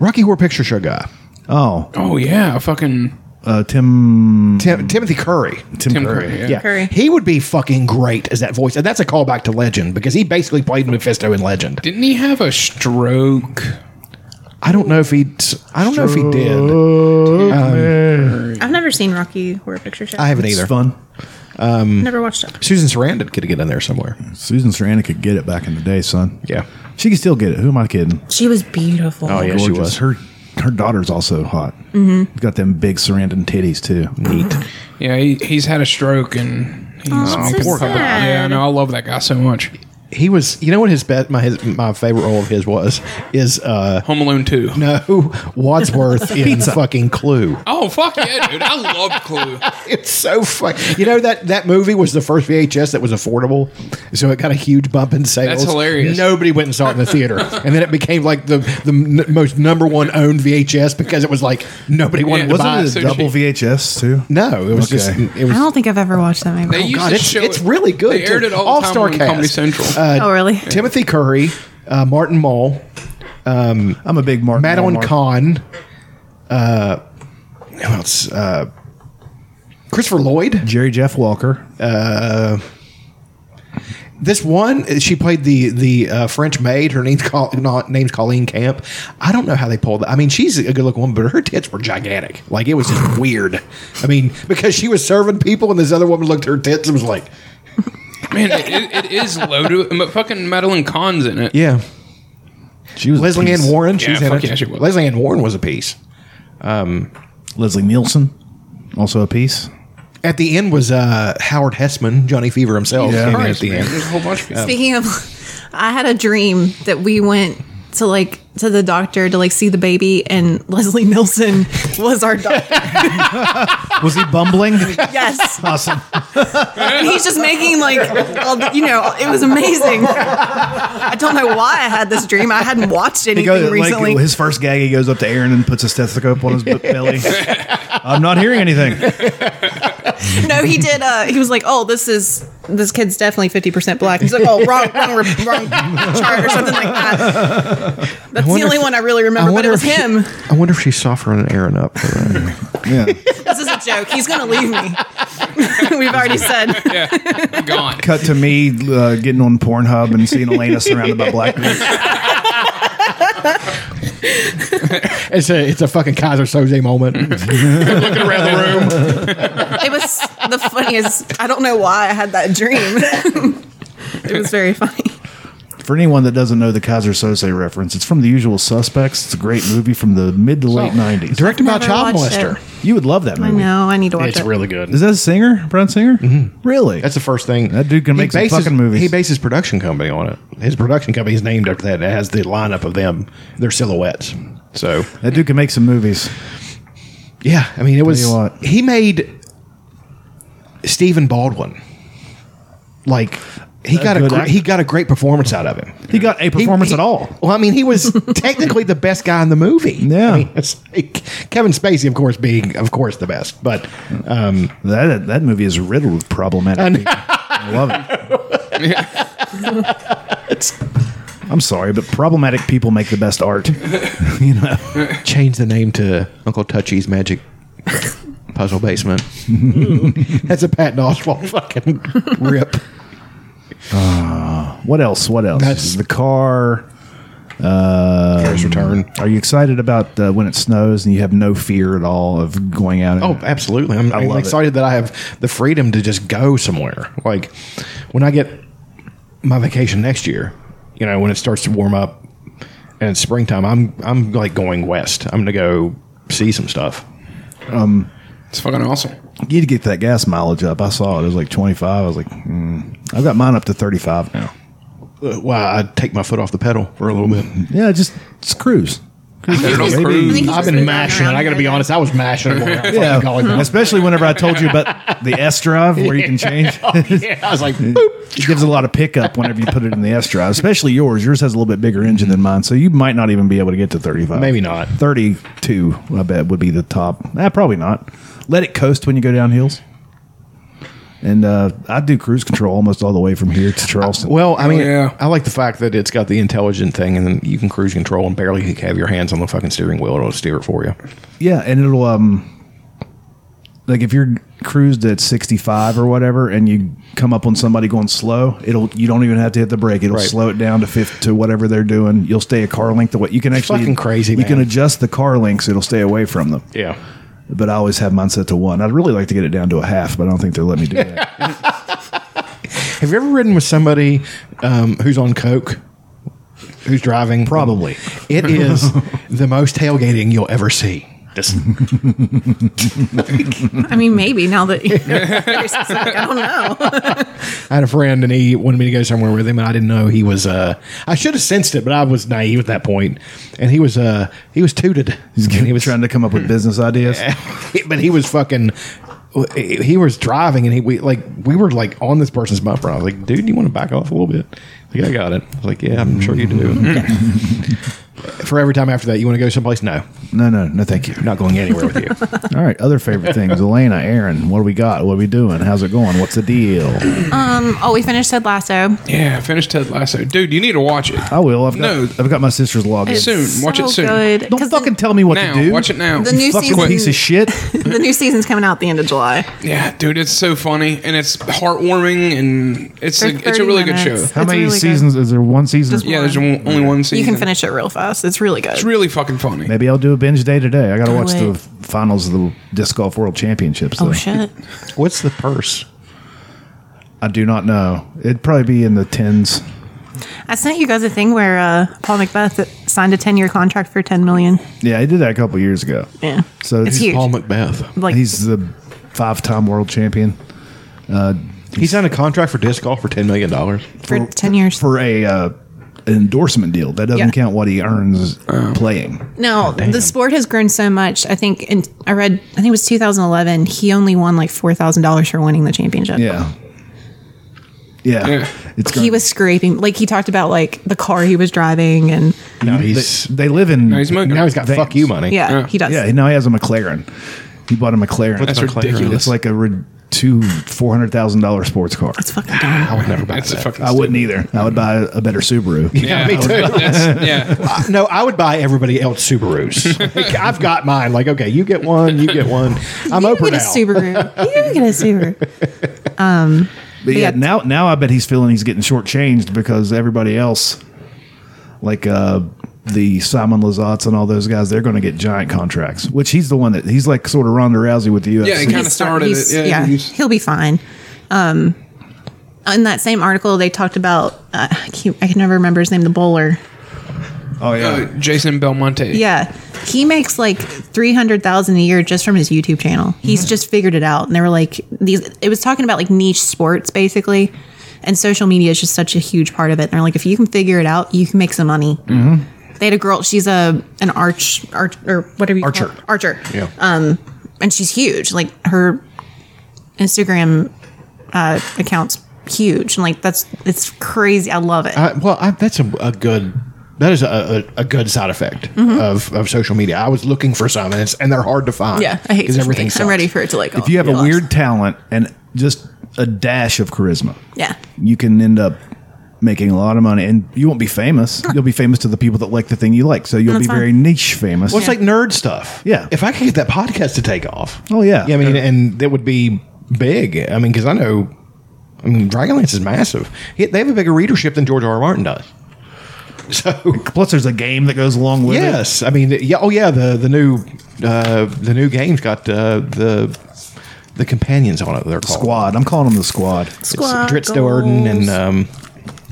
Speaker 3: Rocky Horror Picture Show guy
Speaker 1: Oh,
Speaker 4: Oh yeah. Fucking
Speaker 1: uh, Tim
Speaker 3: Tim, Timothy Curry.
Speaker 1: Tim,
Speaker 4: Tim
Speaker 1: Curry.
Speaker 4: Curry. Yeah.
Speaker 3: Yeah,
Speaker 2: Curry.
Speaker 3: he would be fucking great as that voice, and that's a callback to Legend because he basically played Mephisto in Legend.
Speaker 4: Didn't he have a stroke?
Speaker 3: I don't know if he I don't know if he did.
Speaker 2: I've never seen Rocky Horror Picture Show.
Speaker 3: I haven't
Speaker 1: It's
Speaker 3: either.
Speaker 1: fun.
Speaker 2: never watched it.
Speaker 3: Susan Sarandon could get in there somewhere.
Speaker 1: Susan Sarandon could get it back in the day, son.
Speaker 3: Yeah.
Speaker 1: She can still get it. Who am I kidding?
Speaker 2: She was beautiful.
Speaker 3: Oh, yeah. she was. Mm-hmm.
Speaker 1: Her her daughter's also hot. Got them big Sarandon titties too. Neat.
Speaker 4: Yeah, he, he's had a stroke and he's
Speaker 2: Oh, that's so
Speaker 4: poor guy.
Speaker 2: sad.
Speaker 4: Yeah, no, I love that guy so much.
Speaker 3: He was. You know what his bet my his, my favorite role of his was is uh
Speaker 4: Home Alone Two.
Speaker 3: no Wadsworth in fucking Clue.
Speaker 4: Oh fuck yeah, dude! I love Clue.
Speaker 3: It's so fun. You know that that movie was the first VHS that was affordable, so it got a huge bump in sales.
Speaker 4: That's hilarious.
Speaker 3: Nobody went and saw it in the theater, and then it became like the the n- most number one owned VHS because it was like nobody wanted
Speaker 4: Yeah,
Speaker 3: to buy.
Speaker 1: Wasn't it a
Speaker 4: so
Speaker 1: double
Speaker 4: cheap.
Speaker 1: VHS too?
Speaker 3: No, it was
Speaker 1: Okay.
Speaker 3: just
Speaker 2: I
Speaker 3: it was.
Speaker 2: don't think I've ever watched that movie.
Speaker 4: They used
Speaker 3: Oh, God,
Speaker 4: to
Speaker 3: it's-
Speaker 4: show
Speaker 3: it's
Speaker 4: it.
Speaker 3: really good,
Speaker 4: They aired
Speaker 3: too.
Speaker 4: it all the time
Speaker 3: All-star
Speaker 4: on Comedy
Speaker 3: cast. Uh,
Speaker 4: Central.
Speaker 2: oh, really?
Speaker 3: Timothy Curry, uh, Martin Mull,
Speaker 1: I'm a big Mark.
Speaker 3: Madeline
Speaker 1: Walmart.
Speaker 3: Kahn, uh, who else? Uh, Christopher Lloyd.
Speaker 1: Jerry Jeff Walker.
Speaker 3: Uh, This one, she played the the uh, French maid. Her name's Col- not, name's Colleen Camp. I don't know how they pulled that. I mean, she's a good looking woman, but her tits were gigantic. Like it was just weird. I mean, because she was serving people, and this other woman looked at her tits and was like,
Speaker 4: Man, it, it, it is loaded. But fucking Madeline Kahn's in it.
Speaker 3: "Yeah."
Speaker 1: she was a
Speaker 3: Leslie
Speaker 1: piece.
Speaker 3: Ann Warren,
Speaker 4: Yeah,
Speaker 3: she's in
Speaker 4: fuck
Speaker 3: it.
Speaker 4: yeah, she was.
Speaker 3: Leslie Ann Warren was a piece.
Speaker 1: Leslie Nielsen, also a piece.
Speaker 3: At the end was uh, Howard Hessman, Johnny Fever himself.
Speaker 1: Yeah.
Speaker 3: came in at
Speaker 4: Christ,
Speaker 3: the
Speaker 4: man,
Speaker 3: end.
Speaker 4: there's a whole bunch of people.
Speaker 2: Speaking of, I had a dream that we went to like to the doctor to like see the baby, and Leslie Nielsen was our doctor.
Speaker 1: Was he bumbling?
Speaker 2: yes,
Speaker 1: awesome.
Speaker 2: and he's just making like all the, you know, it was amazing. I don't know why I had this dream. I hadn't watched
Speaker 1: He
Speaker 2: anything
Speaker 1: goes
Speaker 2: recently.
Speaker 1: like his first gag. He goes up to Aaron and puts a stethoscope on his belly. I'm not hearing anything.
Speaker 2: no, he did. Uh, he was like, "Oh, this is this kid's definitely fifty percent black." He's like, "Oh, wrong, wrong, re- wrong chart or something like that." That's the
Speaker 3: wonder
Speaker 2: only
Speaker 3: if-
Speaker 2: one I really remember, but it
Speaker 3: wonder
Speaker 2: was
Speaker 3: if she-
Speaker 2: him.
Speaker 3: I wonder if she's softering Aaron up. For that.
Speaker 1: Yeah.
Speaker 2: This is a joke. He's gonna leave me. We've already said.
Speaker 4: I'm gone.
Speaker 1: Cut to me uh, getting on Pornhub and seeing Elena surrounded by black people.
Speaker 3: it's a it's a fucking Kaiser Soze moment.
Speaker 4: Looking around the room.
Speaker 2: It was the funniest. I don't know why I had that dream. it was very funny.
Speaker 1: For anyone that doesn't know the Kaiser Sose reference, it's from The Usual Suspects. It's a great movie from the mid to late nineties.
Speaker 3: Directed by a
Speaker 2: Never
Speaker 3: child
Speaker 2: watched it.
Speaker 3: molester.
Speaker 1: You would love that
Speaker 2: I
Speaker 1: movie.
Speaker 2: know. I need to watch
Speaker 3: It's
Speaker 2: it.
Speaker 3: really good.
Speaker 1: Is that a singer, Brown Singer? Mm-hmm. Really?
Speaker 3: That's the first thing.
Speaker 1: That dude can
Speaker 3: He
Speaker 1: make some
Speaker 3: bases-
Speaker 1: fucking movies.
Speaker 3: He bases production company on it. His production company is named after that. It has the lineup of them, their silhouettes. So
Speaker 1: that dude can make some movies.
Speaker 3: yeah, I mean it was.
Speaker 1: you what.
Speaker 3: He made Stephen Baldwin. Like he got a
Speaker 1: good
Speaker 3: gr-
Speaker 1: actor.
Speaker 3: he got a great performance out of him.
Speaker 1: He got a performance
Speaker 3: He-
Speaker 1: at all.
Speaker 3: Well, I mean, he was technically the best guy in the movie.
Speaker 1: Yeah.
Speaker 3: I mean, it's like Kevin Spacey, of course, being of course the best, but um,
Speaker 1: That that movie is riddled with problematic people. I love it. I'm sorry, but problematic people make the best art. you know,
Speaker 3: change the name to Uncle Touchy's Magic Puzzle Basement. That's a Pat Oswalt fucking rip.
Speaker 1: what else? What else?
Speaker 3: That's-
Speaker 1: the car.
Speaker 3: First return.
Speaker 1: Are you excited about uh, when it snows and you have no fear at all of going out? and-
Speaker 3: Oh, absolutely! I'm, I'm
Speaker 1: love it.
Speaker 3: excited that I have the freedom to just go somewhere. Like when I get my vacation next year, you know, when it starts to warm up and it's springtime, I'm I'm like going west. I'm gonna go see some stuff.
Speaker 4: It's fucking awesome.
Speaker 1: you need to get that gas mileage up. I saw it. It was like 25. I was like, mm, I've got mine up to 35 now.
Speaker 3: Uh, Well, I take my foot off the pedal for a little bit.
Speaker 1: Yeah, just, just cruise.
Speaker 4: There's no
Speaker 1: Maybe-
Speaker 4: cruise.
Speaker 2: think he's
Speaker 3: I've
Speaker 2: just
Speaker 3: been
Speaker 2: running
Speaker 3: mashing.
Speaker 2: around
Speaker 3: it. I got to be
Speaker 2: there.
Speaker 3: honest. I was mashing. it when I fucking called
Speaker 1: Yeah,
Speaker 3: it.
Speaker 1: especially whenever I told you about the S drive where you can change.
Speaker 3: yeah, I was like, boop.
Speaker 1: It gives a lot of pickup whenever you put it in the S drive, especially yours. Yours has a little bit bigger engine than mine, so you might not even be able to get to 35.
Speaker 3: Maybe not.
Speaker 1: 32, I bet, would be the top. Eh, probably not. Let it coast when you go down hills. And uh, I do cruise control almost all the way from here to Charleston.
Speaker 3: Well, I mean,
Speaker 4: yeah.
Speaker 3: I like the fact that it's got the intelligent thing, and then you can cruise control and barely have your hands on the fucking steering wheel. It'll steer it for you.
Speaker 1: Yeah, and it'll um like if you're cruised at 65 or whatever and you come up on somebody going slow, it'll you don't even have to hit the brake. It'll
Speaker 3: Right.
Speaker 1: slow it down to fifth to whatever they're doing. You'll stay a car length away. You can actually
Speaker 3: fucking crazy,
Speaker 1: You can
Speaker 3: man.
Speaker 1: adjust the car lengths, it'll stay away from them.
Speaker 3: Yeah.
Speaker 1: But I always have mine set to 1. I'd really like to get it down to a half, but I don't think they'll let me do that.
Speaker 3: Have you ever ridden with somebody um, who's on coke, who's driving?
Speaker 1: Probably.
Speaker 3: It is the most tailgating you'll ever see. Just
Speaker 2: I mean, maybe now that you're like, I don't know.
Speaker 3: I had a friend and he wanted me to go somewhere with him, and I didn't know he was. Uh, I should have sensed it, but I was naive at that point. And he was. Uh, he was tooted. And he was
Speaker 1: trying to come up with business ideas.
Speaker 3: but he was fucking. He was driving, and he we like we were like on this person's bumper. And I was like, "Dude, you want to back off a little bit?" Like, I got it. I was like, "Yeah, I'm sure you do." For every time after that, you want to go someplace? No,
Speaker 1: No, no, no, thank you.
Speaker 3: not going anywhere with you.
Speaker 1: All right, other favorite things. Elena, Aaron, what do we got? What are we doing? How's it going? What's the deal?
Speaker 2: Oh, we finished Ted Lasso.
Speaker 4: Yeah, I finished Ted Lasso. Dude, you need to watch it.
Speaker 1: I will. I've got,
Speaker 4: No.
Speaker 1: I've got my sister's log. in.
Speaker 2: It's
Speaker 4: Soon. Watch it soon.
Speaker 2: Good.
Speaker 1: Don't
Speaker 2: 'Cause
Speaker 1: fucking tell me what
Speaker 4: now,
Speaker 1: to do.
Speaker 4: watch it now.
Speaker 2: The new
Speaker 1: fucking
Speaker 2: season-
Speaker 1: piece of shit.
Speaker 2: the, the new season's coming out the end of July.
Speaker 4: yeah, dude, it's so funny and it's heartwarming and it's
Speaker 2: For
Speaker 4: a, it's
Speaker 2: 30
Speaker 4: a really good
Speaker 2: minutes.
Speaker 4: show.
Speaker 1: How
Speaker 2: It's
Speaker 1: many
Speaker 2: really good.
Speaker 1: seasons is there? One season.
Speaker 2: Just-
Speaker 4: Yeah, there's one- only one
Speaker 2: You
Speaker 4: season.
Speaker 2: can finish it real fast. It's really good.
Speaker 4: It's really fucking funny.
Speaker 1: Maybe I'll do a binge day today. I got to
Speaker 2: Do
Speaker 1: watch
Speaker 2: it.
Speaker 1: the finals of the disc golf world championships.
Speaker 2: oh
Speaker 1: though.
Speaker 2: shit.
Speaker 3: What's the purse?
Speaker 1: I do not know. It'd probably be in the tens.
Speaker 2: I sent you guys a thing where uh, Paul Macbeth signed a ten-year contract for ten million.
Speaker 1: Yeah, I did that a couple years ago.
Speaker 2: Yeah,
Speaker 1: So
Speaker 2: It's
Speaker 1: he's,
Speaker 2: huge.
Speaker 3: Paul Macbeth.
Speaker 2: like
Speaker 1: he's the five-time world champion
Speaker 3: He signed a contract for disc golf for ten million dollars.
Speaker 2: for ten years.
Speaker 1: for a uh, an endorsement deal. That doesn't
Speaker 2: Yeah.
Speaker 1: count what he earns
Speaker 4: Oh.
Speaker 1: playing.
Speaker 2: No, the sport has grown so much. I think, and I read, I think it was 2011. He only won like four thousand dollars for winning the championship.
Speaker 1: Yeah. Yeah.
Speaker 4: Yeah.
Speaker 1: It's
Speaker 2: he
Speaker 1: gonna-
Speaker 2: was scraping. Like he talked about like the car he was driving, and
Speaker 3: Now
Speaker 1: They,
Speaker 3: he's
Speaker 1: they live in.
Speaker 4: Now he's mo-
Speaker 3: now he's got fuck you money.
Speaker 2: yeah,
Speaker 4: uh, Yeah.
Speaker 2: he does.
Speaker 1: yeah. Now he has a McLaren. He bought a McLaren.
Speaker 4: That's
Speaker 3: Not clear.
Speaker 4: ridiculous.
Speaker 1: It's like a rid- two four hundred thousand dollar sports car.
Speaker 2: It's fucking dumb.
Speaker 3: I would never buy
Speaker 4: That's a
Speaker 3: that.
Speaker 4: fucking.
Speaker 1: I wouldn't either. I would buy a better Subaru.
Speaker 4: Yeah,
Speaker 3: me too.
Speaker 4: That's, yeah,
Speaker 3: Uh, no, I would buy everybody else Subarus. Like, I've got mine. Like, okay, you get one, you get one. I'm
Speaker 2: you
Speaker 3: Oprah
Speaker 2: get a
Speaker 3: now.
Speaker 2: Subaru. you get a Subaru.
Speaker 1: But yeah,
Speaker 2: Yeah.
Speaker 1: now now I bet he's feeling he's getting shortchanged because everybody else, like uh, the Simon Lazats and all those guys, they're going to get giant contracts. Which he's the one that he's like sort of Ronda Rousey with the UFC.
Speaker 4: Yeah, he kinda-
Speaker 2: He's-
Speaker 4: started
Speaker 2: he's-
Speaker 4: it. Yeah,
Speaker 2: Yeah,
Speaker 4: he's-
Speaker 2: he'll be fine. Um, in that same article, they talked about uh, I, can't, I can never remember his name, the bowler.
Speaker 1: oh yeah,
Speaker 4: Uh, Jason Belmonte.
Speaker 2: Yeah, he makes like three hundred thousand a year just from his YouTube channel. He's just figured it out, and they were like these. It was talking about like niche sports basically, and social media is just such a huge part of it. And they're like, if you can figure it out, you can make some money. Mm-hmm. They had a girl. She's a an arch arch or whatever you
Speaker 3: Archer.
Speaker 2: call it. archer.
Speaker 3: Yeah.
Speaker 2: and she's huge. Like her Instagram uh, account's huge, and like that's it's crazy. I love it.
Speaker 3: I, well, I, that's a, a good. That is a, a, a good side effect
Speaker 2: Mm-hmm.
Speaker 3: of, of social media. I was looking for some, and, it's, and they're hard to find.
Speaker 2: yeah, I hate
Speaker 3: because
Speaker 2: social
Speaker 3: everything.
Speaker 2: media. I'm ready for it to like.
Speaker 1: if you have a weird talent and just a dash of charisma,
Speaker 2: yeah.
Speaker 1: you can end up making a lot of money, and you won't be famous. You'll be famous to the people that like the thing you like, so you'll
Speaker 2: That's
Speaker 1: be
Speaker 2: fine.
Speaker 1: very niche famous.
Speaker 3: Well, it's like nerd stuff.
Speaker 1: Yeah.
Speaker 3: If I could get that podcast to take off.
Speaker 1: Oh, yeah.
Speaker 3: I mean, and it would be big. I mean, because I know, I mean, Dragonlance is massive. He- They have a bigger readership than George R. R. Martin does. So
Speaker 1: Plus, there's a game that goes along with it.
Speaker 3: yes, I mean, yeah. Oh yeah, the the new uh, the new game's got uh, the the companions on it. They're called
Speaker 1: Squad. I'm calling them the squad.
Speaker 3: It's Dritz Doerden and. Um,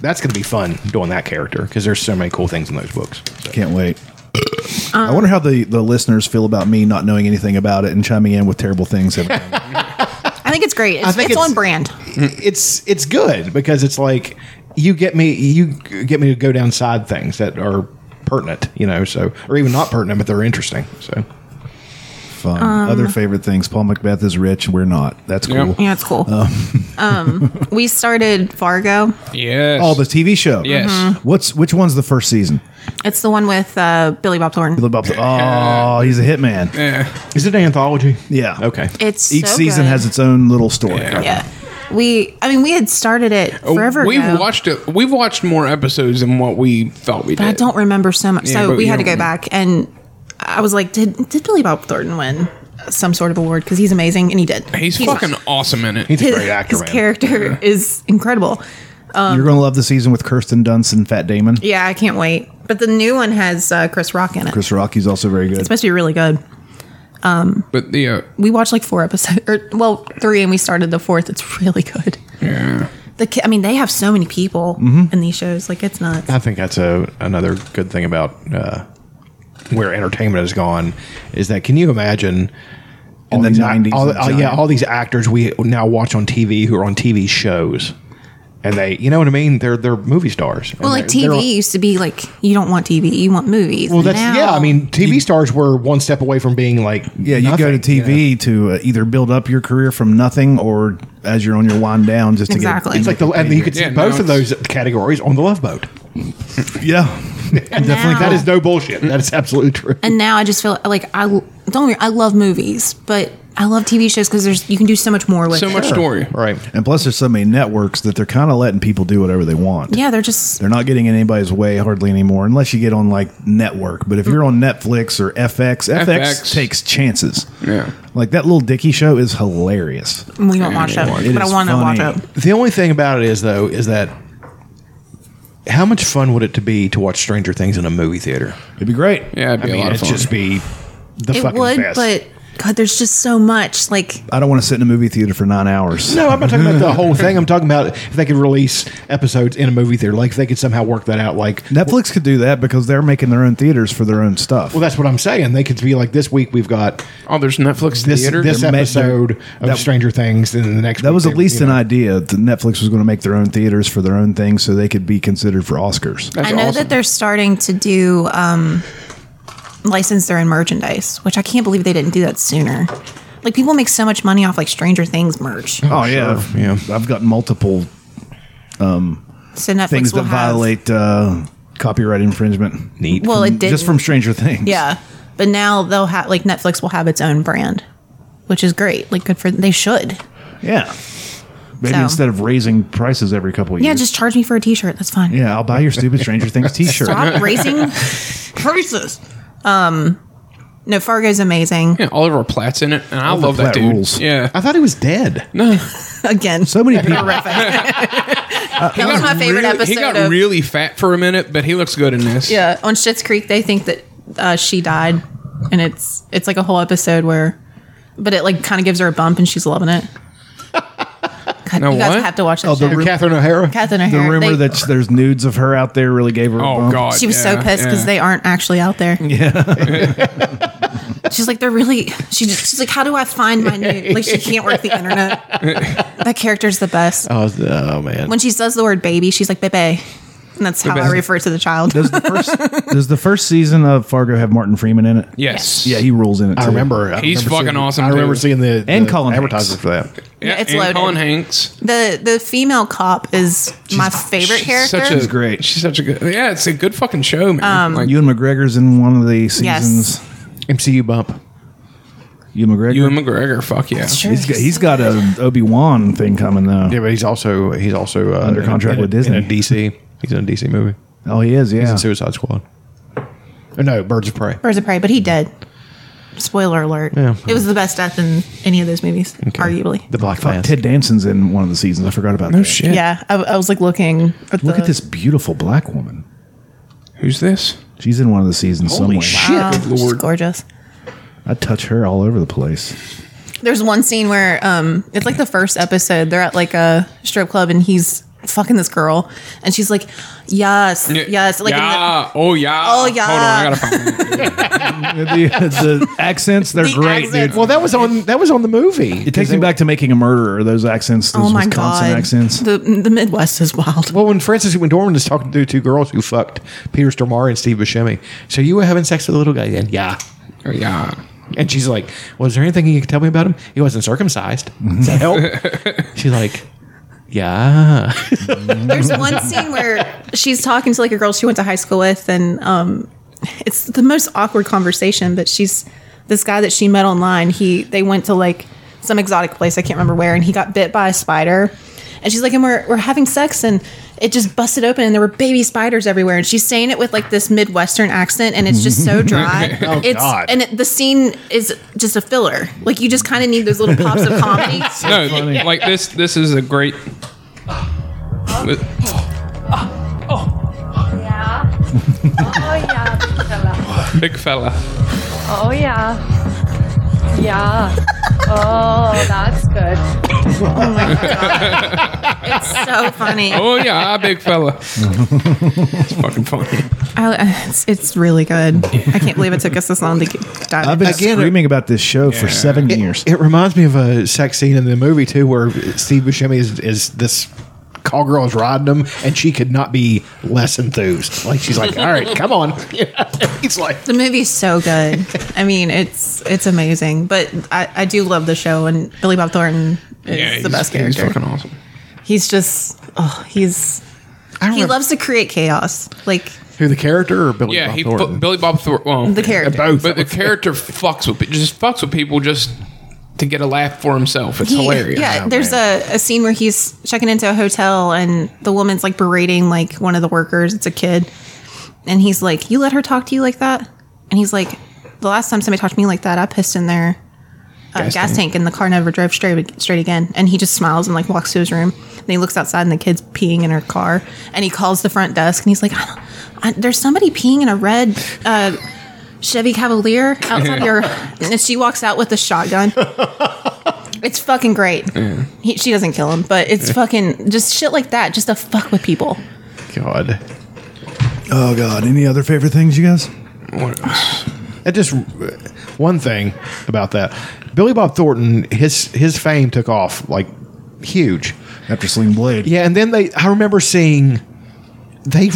Speaker 3: that's going to be fun doing that character because there's so many cool things in those books. So.
Speaker 1: Can't wait. I wonder how the, the listeners feel about me not knowing anything about it and chiming in with terrible things. every time.
Speaker 2: I think it's great. It's,
Speaker 3: think
Speaker 2: it's
Speaker 3: it's-
Speaker 2: on brand.
Speaker 3: Mm. it's it's good because it's like you get me you get me to go down side things that are pertinent, you know, so or even not pertinent but they're interesting. So
Speaker 1: Fun.
Speaker 2: Um,
Speaker 1: Other favorite things. Paul Macbeth is rich. We're not. That's
Speaker 4: Yeah.
Speaker 1: cool.
Speaker 2: Yeah, it's cool. Um, we started Fargo.
Speaker 4: Yes.
Speaker 1: Oh, the TV show.
Speaker 4: Yes.
Speaker 2: Mm-hmm.
Speaker 1: What's which one's the first season?
Speaker 2: It's the one with uh, Billy Bob Thornton.
Speaker 1: Billy Bob Thornton. Oh, he's a hitman.
Speaker 4: Yeah.
Speaker 3: is it an anthology?
Speaker 1: Yeah.
Speaker 3: Okay.
Speaker 2: It's
Speaker 1: Each
Speaker 2: so
Speaker 1: season
Speaker 2: good.
Speaker 1: has its own little story.
Speaker 2: Yeah, we. I mean, we had started it forever.
Speaker 4: Oh, We've
Speaker 2: ago,
Speaker 4: watched it. We've watched more episodes than what we thought we
Speaker 2: but
Speaker 4: did.
Speaker 2: I don't remember so much.
Speaker 4: Yeah,
Speaker 2: so
Speaker 4: but
Speaker 2: we
Speaker 4: you
Speaker 2: had to
Speaker 4: don't
Speaker 2: go back, and I was like, "Did did Billy Bob Thornton win some sort of award? Because he's amazing, and he did.
Speaker 4: He's, fucking awesome in it.
Speaker 3: He's a
Speaker 2: his,
Speaker 3: great actor,
Speaker 2: his
Speaker 3: man.
Speaker 2: character is incredible.
Speaker 1: You're gonna love the season with Kirsten Dunst and Fat Damon.
Speaker 2: Yeah, I can't wait. But the new one has uh, Chris Rock in it.
Speaker 1: Chris Rock. He's also very good.
Speaker 2: it's supposed to be really good.
Speaker 4: but the uh,
Speaker 2: We watched like four episodes, or well, three, and we started the fourth. It's really good.
Speaker 4: yeah.
Speaker 2: The ki- I mean, they have so many people
Speaker 3: Mm-hmm.
Speaker 2: in these shows. Like it's nuts.
Speaker 3: I think that's a another good thing about uh, where entertainment has gone is that can you imagine
Speaker 1: In
Speaker 3: all
Speaker 1: the
Speaker 3: these-
Speaker 1: 90s,
Speaker 3: all-
Speaker 1: and
Speaker 3: all- yeah, all these actors we now watch on TV who are on TV shows. And they, you know what I mean? They're they're movie stars. And
Speaker 2: Well, like
Speaker 3: they're- they're-
Speaker 2: TV used to be like you don't want TV, you want movies.
Speaker 3: Well, that's
Speaker 2: Now-
Speaker 3: yeah. I mean, TV stars were one step away from being like
Speaker 1: Yeah, you go to
Speaker 3: nothing, you know?
Speaker 1: TV to uh, either build up your career from nothing or as you're on your wind down, just to
Speaker 2: Exactly.
Speaker 1: get
Speaker 3: It's like the and you could see
Speaker 4: Yeah, no,
Speaker 3: both of those categories on the Love Boat.
Speaker 1: yeah,
Speaker 3: Definitely,
Speaker 2: now-
Speaker 3: that is no bullshit. That is absolutely true.
Speaker 2: and now I just feel like I don't. get me wrong, I love movies, but I love TV shows because there's you can do so much more with
Speaker 4: So
Speaker 2: it.
Speaker 4: much story.
Speaker 3: right.
Speaker 1: And plus, there's so many networks that they're kind of letting people do whatever they want.
Speaker 2: Yeah, they're just
Speaker 1: They're not getting in anybody's way hardly anymore, unless you get on like network. But if you're on Netflix or FX, FX,
Speaker 4: FX.
Speaker 1: takes chances.
Speaker 4: Yeah.
Speaker 1: Like that little Dicky show is hilarious.
Speaker 2: we won't watch that,
Speaker 1: It
Speaker 2: but I
Speaker 1: is
Speaker 2: want to watch
Speaker 1: funny.
Speaker 2: it.
Speaker 3: The only thing about it is though is that how much fun would it to be to watch Stranger Things in a movie theater?
Speaker 1: It'd be great.
Speaker 4: Yeah, it'd be
Speaker 3: I
Speaker 4: a
Speaker 3: mean,
Speaker 4: lot of
Speaker 3: it'd
Speaker 4: fun.
Speaker 3: just be the
Speaker 2: It
Speaker 3: fucking
Speaker 2: would,
Speaker 3: best.
Speaker 2: but God, there's just so much. Like
Speaker 1: I don't want to sit in a movie theater for nine hours.
Speaker 3: no, I'm not talking about the whole thing. I'm talking about if they could release episodes in a movie theater, like if they could somehow work that out. Like
Speaker 1: Netflix could do that because they're making their own theaters for their own stuff.
Speaker 3: Well, that's what I'm saying. They could be like, this week we've got
Speaker 4: oh, there's Netflix
Speaker 3: this
Speaker 4: theater.
Speaker 3: this
Speaker 1: they're ma-
Speaker 3: episode of
Speaker 1: that-
Speaker 3: Stranger Things, and then the next.
Speaker 1: that
Speaker 3: week
Speaker 1: was
Speaker 3: they-
Speaker 1: at least
Speaker 3: you
Speaker 1: an
Speaker 3: know.
Speaker 1: idea that Netflix was going to make their own theaters for their own things so they could be considered for Oscars.
Speaker 4: That's
Speaker 2: I know
Speaker 4: awesome.
Speaker 2: that they're starting to do um, license their own merchandise, which I can't believe they didn't do that sooner. Like people make so much money off like Stranger Things merch.
Speaker 1: Oh yeah,
Speaker 3: yeah.
Speaker 1: I've got multiple
Speaker 2: So Netflix
Speaker 1: things
Speaker 2: will
Speaker 1: that
Speaker 2: have-
Speaker 1: violate uh, copyright infringement.
Speaker 3: Neat.
Speaker 2: Well, it did
Speaker 1: Just from Stranger Things.
Speaker 2: Yeah, but now they'll have like Netflix will have its own brand, which is great. Like good for they should.
Speaker 1: Yeah. Maybe
Speaker 2: So-
Speaker 1: instead of raising prices every couple of years.
Speaker 2: Yeah, just charge me for a T-shirt. That's fine.
Speaker 1: yeah, I'll buy your stupid Stranger Things T-shirt.
Speaker 2: Stop raising prices. Um, no, Fargo's amazing.
Speaker 4: Yeah, Oliver Platt's in it, and I love
Speaker 1: Platt
Speaker 4: that dude.
Speaker 1: rules.
Speaker 4: Yeah,
Speaker 3: I thought he was dead.
Speaker 2: Again,
Speaker 1: So many people.
Speaker 2: that was my favorite
Speaker 4: really,
Speaker 2: episode.
Speaker 4: He got
Speaker 2: of,
Speaker 4: really fat for a minute, but he looks good in this.
Speaker 2: yeah, on Schitt's Creek, they think that uh, she died, and it's it's like a whole episode where, but it like kind of gives her a bump, and she's loving it. God,
Speaker 4: No,
Speaker 2: you guys
Speaker 4: what?
Speaker 2: have to watch that
Speaker 1: Oh, the
Speaker 2: show.
Speaker 1: ru-
Speaker 3: Catherine O'Hara.
Speaker 2: Catherine
Speaker 1: The
Speaker 2: O'Hara.
Speaker 1: rumor
Speaker 2: they-
Speaker 1: that there's nudes of her out there really gave her. a
Speaker 4: Oh
Speaker 1: bump.
Speaker 4: God,
Speaker 2: she was so
Speaker 4: yeah,
Speaker 2: pissed because
Speaker 4: yeah.
Speaker 2: they aren't actually out there. Yeah. she's like, they're really. She just, she's like, how do I find my new? Like, she can't work the internet. that character's the best.
Speaker 3: Oh, oh man.
Speaker 2: When she says the word baby, she's like bebe, and that's how I
Speaker 4: Bebe.
Speaker 2: refer to the child.
Speaker 1: Does the first Does the first season of Fargo have Martin Freeman in it?
Speaker 4: Yes.
Speaker 1: Yeah, he rules in it.
Speaker 3: I
Speaker 1: too.
Speaker 3: remember. I
Speaker 4: He's
Speaker 3: remember
Speaker 4: fucking
Speaker 3: seeing-
Speaker 4: awesome,
Speaker 3: I remember
Speaker 4: too.
Speaker 3: seeing the, the
Speaker 1: And Colin
Speaker 3: advertiser
Speaker 1: Hanks.
Speaker 3: for that.
Speaker 4: Yeah,
Speaker 2: it's
Speaker 4: and
Speaker 2: loaded.
Speaker 4: Colin Hanks.
Speaker 2: the The female cop is my favorite
Speaker 4: She's
Speaker 2: character. Um,
Speaker 4: Such a,
Speaker 1: She's great.
Speaker 4: She's such a good. Yeah, it's a good fucking show, man. like
Speaker 1: Ewan McGregor's in one of the seasons.
Speaker 3: MCU bump.
Speaker 1: Ewan McGregor.
Speaker 4: you and McGregor. Fuck yeah.
Speaker 2: Sure,
Speaker 1: He's got, he's got a Obi Wan thing coming though.
Speaker 3: Yeah, but he's also he's also uh,
Speaker 1: Under
Speaker 3: in a-
Speaker 1: contract
Speaker 3: in a-
Speaker 1: with Disney.
Speaker 3: in a DC. He's in a DC movie.
Speaker 1: Oh, he is.
Speaker 3: He's
Speaker 1: Yeah.
Speaker 3: in Suicide Squad. Or Uh, no, Birds of Prey.
Speaker 2: Birds of Prey, but he dead. Spoiler alert.
Speaker 3: Yeah.
Speaker 2: It was the best death in any of those movies, arguably.
Speaker 3: The Black
Speaker 1: Fuck,
Speaker 3: Mass.
Speaker 1: Ted Danson's in one of the seasons. I forgot about that.
Speaker 4: No Oh, shit.
Speaker 2: Yeah, I, I was like looking. At
Speaker 1: Look
Speaker 2: the,
Speaker 1: at this beautiful black woman.
Speaker 4: Who's this?
Speaker 1: She's in one of the seasons somewhere.
Speaker 2: Wow, Oh, she's
Speaker 4: Lord.
Speaker 2: gorgeous.
Speaker 1: I touch her all over the place.
Speaker 2: There's one scene where um, it's like the first episode. They're at like a strip club, and he's fucking this girl, and she's like, "Yes, yes," like in the-
Speaker 4: yeah. oh yeah.
Speaker 2: Oh, yeah.
Speaker 4: Hold on, I gotta find. it.
Speaker 1: the, the accents, they're
Speaker 2: The
Speaker 1: great,
Speaker 2: accents.
Speaker 1: dude.
Speaker 3: Well, that was on that was on the movie.
Speaker 1: It takes me back to making a murderer. Those accents, those
Speaker 2: Oh my
Speaker 1: Wisconsin
Speaker 2: god!
Speaker 1: accents.
Speaker 2: The the Midwest is wild.
Speaker 3: Well, when Francis McDormand is talking to two girls who fucked Peter Stormare and Steve Buscemi, so you were having sex with a little guy then? Yeah.
Speaker 4: Oh, yeah.
Speaker 3: And she's like, "Was there anything you could tell me about him? He wasn't circumcised. Does that help?" she's like, "Yeah."
Speaker 2: There's one scene where she's talking to like a girl she went to high school with, and um, it's the most awkward conversation. But she's this guy that she met online. He they went to like some exotic place I can't remember where, and he got bit by a spider. And she's like, and we're we're having sex, and it just busted open, and there were baby spiders everywhere. And she's saying it with like this midwestern accent, and it's just so dry.
Speaker 3: Oh,
Speaker 2: it's
Speaker 3: God.
Speaker 2: and it, the scene is just a filler. Like you just kind of need those little pops of comedy.
Speaker 4: No, like this. This is a great.
Speaker 5: Yeah. Oh yeah, big fella.
Speaker 4: Big fella.
Speaker 5: Oh yeah. Yeah. Oh, that's good.
Speaker 2: Oh It's so funny.
Speaker 4: Oh yeah, big fella. it's fucking funny.
Speaker 2: I, uh, it's, it's really good. I can't believe it took us this long to get dive.
Speaker 1: I've been
Speaker 3: Again,
Speaker 1: screaming about this show for
Speaker 4: Yeah.
Speaker 1: seven years.
Speaker 3: It reminds me of a sex scene in the movie too, where Steve Buscemi is, is this call girl is riding him, and she could not be less enthused. Like she's like, "All right, come on." He's like,
Speaker 2: the movie's so good. I mean, it's it's amazing. But I, I do love the show, and Billy Bob Thornton is
Speaker 4: Yeah,
Speaker 2: the
Speaker 4: he's-
Speaker 2: best
Speaker 4: He's
Speaker 2: character. He's,
Speaker 4: fucking awesome.
Speaker 2: just oh, he's
Speaker 3: I don't
Speaker 2: he
Speaker 3: remember-
Speaker 2: loves to create chaos. Like
Speaker 3: who the character or Billy
Speaker 4: Yeah,
Speaker 3: Bob
Speaker 4: he
Speaker 3: Thornton?
Speaker 4: fu- Billy Bob Thornton. Well,
Speaker 2: the character.
Speaker 3: both.
Speaker 4: but the character fucks with pe- just fucks with people just to get a laugh for himself. It's
Speaker 2: He-
Speaker 4: hilarious.
Speaker 2: Yeah,
Speaker 3: Oh,
Speaker 2: there's a, a scene where he's checking into a hotel and the woman's like berating like one of the workers. It's a kid. And he's like, You let her talk to you like that? And he's like, The last time somebody talked to me like that, I pissed in their uh, gas, tank. and the car never drove straight straight again. And he just smiles and like walks to his room. And he looks outside and the kid's peeing in her car. And he calls the front desk and he's like, I don't, I, There's somebody peeing in a red. Uh, Chevy Cavalier outside your, and she walks out with a shotgun. It's fucking great. He, she doesn't kill him, but it's fucking just shit like that, just to fuck with people.
Speaker 3: God,
Speaker 1: Oh God! Any other favorite things, you guys?
Speaker 4: What else?
Speaker 3: that just one thing about that. Billy Bob Thornton, his his fame took off like huge.
Speaker 1: After Sling Blade,
Speaker 3: Yeah, and then they. I remember seeing they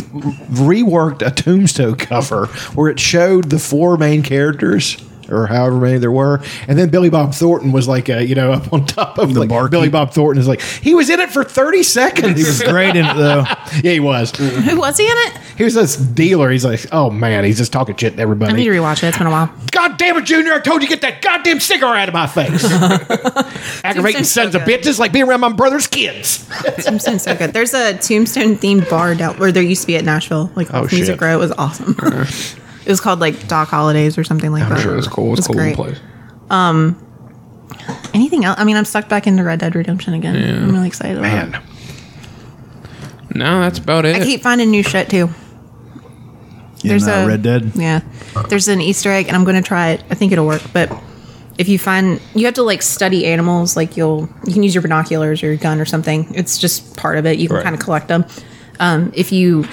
Speaker 3: reworked a Tombstone cover where it showed the four main characters or however many there were. And then Billy Bob Thornton was like, uh, you know, up on top of
Speaker 1: The
Speaker 3: like,
Speaker 1: barkeep.
Speaker 3: Billy Bob Thornton is like, he was in it for 30 seconds.
Speaker 1: He was great in it though.
Speaker 3: yeah, he was.
Speaker 2: Who was he in it?
Speaker 3: He was this dealer. He's like, oh man, he's just talking shit to
Speaker 2: I need to
Speaker 3: everybody.
Speaker 2: rewatch it. It's been a while.
Speaker 3: God damn it, Junior! I told you to get that goddamn cigar out of my face. Aggravating
Speaker 2: Tombstone's so
Speaker 3: sons of
Speaker 2: good.
Speaker 3: bitches, like being around my brother's kids.
Speaker 2: Tombstone's so good. There's a Tombstone themed bar down where there used to be at Nashville, like
Speaker 3: Oh,
Speaker 2: off Music
Speaker 3: shit.
Speaker 2: Row. It was awesome. it was called like Doc Holidays or something like that.
Speaker 4: Sure, it's cool. It's
Speaker 2: It was
Speaker 4: cool
Speaker 2: great.
Speaker 4: place.
Speaker 2: Anything else? I mean, I'm stuck back into Red Dead Redemption again. I'm really excited about it.
Speaker 3: Man,
Speaker 4: No, that's about
Speaker 2: I
Speaker 4: it.
Speaker 2: keep finding new shit too.
Speaker 1: In, uh, Red Dead.
Speaker 2: Yeah. There's an Easter egg, and I'm going to try it. I think it'll work. But if you find, you have to like study animals. Like you'll, you can use your binoculars or your gun or something. It's just part of it. You can kind of collect them. Um, if you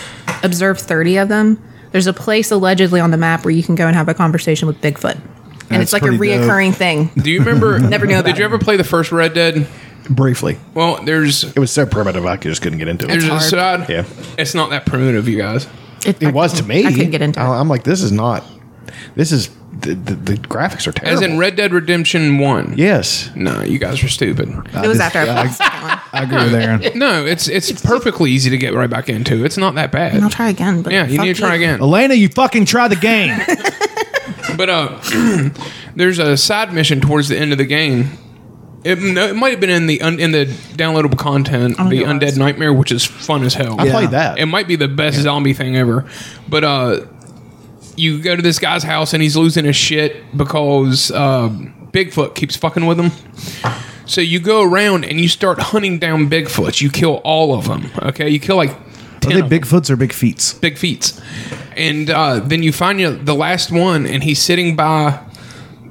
Speaker 2: observe 30 of them, there's a place allegedly on the map where you can go and have a conversation with Bigfoot. And
Speaker 1: That's
Speaker 2: it's like a
Speaker 1: pretty dope.
Speaker 2: reoccurring thing.
Speaker 4: Do you remember?
Speaker 2: Never knew
Speaker 4: Did
Speaker 2: about
Speaker 4: you
Speaker 2: it.
Speaker 4: ever play the first Red Dead?
Speaker 3: briefly,
Speaker 4: Well, there's
Speaker 3: it was so primitive, I just couldn't get into it.
Speaker 4: there's a
Speaker 2: hard.
Speaker 4: side.
Speaker 3: Yeah.
Speaker 4: It's not that primitive, you guys.
Speaker 2: It, I
Speaker 3: It was to
Speaker 2: couldn't-
Speaker 3: me.
Speaker 2: I couldn't get into
Speaker 3: I-
Speaker 2: it.
Speaker 3: I'm like, this is not. This is the, the, the graphics are terrible.
Speaker 4: As in Red Dead Redemption One.
Speaker 3: yes,
Speaker 4: No, you guys are stupid.
Speaker 2: It was after I
Speaker 1: I,
Speaker 2: played the second one.
Speaker 1: I agree with Aaron.
Speaker 4: No, it's it's perfectly easy to get right back into. It's not that
Speaker 2: And I'll
Speaker 4: bad.
Speaker 2: try again. But
Speaker 4: Yeah, you
Speaker 2: fuck
Speaker 4: need to try again.
Speaker 1: Elena, you fucking try the game.
Speaker 4: But uh, there's a side mission towards the end of the game. It, no, it might have been in the un, in the downloadable content,
Speaker 2: don't
Speaker 4: the
Speaker 2: think it
Speaker 4: Undead
Speaker 2: was.
Speaker 4: Nightmare, which is fun as hell.
Speaker 3: I played that.
Speaker 4: It might be the best zombie thing ever. But uh, you go to this guy's house and he's losing his shit because uh, Bigfoot keeps fucking with him. So you go around and you start hunting down Bigfoots. You kill all of them. Okay, you kill like
Speaker 1: Are
Speaker 4: ten.
Speaker 1: they
Speaker 4: of
Speaker 1: big foots or big feets?
Speaker 4: big feats. And uh, then you find you the last one, and he's sitting by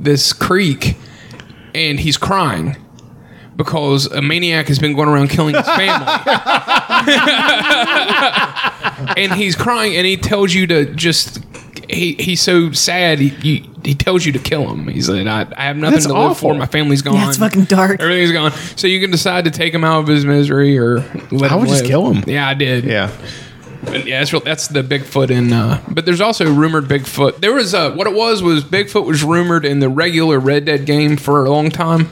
Speaker 4: this creek, and he's crying because a maniac has been going around killing his family. and he's crying, and he tells you to just. He, he's so sad. He, he, he tells you to kill him. He's like, I, I have nothing
Speaker 3: That's
Speaker 4: to live
Speaker 3: awful.
Speaker 4: for. My family's gone.
Speaker 2: Yeah, it's fucking dark.
Speaker 4: Everything's gone. So you can decide to take him out of his misery or let
Speaker 3: I
Speaker 4: him
Speaker 3: would just
Speaker 4: live.
Speaker 3: kill him.
Speaker 4: Yeah, I did.
Speaker 3: yeah.
Speaker 4: But yeah, that's real, that's the Bigfoot in. Uh, but there's also rumored Bigfoot. There was uh, what it was was Bigfoot was rumored in the regular Red Dead game for a long time.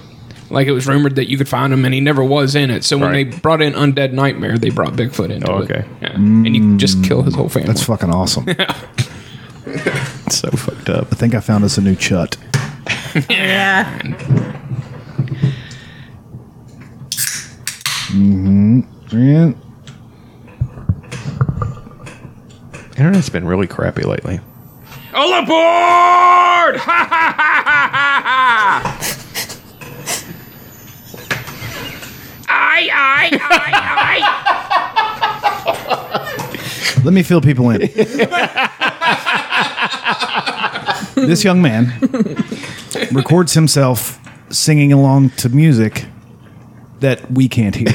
Speaker 4: Like it was rumored that you could find him, and he never was in it. So when
Speaker 3: Right.
Speaker 4: they brought in Undead Nightmare, they brought Bigfoot into
Speaker 3: Oh,
Speaker 4: it.
Speaker 3: okay.
Speaker 4: Yeah. and you could just kill his whole family.
Speaker 1: That's fucking awesome. I
Speaker 3: It's so fucked up.
Speaker 1: think I found us a new chut.
Speaker 2: Yeah.
Speaker 1: Yeah.
Speaker 3: Internet's been really crappy lately.
Speaker 4: All aboard! Ha ha ha ha ha! Aye, aye, aye, aye!
Speaker 1: Let me fill people in. this young man records himself singing along to music that we can't hear.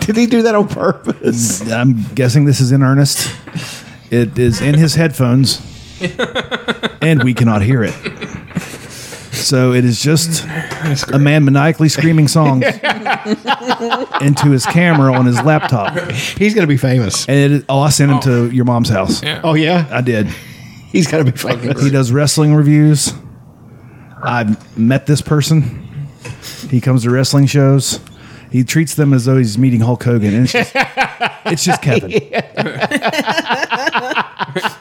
Speaker 3: Did he do that on purpose?
Speaker 1: I'm guessing this is in earnest. It is in his headphones, and we cannot hear it. So it is just a man maniacally screaming songs into his camera on his laptop.
Speaker 3: He's gonna be famous.
Speaker 1: And it, oh, I sent him to your mom's house.
Speaker 4: Yeah.
Speaker 3: Oh yeah,
Speaker 1: I did.
Speaker 3: he's gonna be famous.
Speaker 1: He does wrestling reviews. I've met this person. He comes to wrestling shows. He treats them as though he's meeting Hulk Hogan. And it's just, it's just Kevin.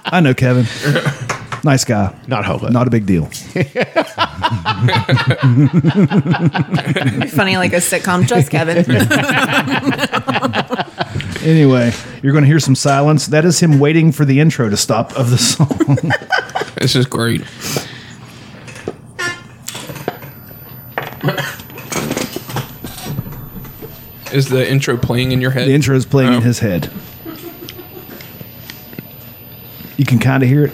Speaker 1: I know Kevin. Nice guy.
Speaker 3: Not Hogan.
Speaker 1: Not a big deal.
Speaker 2: It'd be funny like a sitcom. Just Kevin.
Speaker 1: Anyway, you're going to hear some silence. That is him waiting for the intro to stop of the song.
Speaker 4: This is great. Is the intro playing in your head?
Speaker 1: the intro is playing
Speaker 4: Oh.
Speaker 1: in his head. You can kind of hear it.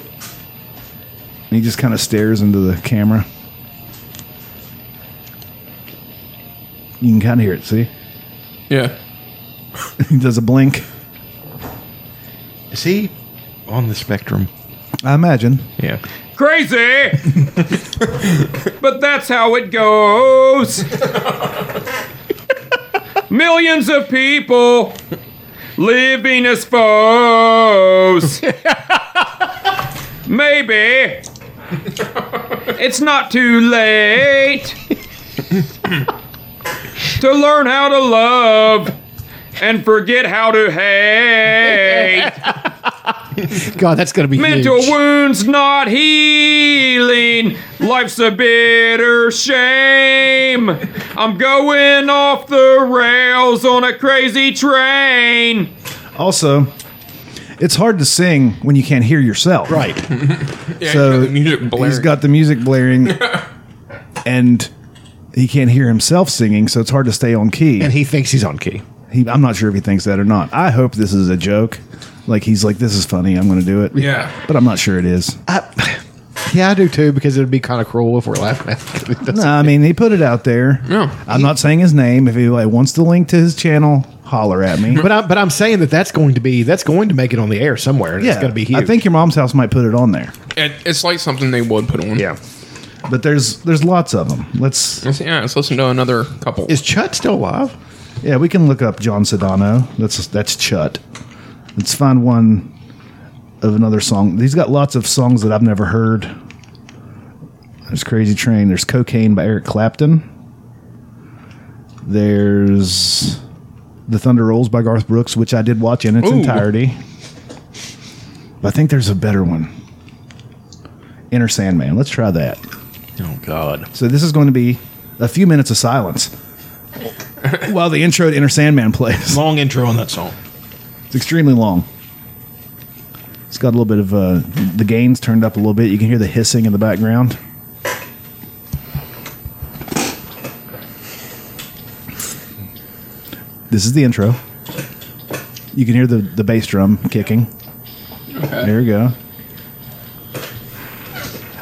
Speaker 1: And he just kind of stares into the camera. You can kind of hear it, see?
Speaker 4: Yeah.
Speaker 1: He does a blink.
Speaker 3: Is he on the spectrum?
Speaker 1: I imagine.
Speaker 3: Yeah.
Speaker 4: Crazy! but that's how it goes! Millions of people living as foes! Maybe
Speaker 6: It's not too late to learn how to love and forget how to hate.
Speaker 3: God, that's gonna be
Speaker 6: Mental
Speaker 3: huge.
Speaker 6: wounds not healing. Life's a bitter shame. I'm going off the rails on a crazy train.
Speaker 1: Also, it's hard to sing when you can't hear yourself.
Speaker 3: Right.
Speaker 4: Yeah,
Speaker 1: So,
Speaker 4: you know, the music blaring.
Speaker 1: He's got the music blaring, and he can't hear himself singing, so it's hard to stay on key.
Speaker 3: And he thinks he's on key.
Speaker 1: He, I'm not sure if he thinks that or not. I hope this is a joke. Like he's like, this is funny. I'm going to do it.
Speaker 4: Yeah.
Speaker 1: but I'm not sure it is.
Speaker 3: I, yeah, I do too because it would be kind of cruel if we're laughing at it.
Speaker 1: No, I mean he put it out there.
Speaker 4: Yeah.
Speaker 1: I'm not saying his name. If anybody wants the link to his channel, holler at me.
Speaker 3: But I'm but I'm saying that that's going to be that's going to make it on the air somewhere. And It's going to be huge.
Speaker 1: I think your mom's house might put it on there.
Speaker 4: It- it's like something they would put on.
Speaker 3: Yeah.
Speaker 1: But there's there's lots of them. Let's
Speaker 4: Let's, yeah, let's listen to another couple.
Speaker 3: Is Chut still alive?
Speaker 1: yeah, we can look up John Sedano. That's that's Chut. Let's find one of another song. He's got lots of songs that I've never heard. There's Crazy Train. There's Cocaine by Eric Clapton. There's The Thunder Rolls by Garth Brooks, which I did watch in its
Speaker 4: Ooh.
Speaker 1: entirety. But I think there's a better one. Inner Sandman. Let's try that.
Speaker 3: Oh God.
Speaker 1: So this is going to be a few minutes of silence while the intro to Inner Sandman plays.
Speaker 7: Long intro on that song.
Speaker 1: It's extremely long. It's got a little bit of uh, the gains turned up a little bit. You can hear the hissing in the background. This is the intro. You can hear the, the bass drum kicking. There you go.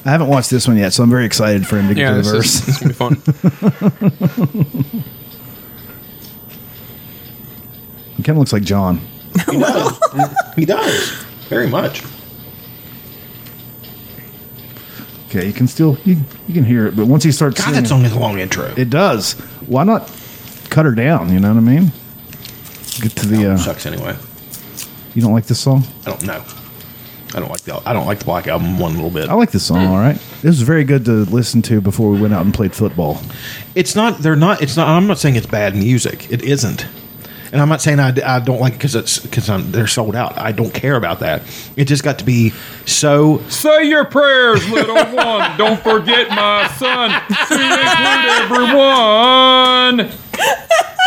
Speaker 1: I haven't watched this one yet, so I'm very excited for him to get
Speaker 4: yeah,
Speaker 1: to
Speaker 4: this
Speaker 1: the verse.
Speaker 4: is, this is gonna be fun.
Speaker 1: It kind of looks like John.
Speaker 7: He does. he does. Very much.
Speaker 1: Okay, you can still you, you can hear it, but once he starts
Speaker 7: God,
Speaker 1: singing-
Speaker 7: that song is a long intro.
Speaker 1: It does. Why not cut her down? You know what I mean? Get to the. Uh,
Speaker 7: Sucks anyway.
Speaker 1: you don't like this song?
Speaker 7: I don't know. I don't like the I don't like the black album one little bit.
Speaker 1: I like this song. All right, it was very good to listen to before we went out and played football.
Speaker 7: It's not. They're not. It's not. I'm not saying it's bad music. It isn't. And I'm not saying I, I don't like it because it's because they're sold out. I don't care about that. It just got to be so.
Speaker 6: Say your prayers, little one. Don't forget my son to include everyone.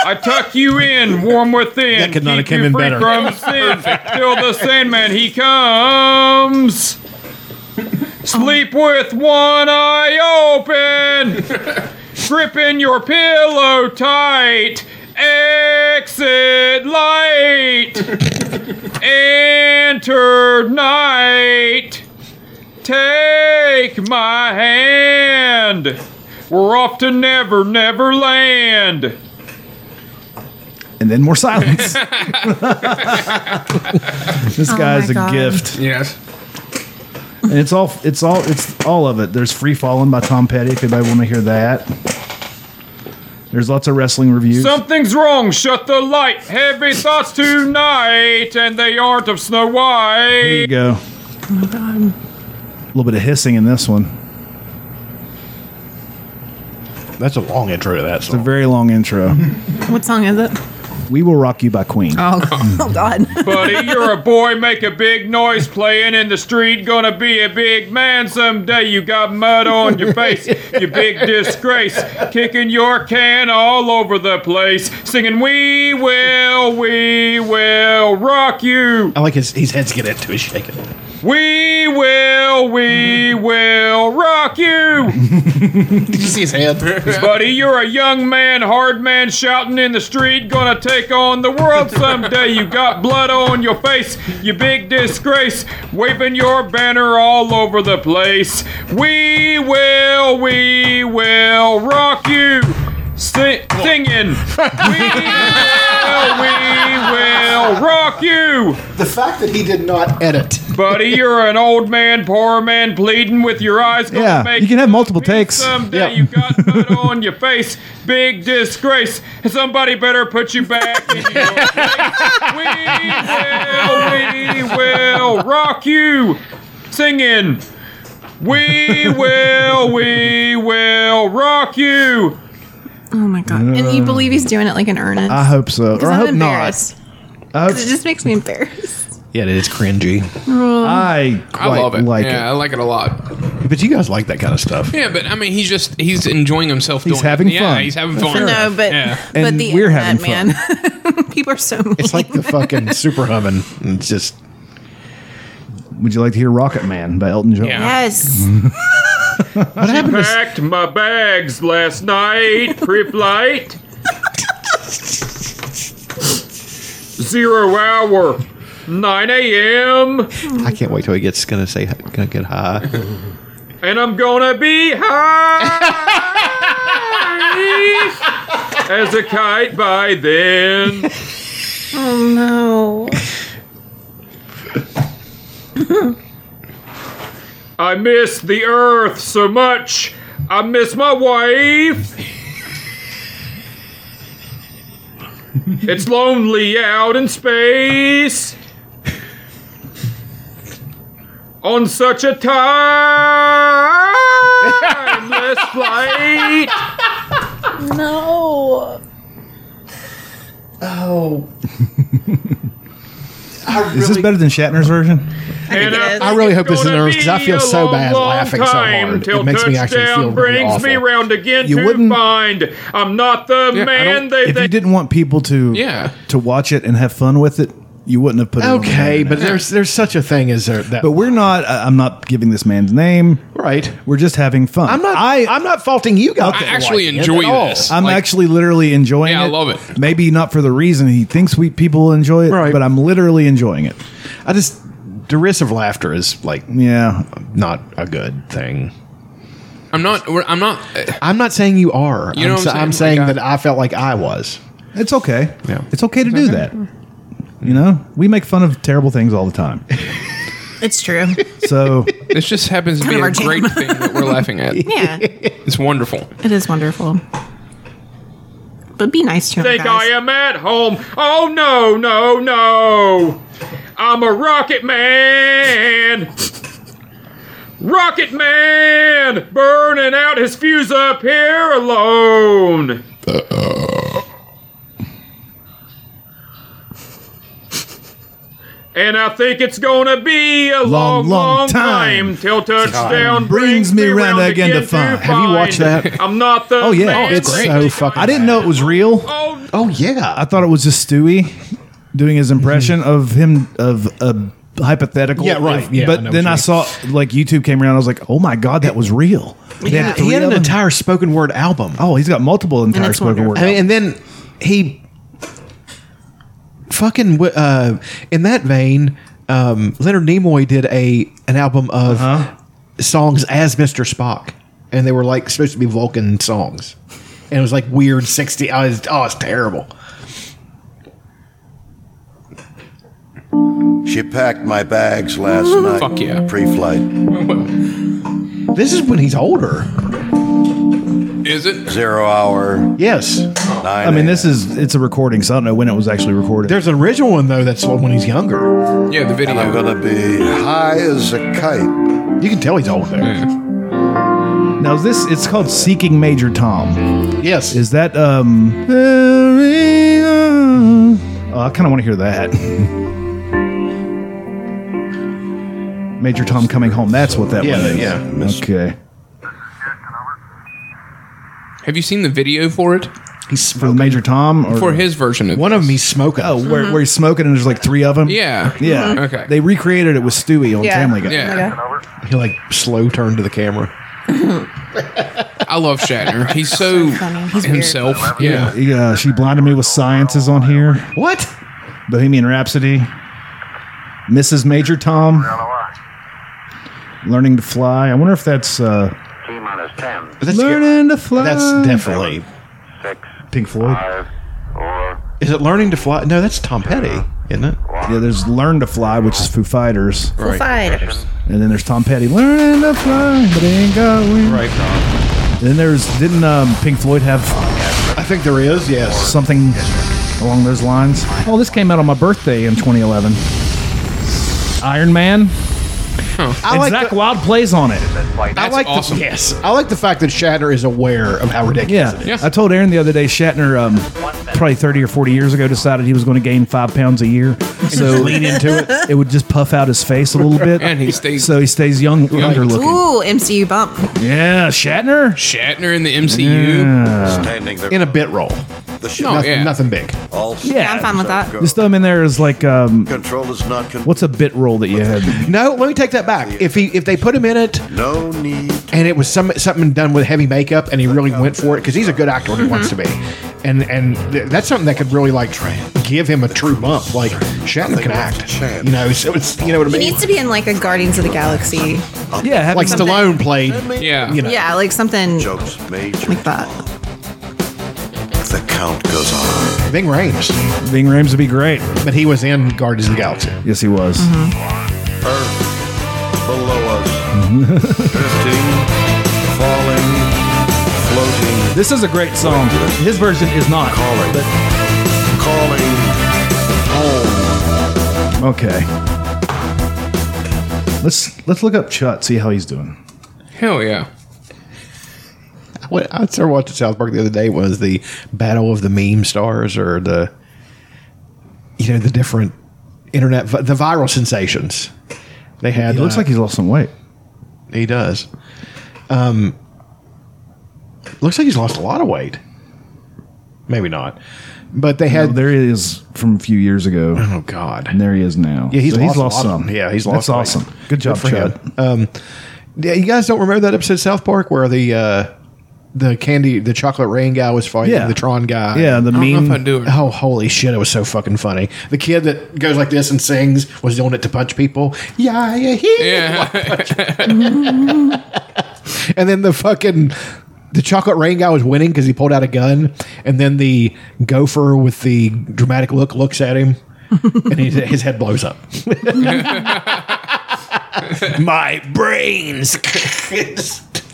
Speaker 6: I tuck you in, warm within.
Speaker 7: That could not have
Speaker 6: keep
Speaker 7: came
Speaker 6: you
Speaker 7: in
Speaker 6: free
Speaker 7: better.
Speaker 6: From sin, till the Sandman he comes. Sleep with one eye open, gripping your pillow tight. Exit light. Enter night. Take my hand. We're off to Never Never Land.
Speaker 1: And then more silence. this
Speaker 2: Oh
Speaker 1: guy's
Speaker 2: my
Speaker 1: a
Speaker 2: God.
Speaker 1: gift,
Speaker 4: yes.
Speaker 1: and it's all it's all it's all of it. There's "Free Falling" by Tom Petty. If anybody want to hear that, there's lots of wrestling reviews.
Speaker 6: Something's wrong. Shut the light. Heavy thoughts tonight, and they aren't of Snow
Speaker 1: there you
Speaker 6: White.
Speaker 1: go. A little bit of hissing in this one.
Speaker 7: That's a long intro to that
Speaker 1: It's a
Speaker 7: song.
Speaker 1: very long intro.
Speaker 2: What song is it?
Speaker 1: we will rock you by Queen.
Speaker 2: Oh, oh God.
Speaker 6: Buddy, you're a boy. Make a big noise playing in the street. Gonna be a big man someday. You got mud on your face. You big disgrace. Kicking your can all over the place. Singing, We will, we will rock you.
Speaker 7: I like his his head's get into his shaking.
Speaker 6: We will, we will rock you.
Speaker 7: Did you see his head?
Speaker 6: Buddy, you're a young man, hard man, shouting in the street. Gonna take on the world someday. You got blood on your face, you big disgrace. Waving your banner all over the place. We will, we will rock you. Si- singing. We will, we will rock you.
Speaker 3: The fact that he did not edit.
Speaker 6: Buddy, you're an old man, poor man, pleading with your eyes. gonna
Speaker 1: Yeah,
Speaker 6: make
Speaker 1: you can have multiple
Speaker 6: peace
Speaker 1: takes.
Speaker 6: Someday
Speaker 1: Yeah.
Speaker 6: you got mud on your face, big disgrace. Somebody better put you back in your place. We will, we will rock you, singing. We will, we will rock you.
Speaker 2: Oh my god! and you believe he's doing it like an earnest?
Speaker 1: I hope so. Or I hope not. I, hope-
Speaker 2: It just makes me embarrassed.
Speaker 3: Yeah, it is cringy.
Speaker 1: I
Speaker 4: I
Speaker 1: quite
Speaker 4: love it.
Speaker 1: like
Speaker 4: yeah, I
Speaker 1: it.
Speaker 4: like it a lot.
Speaker 3: But you guys like that kind of stuff.
Speaker 4: Yeah, but I mean, he's just he's enjoying himself.
Speaker 1: He's
Speaker 4: doing it.
Speaker 1: having
Speaker 4: Yeah,
Speaker 1: fun.
Speaker 4: he's having fun.
Speaker 2: No, but
Speaker 4: yeah.
Speaker 2: but
Speaker 3: And
Speaker 2: the
Speaker 3: we're
Speaker 2: internet,
Speaker 3: having
Speaker 2: man. People are so mean.
Speaker 3: It's like the fucking super oven. It's just
Speaker 1: Would you like to hear Rocket Man by Elton John?
Speaker 4: Yeah.
Speaker 2: yes.
Speaker 3: what happened to
Speaker 6: Packed my bags last night, pre-flight. Zero hour, 9 a.m.
Speaker 3: I can't wait till he gets gonna say gonna get high.
Speaker 6: and I'm gonna be high as a kite by then.
Speaker 2: Oh no.
Speaker 6: I miss the earth so much. I miss my wife. it's lonely out in space. On such a timeless flight.
Speaker 2: No.
Speaker 1: Is this better than Shatner's version?
Speaker 6: And
Speaker 2: I-
Speaker 6: think
Speaker 2: I
Speaker 3: really
Speaker 6: it's
Speaker 3: hope this is
Speaker 6: gonna
Speaker 3: nervous 'cause I
Speaker 6: be
Speaker 3: feel
Speaker 6: a
Speaker 3: so
Speaker 6: long,
Speaker 3: bad
Speaker 6: long
Speaker 3: laughing so
Speaker 6: time
Speaker 3: hard. It
Speaker 6: till
Speaker 3: makes me actually
Speaker 6: touchdown
Speaker 3: feel really
Speaker 6: brings me
Speaker 3: awful.
Speaker 6: round again
Speaker 1: You
Speaker 6: to
Speaker 1: wouldn't-
Speaker 6: find I'm not the
Speaker 4: Yeah, I don't-
Speaker 6: man they
Speaker 1: If you
Speaker 6: think.
Speaker 1: didn't want people to
Speaker 4: Yeah.
Speaker 1: to watch it and have fun with it, you wouldn't have put it. on the
Speaker 3: Okay,
Speaker 1: internet.
Speaker 3: but there's there's such a thing as there, that.
Speaker 1: but we're not. I- I'm not giving this man's name.
Speaker 3: right.
Speaker 1: We're just having fun.
Speaker 3: I'm not.
Speaker 1: I,
Speaker 3: I, I'm not faulting you guys.
Speaker 4: I
Speaker 3: for
Speaker 4: actually
Speaker 3: liking it
Speaker 4: enjoy
Speaker 3: at all.
Speaker 4: this.
Speaker 1: I'm
Speaker 4: Like,
Speaker 1: actually literally enjoying
Speaker 4: Yeah,
Speaker 1: it.
Speaker 4: I love it.
Speaker 1: Maybe not for the reason he thinks we people enjoy it,
Speaker 3: Right.
Speaker 1: but I'm literally enjoying it.
Speaker 3: I just derisive laughter is like
Speaker 1: Yeah.
Speaker 3: not a good thing.
Speaker 4: I'm not. we're- I'm not.
Speaker 3: I'm not saying you are.
Speaker 4: You know
Speaker 3: I'm,
Speaker 4: what I'm
Speaker 3: sa- I'm
Speaker 4: saying?
Speaker 3: saying
Speaker 4: Like,
Speaker 3: that I felt like I was.
Speaker 1: It's okay.
Speaker 3: Yeah.
Speaker 1: It's okay to do that. You know, we make fun of terrible things all the time.
Speaker 2: It's true.
Speaker 1: So
Speaker 4: This just happens to
Speaker 2: Kind
Speaker 4: be
Speaker 2: of
Speaker 4: a
Speaker 2: our jam.
Speaker 4: great thing that we're laughing at.
Speaker 2: Yeah. It
Speaker 4: It's wonderful.
Speaker 2: is wonderful. But be nice to him.
Speaker 6: think
Speaker 2: guys.
Speaker 6: I am at home. Oh no, no, no. I'm a rocket man. Rocket man burning out his fuse up here alone. And I think it's gonna be a long, long, time, till touchdown brings me round again to find.
Speaker 1: Have
Speaker 3: you watched that?
Speaker 6: I'm not the.
Speaker 1: Oh, yeah.
Speaker 6: man
Speaker 1: Oh, it's
Speaker 6: they
Speaker 3: so
Speaker 6: think
Speaker 3: fucking
Speaker 1: I didn't know it was real.
Speaker 6: Oh,
Speaker 3: Oh yeah.
Speaker 1: I thought it was just Stewie doing his impression of him of a hypothetical.
Speaker 3: Mm-hmm. Yeah, right. Yeah, I
Speaker 1: but
Speaker 3: know what
Speaker 1: then
Speaker 3: you
Speaker 1: I
Speaker 3: mean.
Speaker 1: saw like YouTube came around. I was like, oh my god, that was real. They had
Speaker 3: Yeah,
Speaker 1: three
Speaker 3: he had an
Speaker 1: of them.
Speaker 3: entire spoken word album.
Speaker 1: Oh, he's got multiple entire
Speaker 2: it's
Speaker 1: spoken word.
Speaker 3: I mean, and then he fucking w- uh, in that vein, um, Leonard Nimoy did a an album of songs as Mr. Spock, and they were like supposed to be Vulcan songs, and it was like weird sixty. I was, oh, it's terrible.
Speaker 8: She packed my bags last night.
Speaker 4: Fuck yeah.
Speaker 8: Pre-flight,
Speaker 3: This is when he's older.
Speaker 4: Is it?
Speaker 8: zero hour,
Speaker 3: Yes,
Speaker 8: nine.
Speaker 1: I mean, this is it's a recording, so I don't know when it was actually recorded.
Speaker 3: there's an original one though that's when he's younger.
Speaker 4: Yeah, the
Speaker 8: And I'm
Speaker 4: video.
Speaker 8: gonna be high as a kite.
Speaker 3: You can tell he's old there.
Speaker 1: now is this it's called Seeking Major Tom.
Speaker 3: Yes,
Speaker 1: Is that um? Oh, I kind of want to hear that. Major Tom coming home. That's what that
Speaker 3: yeah,
Speaker 1: was.
Speaker 3: yeah.
Speaker 1: Okay.
Speaker 4: Have you seen the video for it?
Speaker 1: He's for Major Tom or
Speaker 4: For his version of
Speaker 3: One of them he's smoking.
Speaker 1: Oh, where, where he's smoking and there's like three of them.
Speaker 4: Yeah. Mm-hmm.
Speaker 1: Yeah.
Speaker 4: Okay.
Speaker 1: They recreated it with Stewie on
Speaker 2: Yeah.
Speaker 1: Family Guy.
Speaker 4: Yeah.
Speaker 3: he like slow turned to the camera.
Speaker 4: I love Shatner. He's so
Speaker 2: funny. He's weird.
Speaker 4: himself. Yeah.
Speaker 1: Yeah, uh, she blinded me with science is on here.
Speaker 3: What?
Speaker 1: Bohemian Rhapsody, Mrs. Major Tom, Learning to Fly. I wonder if that's uh,
Speaker 9: T minus 10,
Speaker 3: That's
Speaker 1: Learning to Fly.
Speaker 3: That's definitely.
Speaker 9: 6,
Speaker 1: Pink Floyd.
Speaker 9: 5, 4,
Speaker 3: Is it learning to fly? No, that's Tom Petty, isn't it?
Speaker 1: Yeah, there's Learn to Fly, which is Foo Fighters,
Speaker 2: Foo Fighters.
Speaker 1: and then there's Tom Petty. Learn to fly, but ain't got wings. And then there's didn't um, Pink Floyd have
Speaker 3: I think there is. Yes.
Speaker 1: something along those lines? Oh, this came out on my birthday in 2011. Iron Man.
Speaker 3: I
Speaker 1: and
Speaker 3: like
Speaker 1: Zach
Speaker 3: the-
Speaker 1: Wild plays on it.
Speaker 3: I like
Speaker 4: awesome.
Speaker 3: the yes. I like the fact that Shatner is aware of how ridiculous
Speaker 1: Yeah.
Speaker 3: it is.
Speaker 4: Yeah.
Speaker 1: I told Aaron the other day, Shatner, um, probably 30 or 40 years ago, decided he was going to gain five pounds a year. So lean into it. It would just puff out his face a little bit.
Speaker 4: And he stays-
Speaker 1: So he stays young, younger looking.
Speaker 2: Ooh, MCU bump.
Speaker 1: Yeah, Shatner.
Speaker 4: Shatner in the MCU.
Speaker 8: Standing there.
Speaker 3: In a bit roll.
Speaker 8: the ship.
Speaker 4: No.
Speaker 3: Nothing,
Speaker 4: yeah.
Speaker 3: nothing big.
Speaker 8: All
Speaker 1: Yeah,
Speaker 2: I'm fine with that.
Speaker 1: Just throw him in there as like, um,
Speaker 8: control is not. Con-
Speaker 1: what's a bit roll that you had?
Speaker 3: No, let me take that back. If he if they put him in it
Speaker 8: no need?
Speaker 3: and it was some something done with heavy makeup and he really went for it because he's a good actor when he wants to be, and and th- that's something that could really like give him a true bump. Like Shatner can act, you know. So it's you know what I
Speaker 2: He
Speaker 3: mean.
Speaker 2: needs to be in like a Guardians of the Galaxy.
Speaker 1: Yeah, have
Speaker 3: Like
Speaker 1: him-
Speaker 2: something.
Speaker 3: Stallone played.
Speaker 4: Yeah.
Speaker 3: You know.
Speaker 2: Yeah, like something
Speaker 8: Jokes major.
Speaker 2: like that.
Speaker 8: The count goes on.
Speaker 3: Bing Rames,
Speaker 1: Bing Rames would be great.
Speaker 3: but he was in Guardians of the Galaxy.
Speaker 1: Yes, he was.
Speaker 3: Mm-hmm.
Speaker 8: Earth below us. Drifting, falling, floating,
Speaker 1: This is a great song. His version is not.
Speaker 8: Calling.
Speaker 1: But,
Speaker 8: calling home.
Speaker 1: okay. Let's let's look up Chut, see how he's doing.
Speaker 4: Hell yeah.
Speaker 3: What I started watching South Park the other day was the battle of the meme stars or the, you know, the different internet vi- the viral sensations. They had.
Speaker 1: He looks
Speaker 3: uh,
Speaker 1: like he's lost some weight.
Speaker 3: He does. Um, looks like he's lost a lot of weight. Maybe not, but they had.
Speaker 1: Oh, there he is from a few years ago.
Speaker 3: oh God.
Speaker 1: And there he is now.
Speaker 3: Yeah, he's
Speaker 1: So
Speaker 3: lost a lot of- yeah, he's lost weight.
Speaker 1: That's awesome. Good job,
Speaker 3: for
Speaker 1: Chud.
Speaker 3: him. Um, yeah, you guys don't remember that episode of South Park where the uh, the candy, the chocolate rain guy was fighting
Speaker 1: Yeah.
Speaker 3: the Tron guy.
Speaker 1: Yeah, the
Speaker 4: I don't know if I
Speaker 1: mean.
Speaker 4: do it.
Speaker 3: Oh, holy shit! It was so fucking funny. The kid that goes like this and sings was doing it to punch people. Yeah, yeah, yeah.
Speaker 4: Yeah.
Speaker 3: And then the fucking the chocolate rain guy was winning because he pulled out a gun, and then the gopher with the dramatic look looks at him, and his, his head blows up. My brains.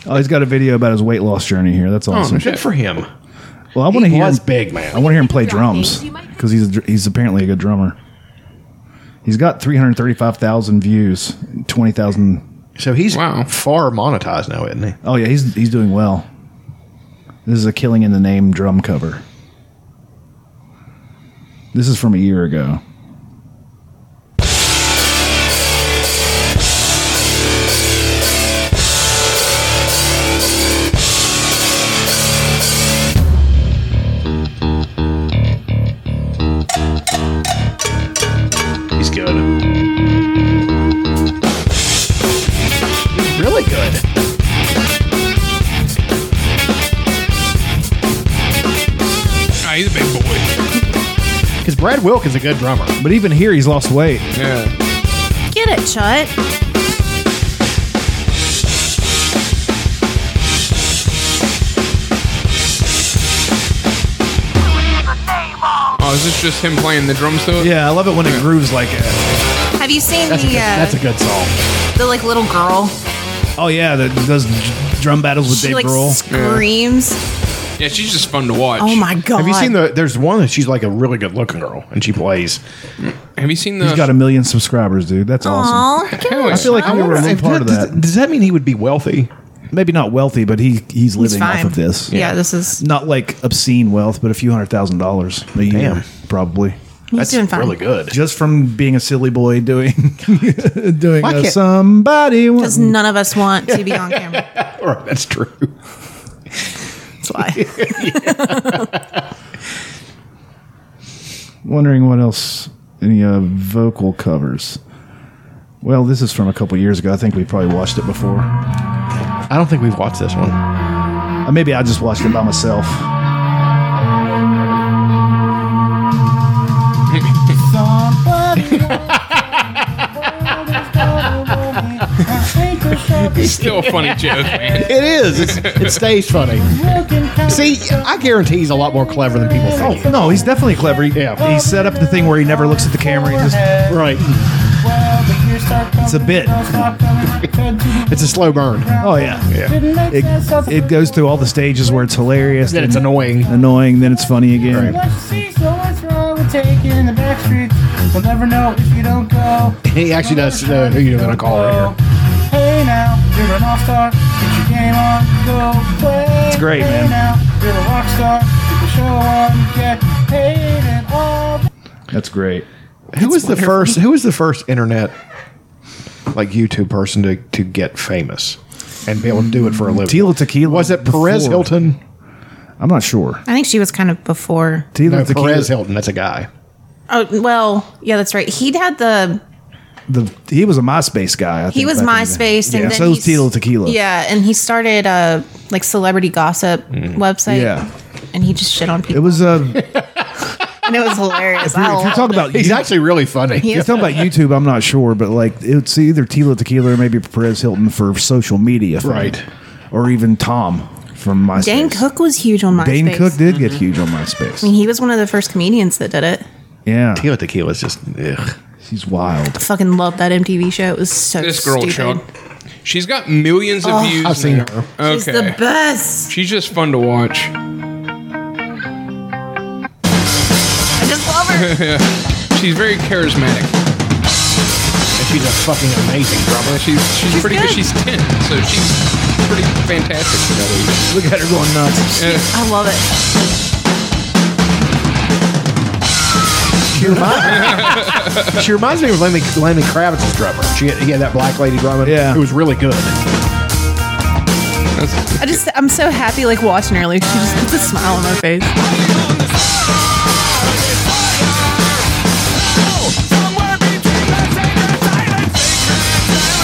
Speaker 1: Oh, he's got a video about his weight loss journey here. That's awesome.
Speaker 3: Good for him.
Speaker 1: well, I want to
Speaker 3: Oh, He
Speaker 1: hear.
Speaker 3: was
Speaker 1: him-
Speaker 3: big, man.
Speaker 1: I want to hear him play drums because he's a dr- he's apparently a good drummer. He's got three hundred thirty-five thousand views, twenty thousand.
Speaker 3: So he's
Speaker 4: Wow.
Speaker 3: far monetized now, isn't he?
Speaker 1: Oh yeah, he's he's doing well. This is a "Killing in the Name" drum cover. This is from a year ago.
Speaker 3: He's good. He's really good.
Speaker 4: Ah, he's a big boy.
Speaker 3: Because Brad Wilk is a good drummer.
Speaker 1: But even here, he's lost weight.
Speaker 4: Yeah.
Speaker 2: Get it, Chut.
Speaker 4: Oh, is this just him playing the drums to it?
Speaker 1: Yeah, I love it when it grooves like that.
Speaker 2: Have you seen
Speaker 3: That's a
Speaker 2: the
Speaker 3: good,
Speaker 2: uh,
Speaker 3: that's a good song.
Speaker 2: the like little girl?
Speaker 1: Oh yeah, that does j- drum battles with
Speaker 2: She
Speaker 1: Dave
Speaker 2: like
Speaker 1: Grohl.
Speaker 2: screams.
Speaker 4: Yeah, she's just fun to watch.
Speaker 2: Oh my god!
Speaker 3: Have you seen the? There's one that she's like a really good looking girl, and she plays.
Speaker 4: Have you seen the?
Speaker 1: He's got a million subscribers, dude. That's awesome.
Speaker 2: Aw,
Speaker 4: Hell yeah.
Speaker 1: I feel like we were a part of
Speaker 3: does,
Speaker 1: that.
Speaker 3: does that mean he would be wealthy?
Speaker 1: Maybe not wealthy, but he he's
Speaker 2: it's
Speaker 1: living off
Speaker 2: fine.
Speaker 1: of this.
Speaker 2: Yeah, this is
Speaker 1: Not like obscene wealth, but a few hundred thousand dollars a year,
Speaker 3: Damn.
Speaker 1: probably.
Speaker 2: he's doing fine.
Speaker 3: really good.
Speaker 1: Just from being a silly boy doing doing
Speaker 3: Why
Speaker 1: a
Speaker 3: can't-
Speaker 1: somebody. wa-
Speaker 2: Because none of us want to be on camera.
Speaker 3: Right, that's true.
Speaker 2: That's why.
Speaker 1: Wondering what else any uh, vocal covers. Well, this is from a couple years ago. I think we probably watched it before.
Speaker 3: I don't think we've watched this one.
Speaker 1: Or Uh, maybe I just watched it by myself.
Speaker 4: still a funny joke, man.
Speaker 3: It is. It's, it stays funny. See, I guarantee he's a lot more clever than people think.
Speaker 1: No, he's definitely clever. He,
Speaker 3: Yeah.
Speaker 1: he set up the thing where he never looks at the camera. He just
Speaker 3: Oh. Right.
Speaker 1: it's a bit.
Speaker 3: It's a slow burn.
Speaker 1: Oh yeah,
Speaker 3: Yeah.
Speaker 1: It, it goes through all the stages where it's hilarious,
Speaker 3: Then it's annoying.
Speaker 1: annoying, then it's funny again.
Speaker 6: What you see, so what's wrong with taking the back streets? We'll never know if you don't go.
Speaker 3: He actually does know who you're uh, gonna call right here.
Speaker 6: Hey now, you're an all star. Get your game on, go play.
Speaker 1: It's great,
Speaker 6: hey
Speaker 1: man.
Speaker 6: now, you're a rock star. Get the show on, get paid and all.
Speaker 1: That's great.
Speaker 3: Who was the first? Who was the first internet like YouTube person to to get famous and be able to do it for a living?
Speaker 1: Tila Tequila
Speaker 3: Was it Perez
Speaker 1: before-
Speaker 3: Hilton?
Speaker 1: I'm not sure.
Speaker 2: I think she was kind of before.
Speaker 1: Tila
Speaker 3: No,
Speaker 1: Tequila.
Speaker 3: Perez Hilton. That's a guy.
Speaker 2: Oh well, yeah, that's right. He'd had the
Speaker 1: the he was a MySpace guy. I
Speaker 2: he
Speaker 1: think,
Speaker 2: was
Speaker 1: back in the day.
Speaker 2: MySpace, and
Speaker 1: yeah.
Speaker 2: then
Speaker 1: so was
Speaker 2: he's-
Speaker 1: Tila Tequila.
Speaker 2: Yeah, and he started a like celebrity gossip website.
Speaker 1: Mm. Yeah.
Speaker 2: and he just shit on
Speaker 1: It
Speaker 2: people,
Speaker 1: was uh, if
Speaker 2: and it was hilarious. I
Speaker 1: you're
Speaker 2: loved
Speaker 1: talking
Speaker 2: it.
Speaker 1: about
Speaker 3: He's
Speaker 1: you-
Speaker 3: actually really funny.
Speaker 1: if you're talking about YouTube, I'm not sure, but like it's either Tila Tequila or maybe Perez Hilton for social media, fame.
Speaker 3: Right.
Speaker 1: Or even Tom from MySpace.
Speaker 2: Dane Cook was huge on MySpace.
Speaker 1: Dane Cook
Speaker 2: I
Speaker 1: did get huge on
Speaker 2: mean,
Speaker 1: MySpace.
Speaker 2: he was one of the first comedians that did it.
Speaker 1: Yeah,
Speaker 3: Tila Tequila is just ugh.
Speaker 1: he's wild.
Speaker 2: I fucking loved that MTV show. It was so
Speaker 4: This girl,
Speaker 2: stupid. Oh,
Speaker 4: Chuck. She's got millions of views.
Speaker 3: I've seen
Speaker 4: now.
Speaker 3: her.
Speaker 4: Okay.
Speaker 2: She's the best.
Speaker 4: She's just fun to watch.
Speaker 2: I just love her.
Speaker 4: She's very charismatic.
Speaker 3: And she's a fucking amazing drummer.
Speaker 4: She's she's, pretty good.
Speaker 2: good.
Speaker 4: She's ten, so she's pretty fantastic for that
Speaker 1: Look at her going nuts.
Speaker 4: age.
Speaker 2: I love it.
Speaker 3: She reminds, she reminds me of Lenny, Lenny Kravitz's drummer. She had, he had that black lady drummer.
Speaker 1: Yeah.
Speaker 3: It was really good.
Speaker 4: Yeah, that's-
Speaker 2: I just I'm so happy like watching her. Like she just puts a smile on my face.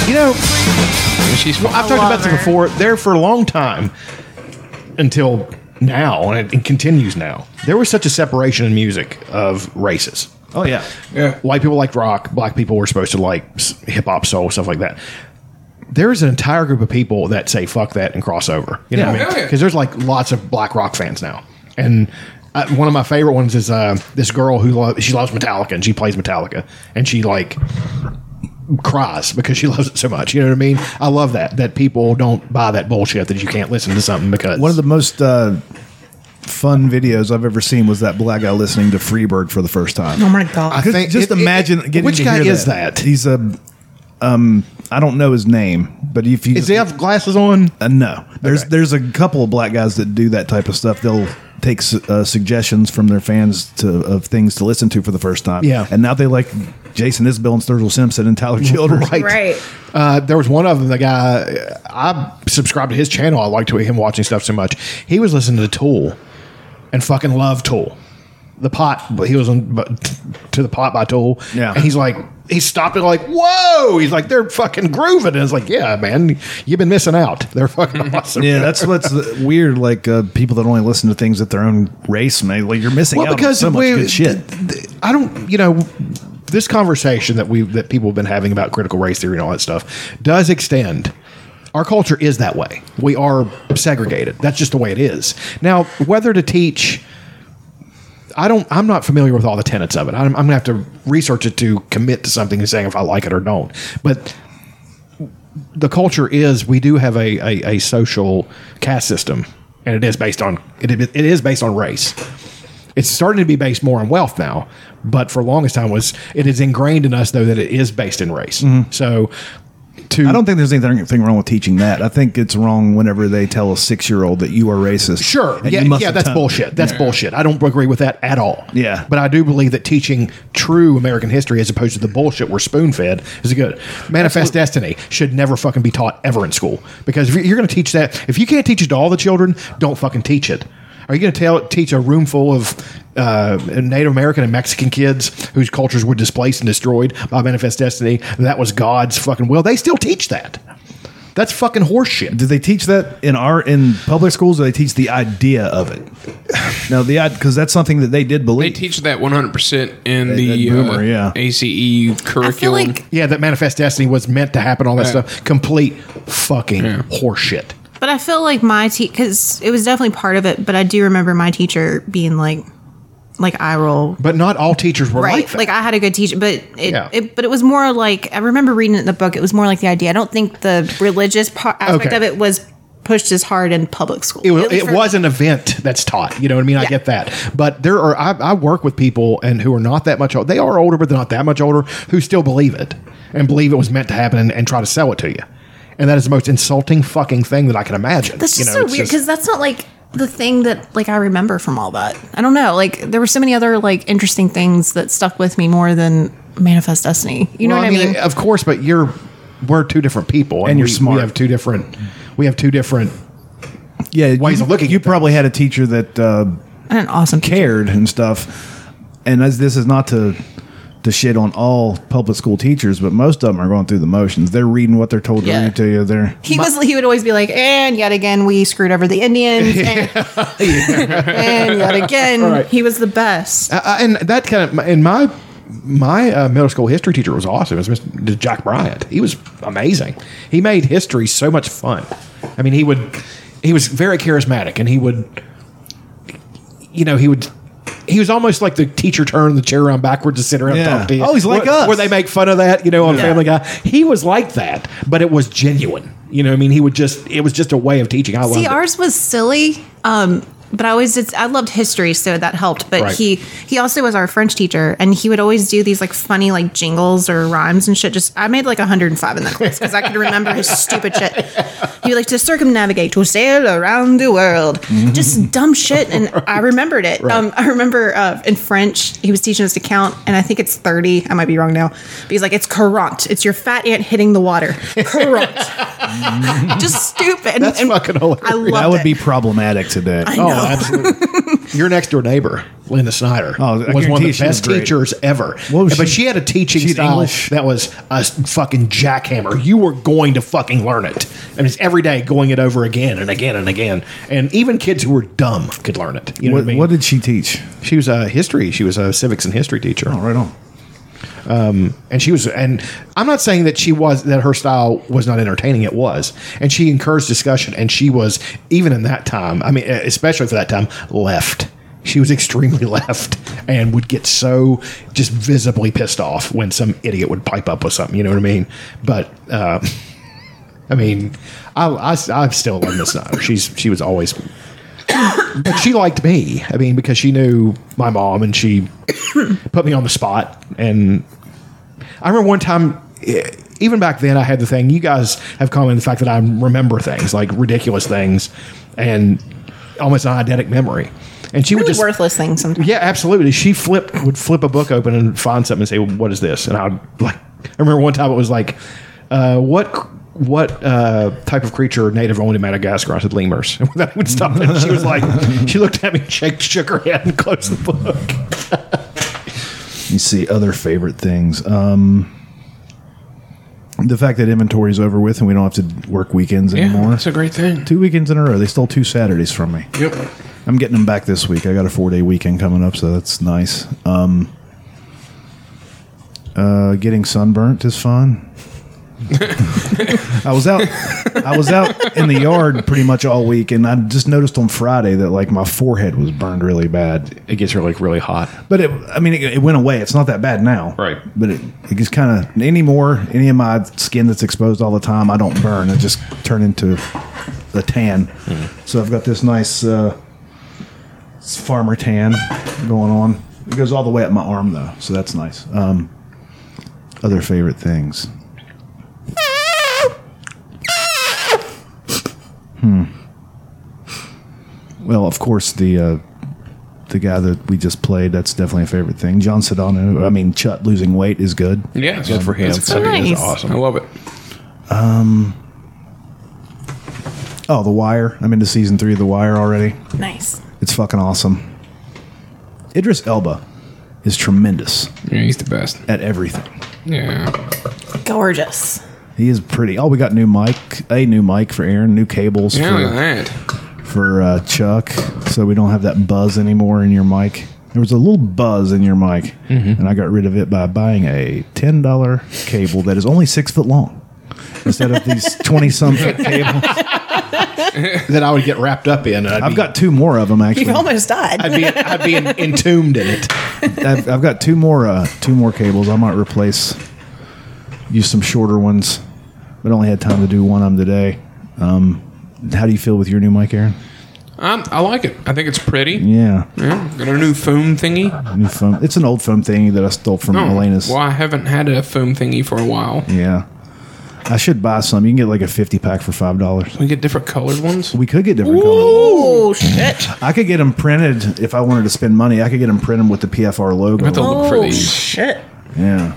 Speaker 3: You know,
Speaker 4: and she's
Speaker 3: Well, I've talked
Speaker 2: love
Speaker 3: about this
Speaker 2: her.
Speaker 3: before. There for a long time until now, and it, it continues now. There was such a separation in music of races.
Speaker 1: Oh yeah,
Speaker 4: yeah.
Speaker 3: White people liked rock. Black people were supposed to like hip hop, soul, stuff like that. There is an entire group of people that say "fuck that" and cross over. You know what
Speaker 4: Yeah.
Speaker 3: I mean?
Speaker 4: Oh, yeah.
Speaker 3: Because there's like lots of black rock fans now, and uh one of my favorite ones is uh, this girl who lo- she loves Metallica and she plays Metallica, and she like cries because she loves it so much. You know what I mean? I love that that people don't buy that bullshit that you can't listen to something because
Speaker 1: one of the most uh, fun videos I've ever seen was that black guy listening to Freebird for the first time.
Speaker 2: Oh my god.
Speaker 3: I
Speaker 1: Just-
Speaker 3: think-
Speaker 1: just
Speaker 3: it- it-
Speaker 1: imagine
Speaker 3: it-
Speaker 1: getting
Speaker 3: which
Speaker 1: to
Speaker 3: guy
Speaker 1: hear
Speaker 3: is that?
Speaker 1: He's a um I don't know his name, but if you
Speaker 3: Does he have glasses on?
Speaker 1: uh, no, there's
Speaker 3: Okay.
Speaker 1: there's a couple of black guys that do that type of stuff. They'll take su- uh, suggestions from their fans to of things to listen to for the first time.
Speaker 3: Yeah.
Speaker 1: and now they like Jason Isbell and Sturgill Simpson and Tyler Childers.
Speaker 2: Right.
Speaker 3: Uh, there was one of them. The guy uh, I subscribed to his channel. I liked him watching stuff so much. He was listening to Tool, and fucking love Tool. The pot, but he was on but to the pot by Tool.
Speaker 1: Yeah.
Speaker 3: and he's like, he stopped it like, whoa. He's like, they're fucking grooving. And it's like, yeah, man, you've been missing out. They're fucking awesome.
Speaker 1: Yeah, that's what's uh, weird. Like uh, people that only listen to things at their own race, man. Like you're missing
Speaker 3: well
Speaker 1: out
Speaker 3: because
Speaker 1: on so much
Speaker 3: we,
Speaker 1: good shit.
Speaker 3: th- th- I don't, you know, this conversation that we that people have been having about critical race theory and all that stuff does extend. Our culture is that way. We are segregated. That's just the way it is. Now, whether to teach. I don't. I'm not familiar with all the tenets of it. I'm, I'm gonna have to research it to commit to something and saying if I like it or don't. But the culture is we do have a, a, a social caste system, and it is based on it, it is based on race it's starting to be based more on wealth now but for the longest time was it is ingrained in us though that it is based in race so to
Speaker 1: I don't think there's anything anything wrong with teaching that. I think it's wrong whenever they tell a six year old that you are racist.
Speaker 3: sure
Speaker 1: and
Speaker 3: yeah,
Speaker 1: you must
Speaker 3: yeah
Speaker 1: have
Speaker 3: that's
Speaker 1: done it.
Speaker 3: bullshit that's bullshit i don't agree with that at all
Speaker 1: Yeah.
Speaker 3: but i do believe that teaching true american history as opposed to the bullshit we're spoon-fed is good manifest destiny should never fucking be taught ever in school because if you're- you're going to teach that if you can't teach it to all the children don't fucking teach it are you going to tell teach a room full of uh, Native American and Mexican kids whose cultures were displaced and destroyed by manifest destiny? That was God's fucking will. They still teach that. That's fucking horseshit.
Speaker 1: Do they teach that in our in public schools? Or they teach the idea of it. No, the because that's something that they did
Speaker 4: They
Speaker 1: believe.
Speaker 4: teach that 100% in the
Speaker 1: that boomer,
Speaker 4: uh,
Speaker 1: yeah.
Speaker 4: ACE curriculum.
Speaker 2: I feel like
Speaker 3: Yeah, that manifest destiny was meant to happen. All that
Speaker 4: Yeah.
Speaker 3: stuff, complete fucking horseshit.
Speaker 2: But I feel like my teacher, because it was definitely part of it, but I do remember my teacher being like, like eye roll.
Speaker 3: But not all teachers were
Speaker 2: Right.
Speaker 3: like that.
Speaker 2: Like I had a good teacher, but it,
Speaker 3: Yeah.
Speaker 2: it, but it was more like, I remember reading it in the book. It was more like the idea. I don't think the religious part, aspect
Speaker 3: Okay.
Speaker 2: of it was pushed as hard in public school.
Speaker 3: it,
Speaker 2: At
Speaker 3: was,
Speaker 2: least
Speaker 3: it
Speaker 2: for-
Speaker 3: was an event that's taught. You know what I mean? I
Speaker 2: Yeah.
Speaker 3: get that. But there are, I, I work with people and who are not that much old. They are older, but they're not that much older who still believe it and believe it was meant to happen and, and try to sell it to you. and that is the most insulting fucking thing that I can imagine.
Speaker 2: That's
Speaker 3: You
Speaker 2: just
Speaker 3: know,
Speaker 2: so
Speaker 3: it's
Speaker 2: weird
Speaker 3: just-
Speaker 2: because that's not like the thing that like I remember from all that. I don't know. Like there were so many other like interesting things that stuck with me more than Manifest Destiny. You know
Speaker 3: Well, uh,
Speaker 2: what I mean?
Speaker 3: Of course, but you're we're two different people, and,
Speaker 1: you're
Speaker 3: we,
Speaker 1: smart.
Speaker 3: We have two different. We have two different.
Speaker 1: yeah,
Speaker 3: ways
Speaker 1: you,
Speaker 3: of looking
Speaker 1: You
Speaker 3: at that.
Speaker 1: probably had a teacher that uh,
Speaker 2: I had an awesome
Speaker 1: cared and stuff. And as this is not to to shit on all public school teachers, but most of them are going through the motions. They're reading what they're told
Speaker 2: Yeah.
Speaker 1: to read to you. They're
Speaker 2: He was. He would always be like, and yet again we screwed over the Indians, and, and yet again he was the best.
Speaker 3: Uh, uh, and that kind of in my my uh, middle school history teacher was awesome. It was Mr. Jack Bryant. He was amazing. He made history so much fun. I mean, he would he was very charismatic, and he would you know he would. He was almost like the teacher turned the chair around backwards to sit around and
Speaker 1: Yeah.
Speaker 3: talk to you.
Speaker 1: Oh, he's like
Speaker 3: where,
Speaker 1: us.
Speaker 3: Where they make fun of that, you know, on Family Guy. He was like that, but it was genuine. You know, what I mean, he would just, it was just a way of teaching. I
Speaker 2: See,
Speaker 3: loved it.
Speaker 2: ours was silly, um, but I always did. I loved history, so that helped. But
Speaker 3: Right.
Speaker 2: he he also was our French teacher, and he would always do these like funny like jingles or rhymes and shit. Just I made like 105 in that class because I could remember his stupid shit. He would like to circumnavigate, to sail around the world, just dumb shit, and I remembered it. Um, I remember uh, in French he was teaching us to count, and I think it's 30. I might be wrong now, but he's like it's courant. It's your fat aunt hitting the water. Courant. just stupid.
Speaker 3: That's fucking hilarious.
Speaker 2: I loved
Speaker 1: that would
Speaker 2: it.
Speaker 1: be problematic today.
Speaker 3: Oh, absolutely. Your next door neighbor, Linda Snyder,
Speaker 1: Oh, I
Speaker 3: was
Speaker 1: guarantee
Speaker 3: one of the
Speaker 1: she was
Speaker 3: best
Speaker 1: great.
Speaker 3: teachers ever.
Speaker 1: What was
Speaker 3: but
Speaker 1: she-
Speaker 3: she had a teaching
Speaker 1: she had
Speaker 3: style
Speaker 1: English?
Speaker 3: that was a s- fucking jackhammer. You were going to fucking learn it. I mean, it's every day going it over again and again and again. And even kids who were dumb could learn it. You know what,
Speaker 1: what,
Speaker 3: I mean?
Speaker 1: what did she teach?
Speaker 3: she was a history. She was a civics and history teacher
Speaker 1: Oh, right on.
Speaker 3: and she was and i'm not saying that she was that her style was not entertaining it was and she encouraged discussion and she was even in that time i mean e, especially for that time left she was extremely left and would get so just visibly pissed off when some idiot would pipe up with something you know what i mean but uh, i mean i i, I still love miss snyder she's she was always but she liked me i mean because she knew my mom and she put me on the spot and I remember one time, e- even back then, I had the thing. You guys have commented the fact that I remember things like ridiculous things and almost an eidetic memory. And she would
Speaker 2: really
Speaker 3: just
Speaker 2: worthless thing sometimes.
Speaker 3: yeah, absolutely. She flipped would flip a book open and find something and say, well, "What is this?" And I'd like. I remember one time it was like, uh, "What what uh, type of creature native only to Madagascar?" I said, "Lemurs." And that would stop. And she was like, she looked at me, and shook, shook her head, and closed the book.
Speaker 1: You see other favorite things. Um, the fact that inventory's over with and we don't have to work weekends anymore.
Speaker 4: that's a great thing.
Speaker 1: two weekends in a row. They stole two Saturdays from me.
Speaker 4: Yep.
Speaker 1: I'm getting them back this week. I got a four day weekend coming up, so that's nice. Um, uh, getting sunburnt is fun. I was out, I was out in the yard pretty much all week, and I just noticed on Friday that like my forehead was burned really bad.
Speaker 3: It gets her like really hot.
Speaker 1: But it, I mean, it, it went away. It's not that bad now,
Speaker 4: Right.
Speaker 1: But it, it just kind of anymore. Any of my skin that's exposed all the time, I don't burn. It just turn into a tan. So I've got this nice uh, s- farmer tan going on. It goes all the way up my arm though, so that's nice. Um, other favorite things. Hmm. Well, of course the. Uh, the guy that we just played, that's definitely a favorite thing. John Sedano, I mean, Chut losing weight is good.
Speaker 4: Yeah,
Speaker 10: Good for him. That's
Speaker 2: so nice.
Speaker 4: I
Speaker 10: awesome.
Speaker 4: love it.
Speaker 1: Oh, The Wire. I'm into season three of The Wire already.
Speaker 2: Nice.
Speaker 1: It's fucking awesome. Idris Elba is tremendous
Speaker 4: Yeah, he's the best.
Speaker 1: at everything.
Speaker 4: Yeah.
Speaker 2: Gorgeous.
Speaker 1: He is pretty. Oh, we got new mic, a new mic for Aaron, new cables
Speaker 4: Yeah, look
Speaker 1: for,
Speaker 4: at that.
Speaker 1: for uh, Chuck, so we don't have that buzz anymore in your mic. There was a little buzz in your mic, and I got rid of it by buying a ten dollar cable that is only six foot long instead of these twenty some foot cables.
Speaker 3: That I would get wrapped up in. and I'd
Speaker 1: I've
Speaker 3: be-
Speaker 1: got two more of them actually.
Speaker 2: You've almost died.
Speaker 3: I'd be I'd be en- entombed in it.
Speaker 1: I've, I've got two more uh, two more cables. I might replace use some shorter ones, but only had time to do one of them today. Um, how do you feel with your new mic, Aaron?
Speaker 4: Um, I like it. I think it's pretty.
Speaker 1: Yeah,
Speaker 4: Yeah. Got a new foam thingy.
Speaker 1: new foam. It's an old foam thingy that I stole from
Speaker 4: Oh,
Speaker 1: Elena's.
Speaker 4: Well, I haven't had a foam thingy for a while.
Speaker 1: Yeah. I should buy some. You can get like a 50 pack for $5.
Speaker 4: We get different colored ones.
Speaker 1: We could get different colors.
Speaker 2: Oh shit!
Speaker 1: I could get them printed if I wanted to spend money. I could get them printed with the PFR logo.
Speaker 4: I have to look for
Speaker 2: Oh
Speaker 4: these.
Speaker 2: shit!
Speaker 1: Yeah.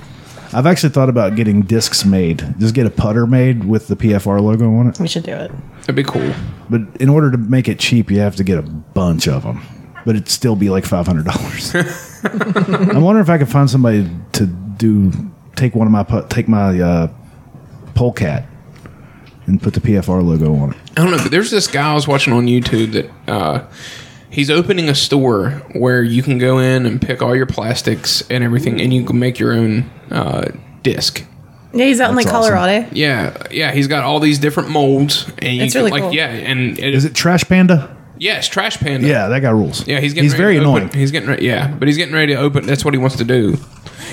Speaker 1: I've actually thought about getting discs made. Just get a putter made with the PFR logo on it.
Speaker 2: We should do it.
Speaker 4: That'd be cool.
Speaker 1: But in order to make it cheap, you have to get a bunch of them. But it'd still be like five hundred dollars. I wonder if I could find somebody to do take one of my pu- take my uh, polecat and put the PFR logo on it.
Speaker 4: I don't know, but there's this guy I was watching on YouTube that uh, he's opening a store where you can go in and pick all your plastics and everything, and you can make your own uh, disc.
Speaker 2: Yeah, he's out in like
Speaker 1: That's awesome.
Speaker 2: Colorado.
Speaker 4: Yeah, yeah. He's got all these different molds, and you
Speaker 2: That's
Speaker 4: can,
Speaker 2: really
Speaker 4: like
Speaker 2: cool.
Speaker 4: yeah, and
Speaker 1: Is it Trash Panda?
Speaker 4: Yes, Trash Panda.
Speaker 1: Yeah, that guy rules.
Speaker 4: Yeah, he's getting.
Speaker 1: he's very
Speaker 4: ready to
Speaker 1: annoying.
Speaker 4: Open, he's getting ready. Yeah, but he's getting ready to open. That's what he wants to do.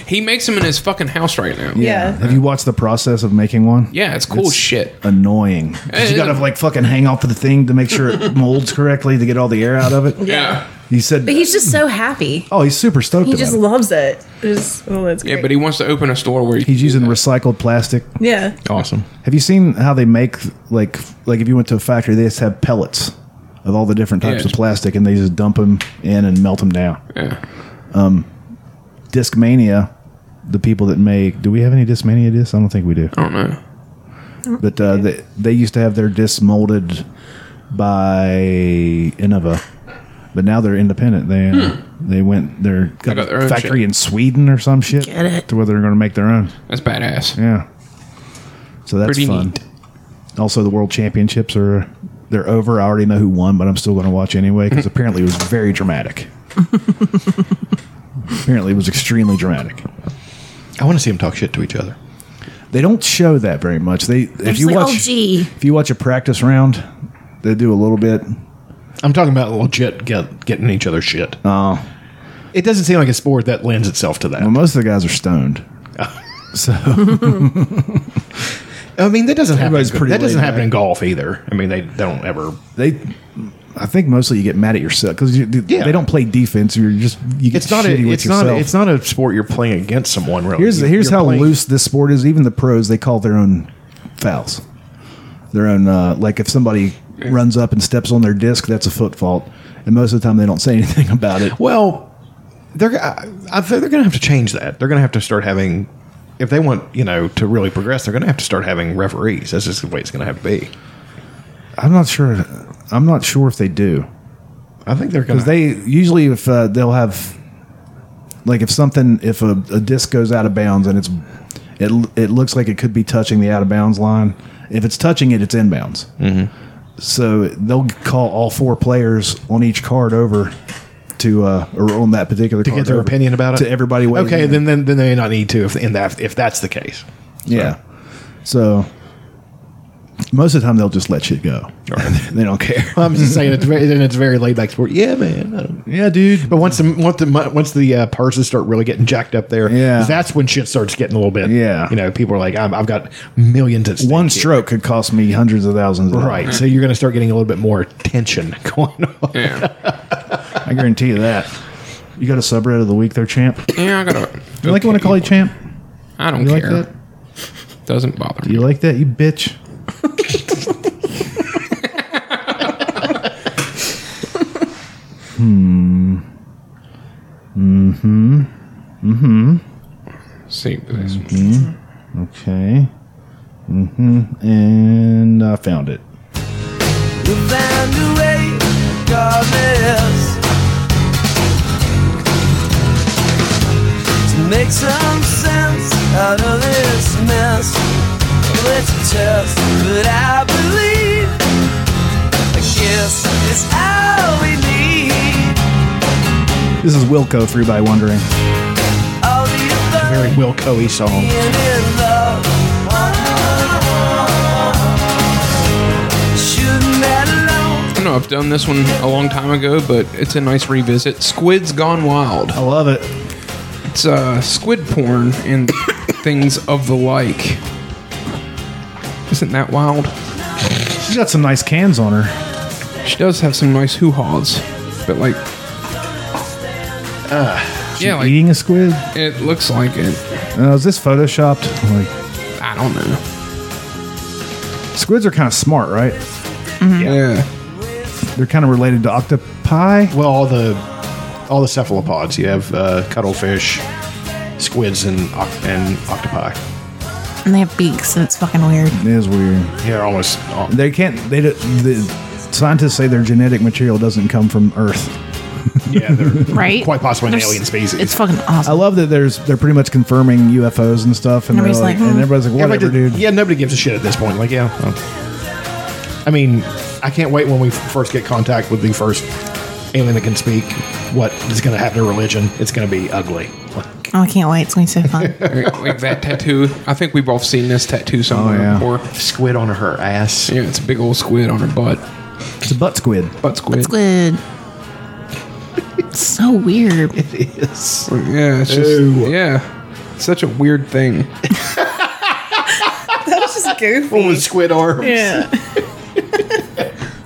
Speaker 4: He makes them in his fucking house right now.
Speaker 2: Yeah.
Speaker 1: Have you watched the process of making one?
Speaker 4: Yeah, it's cool
Speaker 1: It's
Speaker 4: shit.
Speaker 1: Annoying. 'Cause you
Speaker 4: Uh,
Speaker 1: gotta like fucking hang off of the thing to make sure it molds correctly to get all the air out of it.
Speaker 4: Yeah.
Speaker 1: He said,
Speaker 2: But he's just so happy.
Speaker 1: "Oh, he's super stoked."
Speaker 2: He
Speaker 1: about
Speaker 2: just
Speaker 1: it.
Speaker 2: loves it. It's- oh, that's
Speaker 4: yeah,
Speaker 2: great.
Speaker 4: but he wants to open a store where you can
Speaker 1: He's
Speaker 4: do
Speaker 1: using
Speaker 4: that.
Speaker 1: recycled plastic.
Speaker 2: yeah.
Speaker 3: Awesome.
Speaker 1: Have you seen how they make like like if you went to a factory, they just have pellets of all the different types
Speaker 4: Yeah.
Speaker 1: of plastic, and they just dump them in and melt them down.
Speaker 4: Yeah.
Speaker 1: Discmania, the people that make do we have any Discmania discs? I don't think we do.
Speaker 4: I don't know.
Speaker 1: But uh, they, they used to have their discs molded by Innova, but now they're independent. They uh, they went their got
Speaker 4: Hmm. got
Speaker 1: a
Speaker 4: their own
Speaker 1: factory
Speaker 4: shit.
Speaker 1: in Sweden or some shit
Speaker 2: Get it.
Speaker 1: to where they're going to make their own.
Speaker 4: That's badass.
Speaker 1: Yeah. So that's
Speaker 4: Pretty
Speaker 1: fun.
Speaker 4: neat.
Speaker 1: Also, the world championships are they're over. I already know who won, but I'm still going to watch anyway because apparently it was very dramatic. apparently, it was extremely dramatic.
Speaker 3: I want to see them talk shit to each other.
Speaker 1: They don't show that very much. They if
Speaker 2: just
Speaker 1: you
Speaker 2: like,
Speaker 1: watch
Speaker 2: "Oh, gee."
Speaker 1: if you watch a practice round, they do a little bit.
Speaker 3: I'm talking about legit get, getting each other shit.
Speaker 1: Oh,
Speaker 3: It doesn't seem like a sport that lends itself to
Speaker 1: well,
Speaker 3: that.
Speaker 1: most of the guys are stoned.
Speaker 3: I mean, that doesn't happen.
Speaker 1: Everybody's pretty
Speaker 3: That doesn't
Speaker 1: laid
Speaker 3: happen
Speaker 1: back.
Speaker 3: in golf either. I mean, they don't ever.
Speaker 1: They, I think mostly you get mad at yourself because you,
Speaker 3: Yeah.
Speaker 1: they don't play defense. You're just you get
Speaker 3: It's not. A,
Speaker 1: shitty with
Speaker 3: it's not.
Speaker 1: yourself.
Speaker 3: A, it's not a sport you're playing against someone. Really.
Speaker 1: Here's
Speaker 3: You-
Speaker 1: here's
Speaker 3: you're
Speaker 1: how
Speaker 3: playing-
Speaker 1: loose this sport is. Even the pros, they call their own fouls. Their own uh, like if somebody runs up and steps on their disc, that's a foot fault. And most of the time, they don't say anything about it.
Speaker 3: Well, they're. I, I think they're going to have to change that. They're going to have to start having. If they want, you know, to really progress, they're going to have to start having referees. That's just the way it's going to have to be.
Speaker 1: I'm not sure. I'm not sure if they do
Speaker 3: I think they're going
Speaker 1: because
Speaker 3: to.
Speaker 1: they usually if uh, they'll have like if something if a, a disc goes out of bounds and it's it l- it looks like it could be touching the out of bounds line. If it's touching it, it's inbounds. Mm-hmm. So they'll call all four players on each card over to uh, or on that particular
Speaker 3: to get their opinion about it
Speaker 1: to everybody. weighing
Speaker 3: Okay,
Speaker 1: in.
Speaker 3: then, then then they may not need to if in that if that's the case.
Speaker 1: yeah. So most of the time they'll just let shit go. they don't care.
Speaker 3: I'm just saying it's very then it's a very laid back sport. Yeah, man. I don't-
Speaker 1: yeah, dude.
Speaker 3: But once the once the mon- once the uh, purses start really getting jacked up there,
Speaker 1: Yeah.
Speaker 3: that's when shit starts getting a little bit.
Speaker 1: Yeah.
Speaker 3: you know, people are like, I'm, I've got millions at stake
Speaker 1: One
Speaker 3: here."
Speaker 1: stroke could cost me hundreds of thousands. Of
Speaker 3: Right,
Speaker 1: dollars.
Speaker 3: so you're going to start getting a little bit more tension going on.
Speaker 4: Yeah.
Speaker 1: I guarantee you that. You got a subreddit of the week there, champ. You
Speaker 4: yeah, I gotta.
Speaker 1: like when I call you champ?
Speaker 4: I don't
Speaker 1: You like
Speaker 4: care.
Speaker 1: that?
Speaker 4: Doesn't bother me.
Speaker 1: You like that, you bitch?
Speaker 4: See, but that's-
Speaker 1: Mm-hmm. Okay. Mm-hmm. And I found it.
Speaker 6: Make some sense out of this mess. Well, it's a test, but I believe. I guess it's all we need.
Speaker 1: This is Wilco for everybody wondering.
Speaker 6: All the above.
Speaker 3: Very Will Coe song.
Speaker 6: Being in love. Shouldn't that alone?
Speaker 4: I don't know. I've done this one a long time ago, but it's a nice revisit. Squid's Gone Wild.
Speaker 1: I love it.
Speaker 4: It's uh, squid porn and things of the like. Isn't that wild?
Speaker 1: She's got some nice cans on her.
Speaker 4: She does have some nice hoo haws, but like, yeah, like
Speaker 1: Eating a squid.
Speaker 4: it looks like it.
Speaker 1: Uh, is this photoshopped? Like,
Speaker 4: I don't know.
Speaker 1: Squids are kind of smart, right?
Speaker 3: Yeah.
Speaker 1: They're kind of related to octopi.
Speaker 3: Well, all the all the cephalopods. You have uh, cuttlefish, squids, and oc- and octopi.
Speaker 2: And they have beaks, and it's fucking weird.
Speaker 1: It is weird.
Speaker 3: Yeah, almost. all-
Speaker 1: They can't. They do- the scientists say their genetic material doesn't come from Earth.
Speaker 3: Yeah, they're
Speaker 2: Right?
Speaker 3: quite possibly an
Speaker 2: There's-
Speaker 3: alien species.
Speaker 2: It's fucking
Speaker 1: I
Speaker 2: awesome.
Speaker 1: love that there's they're pretty much confirming UFOs and stuff, and
Speaker 2: Everybody's
Speaker 1: they're like,
Speaker 2: like,
Speaker 1: and
Speaker 2: "Hmm."
Speaker 1: everybody's like,
Speaker 3: Everybody
Speaker 1: whatever,
Speaker 3: did-
Speaker 1: dude.
Speaker 3: Yeah, nobody gives a shit at this point. Like, yeah. oh. I mean, I can't wait when we f- first get contact with the first alien that can speak. What is going to happen to religion? It's going to be ugly.
Speaker 2: Oh, I can't wait. It's going to be so fun.
Speaker 4: like, like that tattoo. I think we've both seen this tattoo somewhere
Speaker 1: Oh, yeah.
Speaker 4: before.
Speaker 3: Squid on her ass.
Speaker 4: Yeah, it's a big old squid on her butt.
Speaker 1: It's a butt squid.
Speaker 4: Butt squid.
Speaker 2: Squid. It's so weird.
Speaker 3: It is.
Speaker 4: Yeah, it's just
Speaker 3: Ew.
Speaker 4: yeah. Such a weird thing.
Speaker 2: That was just
Speaker 3: One
Speaker 2: goofy.
Speaker 3: with squid arms.
Speaker 2: Yeah.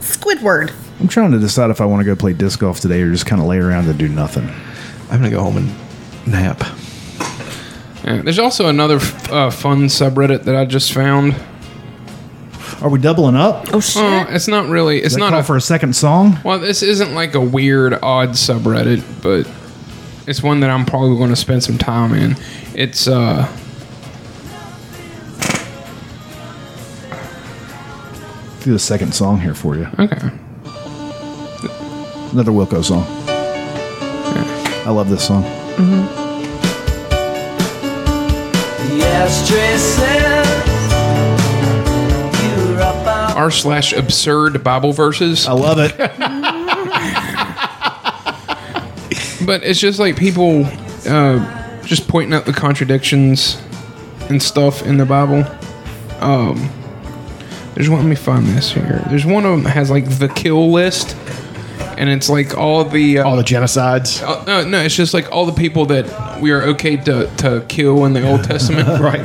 Speaker 2: Squidward.
Speaker 1: I'm trying to decide if I want to go play disc golf today or just kind of lay around and do nothing.
Speaker 3: I'm going to go home and nap.
Speaker 4: Yeah, There's also another f- uh, fun subreddit that I just found.
Speaker 1: Are we doubling up?
Speaker 2: Oh shit.
Speaker 4: Oh, it's not really. It's
Speaker 1: Does that
Speaker 4: not
Speaker 1: call
Speaker 4: a.
Speaker 1: for a second song.
Speaker 4: well, this isn't like a weird, odd subreddit, but it's one that I'm probably going to spend some time in. It's uh.
Speaker 1: Do the second song here for you.
Speaker 4: Okay.
Speaker 1: Another Wilco song. I love this song.
Speaker 11: Yes, Traces. You're up on
Speaker 4: R slash absurd Bible verses.
Speaker 1: I love it.
Speaker 4: But it's just like people uh, just pointing out the contradictions and stuff in the Bible. Um, there's one. Let me find this here. There's one of them that has like the kill list, and it's like all the. Uh,
Speaker 3: All the genocides.
Speaker 4: uh, no, no, it's just like all the people that we are okay to, to kill in the Old Testament. right.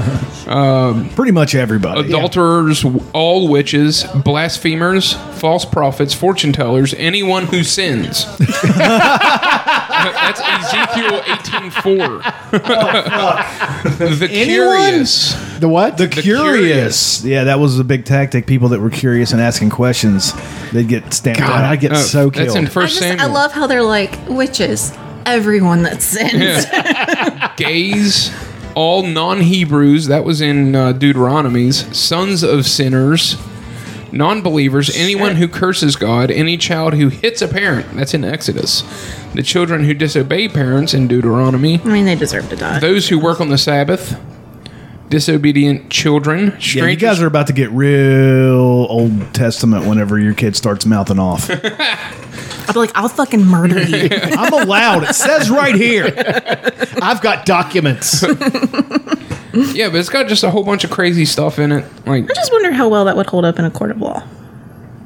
Speaker 1: Pretty much everybody.
Speaker 4: Adulterers, w- all witches, blasphemers, false prophets, fortune tellers, anyone who sins. That's Ezekiel 18.4. the curious.
Speaker 3: The what? The,
Speaker 4: curious.
Speaker 1: Yeah, that was a big tactic. People that were curious and asking questions, they'd get stamped
Speaker 3: God,
Speaker 1: out.
Speaker 3: I get
Speaker 4: Oh,
Speaker 3: so killed.
Speaker 4: That's in
Speaker 2: I
Speaker 4: First
Speaker 2: just
Speaker 4: Samuel.
Speaker 2: I love how they're like witches. Everyone that sins.
Speaker 4: Yeah. Gays, all non Hebrews, that was in uh, Deuteronomy's, sons of sinners, non believers, anyone who curses God, any child who hits a parent, that's in Exodus, the children who disobey parents in Deuteronomy,
Speaker 2: I mean, they deserve to die.
Speaker 4: those who work on the Sabbath, disobedient children, strangers.
Speaker 1: Yeah, you guys are about to get real Old Testament whenever your kid starts mouthing off.
Speaker 2: I'll be like, I'll fucking murder you.
Speaker 1: I'm allowed. It says right here.
Speaker 3: I've got documents.
Speaker 4: yeah, but it's got just a whole bunch of crazy stuff in it. Like,
Speaker 2: I just wonder how well that would hold up in a court of law.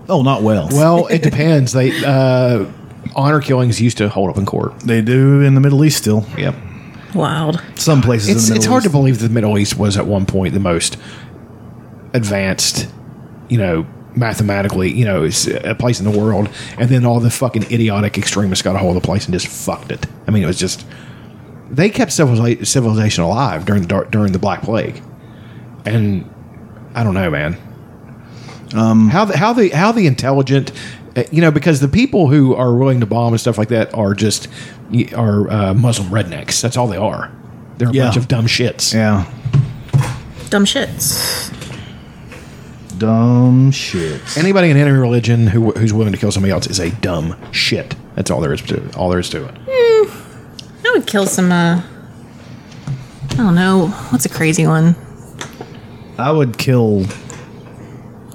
Speaker 1: Oh, not well.
Speaker 3: well, it depends. They uh, honor killings used to hold up in court.
Speaker 1: They do in the Middle East still.
Speaker 3: Yep.
Speaker 2: Wild.
Speaker 1: Some places
Speaker 3: It's,
Speaker 1: in the Middle
Speaker 3: it's hard to
Speaker 1: East.
Speaker 3: believe the Middle East was at one point the most advanced, you know, mathematically, you know, it's a place in the world. And then all the fucking idiotic extremists got a hold of the place and just fucked it. I mean, it was just they kept civili- civilization alive during the dark, during the Black Plague, and I don't know, man. Um, how the, how the how the intelligent, uh, you know, because the people who are willing to bomb and stuff like that are just y- are uh, Muslim rednecks. That's all they are. They're a
Speaker 1: Yeah.
Speaker 3: bunch of dumb shits.
Speaker 1: Yeah.
Speaker 2: Dumb shits.
Speaker 1: Dumb shit.
Speaker 3: Anybody in any religion who, who's willing to kill somebody else is a dumb shit. That's all there is to all there is to it.
Speaker 2: I would kill some, uh, I don't know. What's a crazy one?
Speaker 1: I would kill um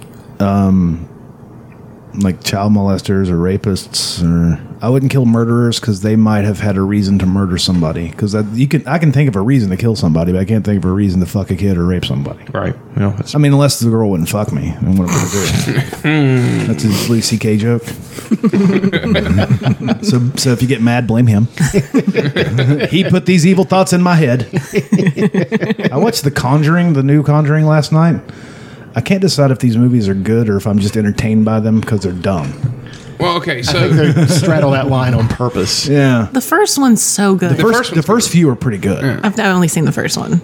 Speaker 1: like child molesters or rapists or I wouldn't kill murderers cuz they might have had a reason to murder somebody cuz you can I can think of a reason to kill somebody but I can't think of a reason to fuck a kid or rape somebody.
Speaker 3: Right. You know, that's,
Speaker 1: I mean unless the girl wouldn't fuck me and what am I going to do? That's his Louis CK joke. so so if you get mad blame him. he put these evil thoughts in my head. I watched The Conjuring, the new Conjuring last night. I can't decide if these movies are good or if I'm just entertained by them because they're dumb.
Speaker 4: well, okay,
Speaker 3: I think
Speaker 4: so
Speaker 3: they straddle that line on purpose.
Speaker 1: Yeah.
Speaker 2: The first one's so good.
Speaker 1: The first, the first few are pretty good.
Speaker 2: I've I've only seen the first one.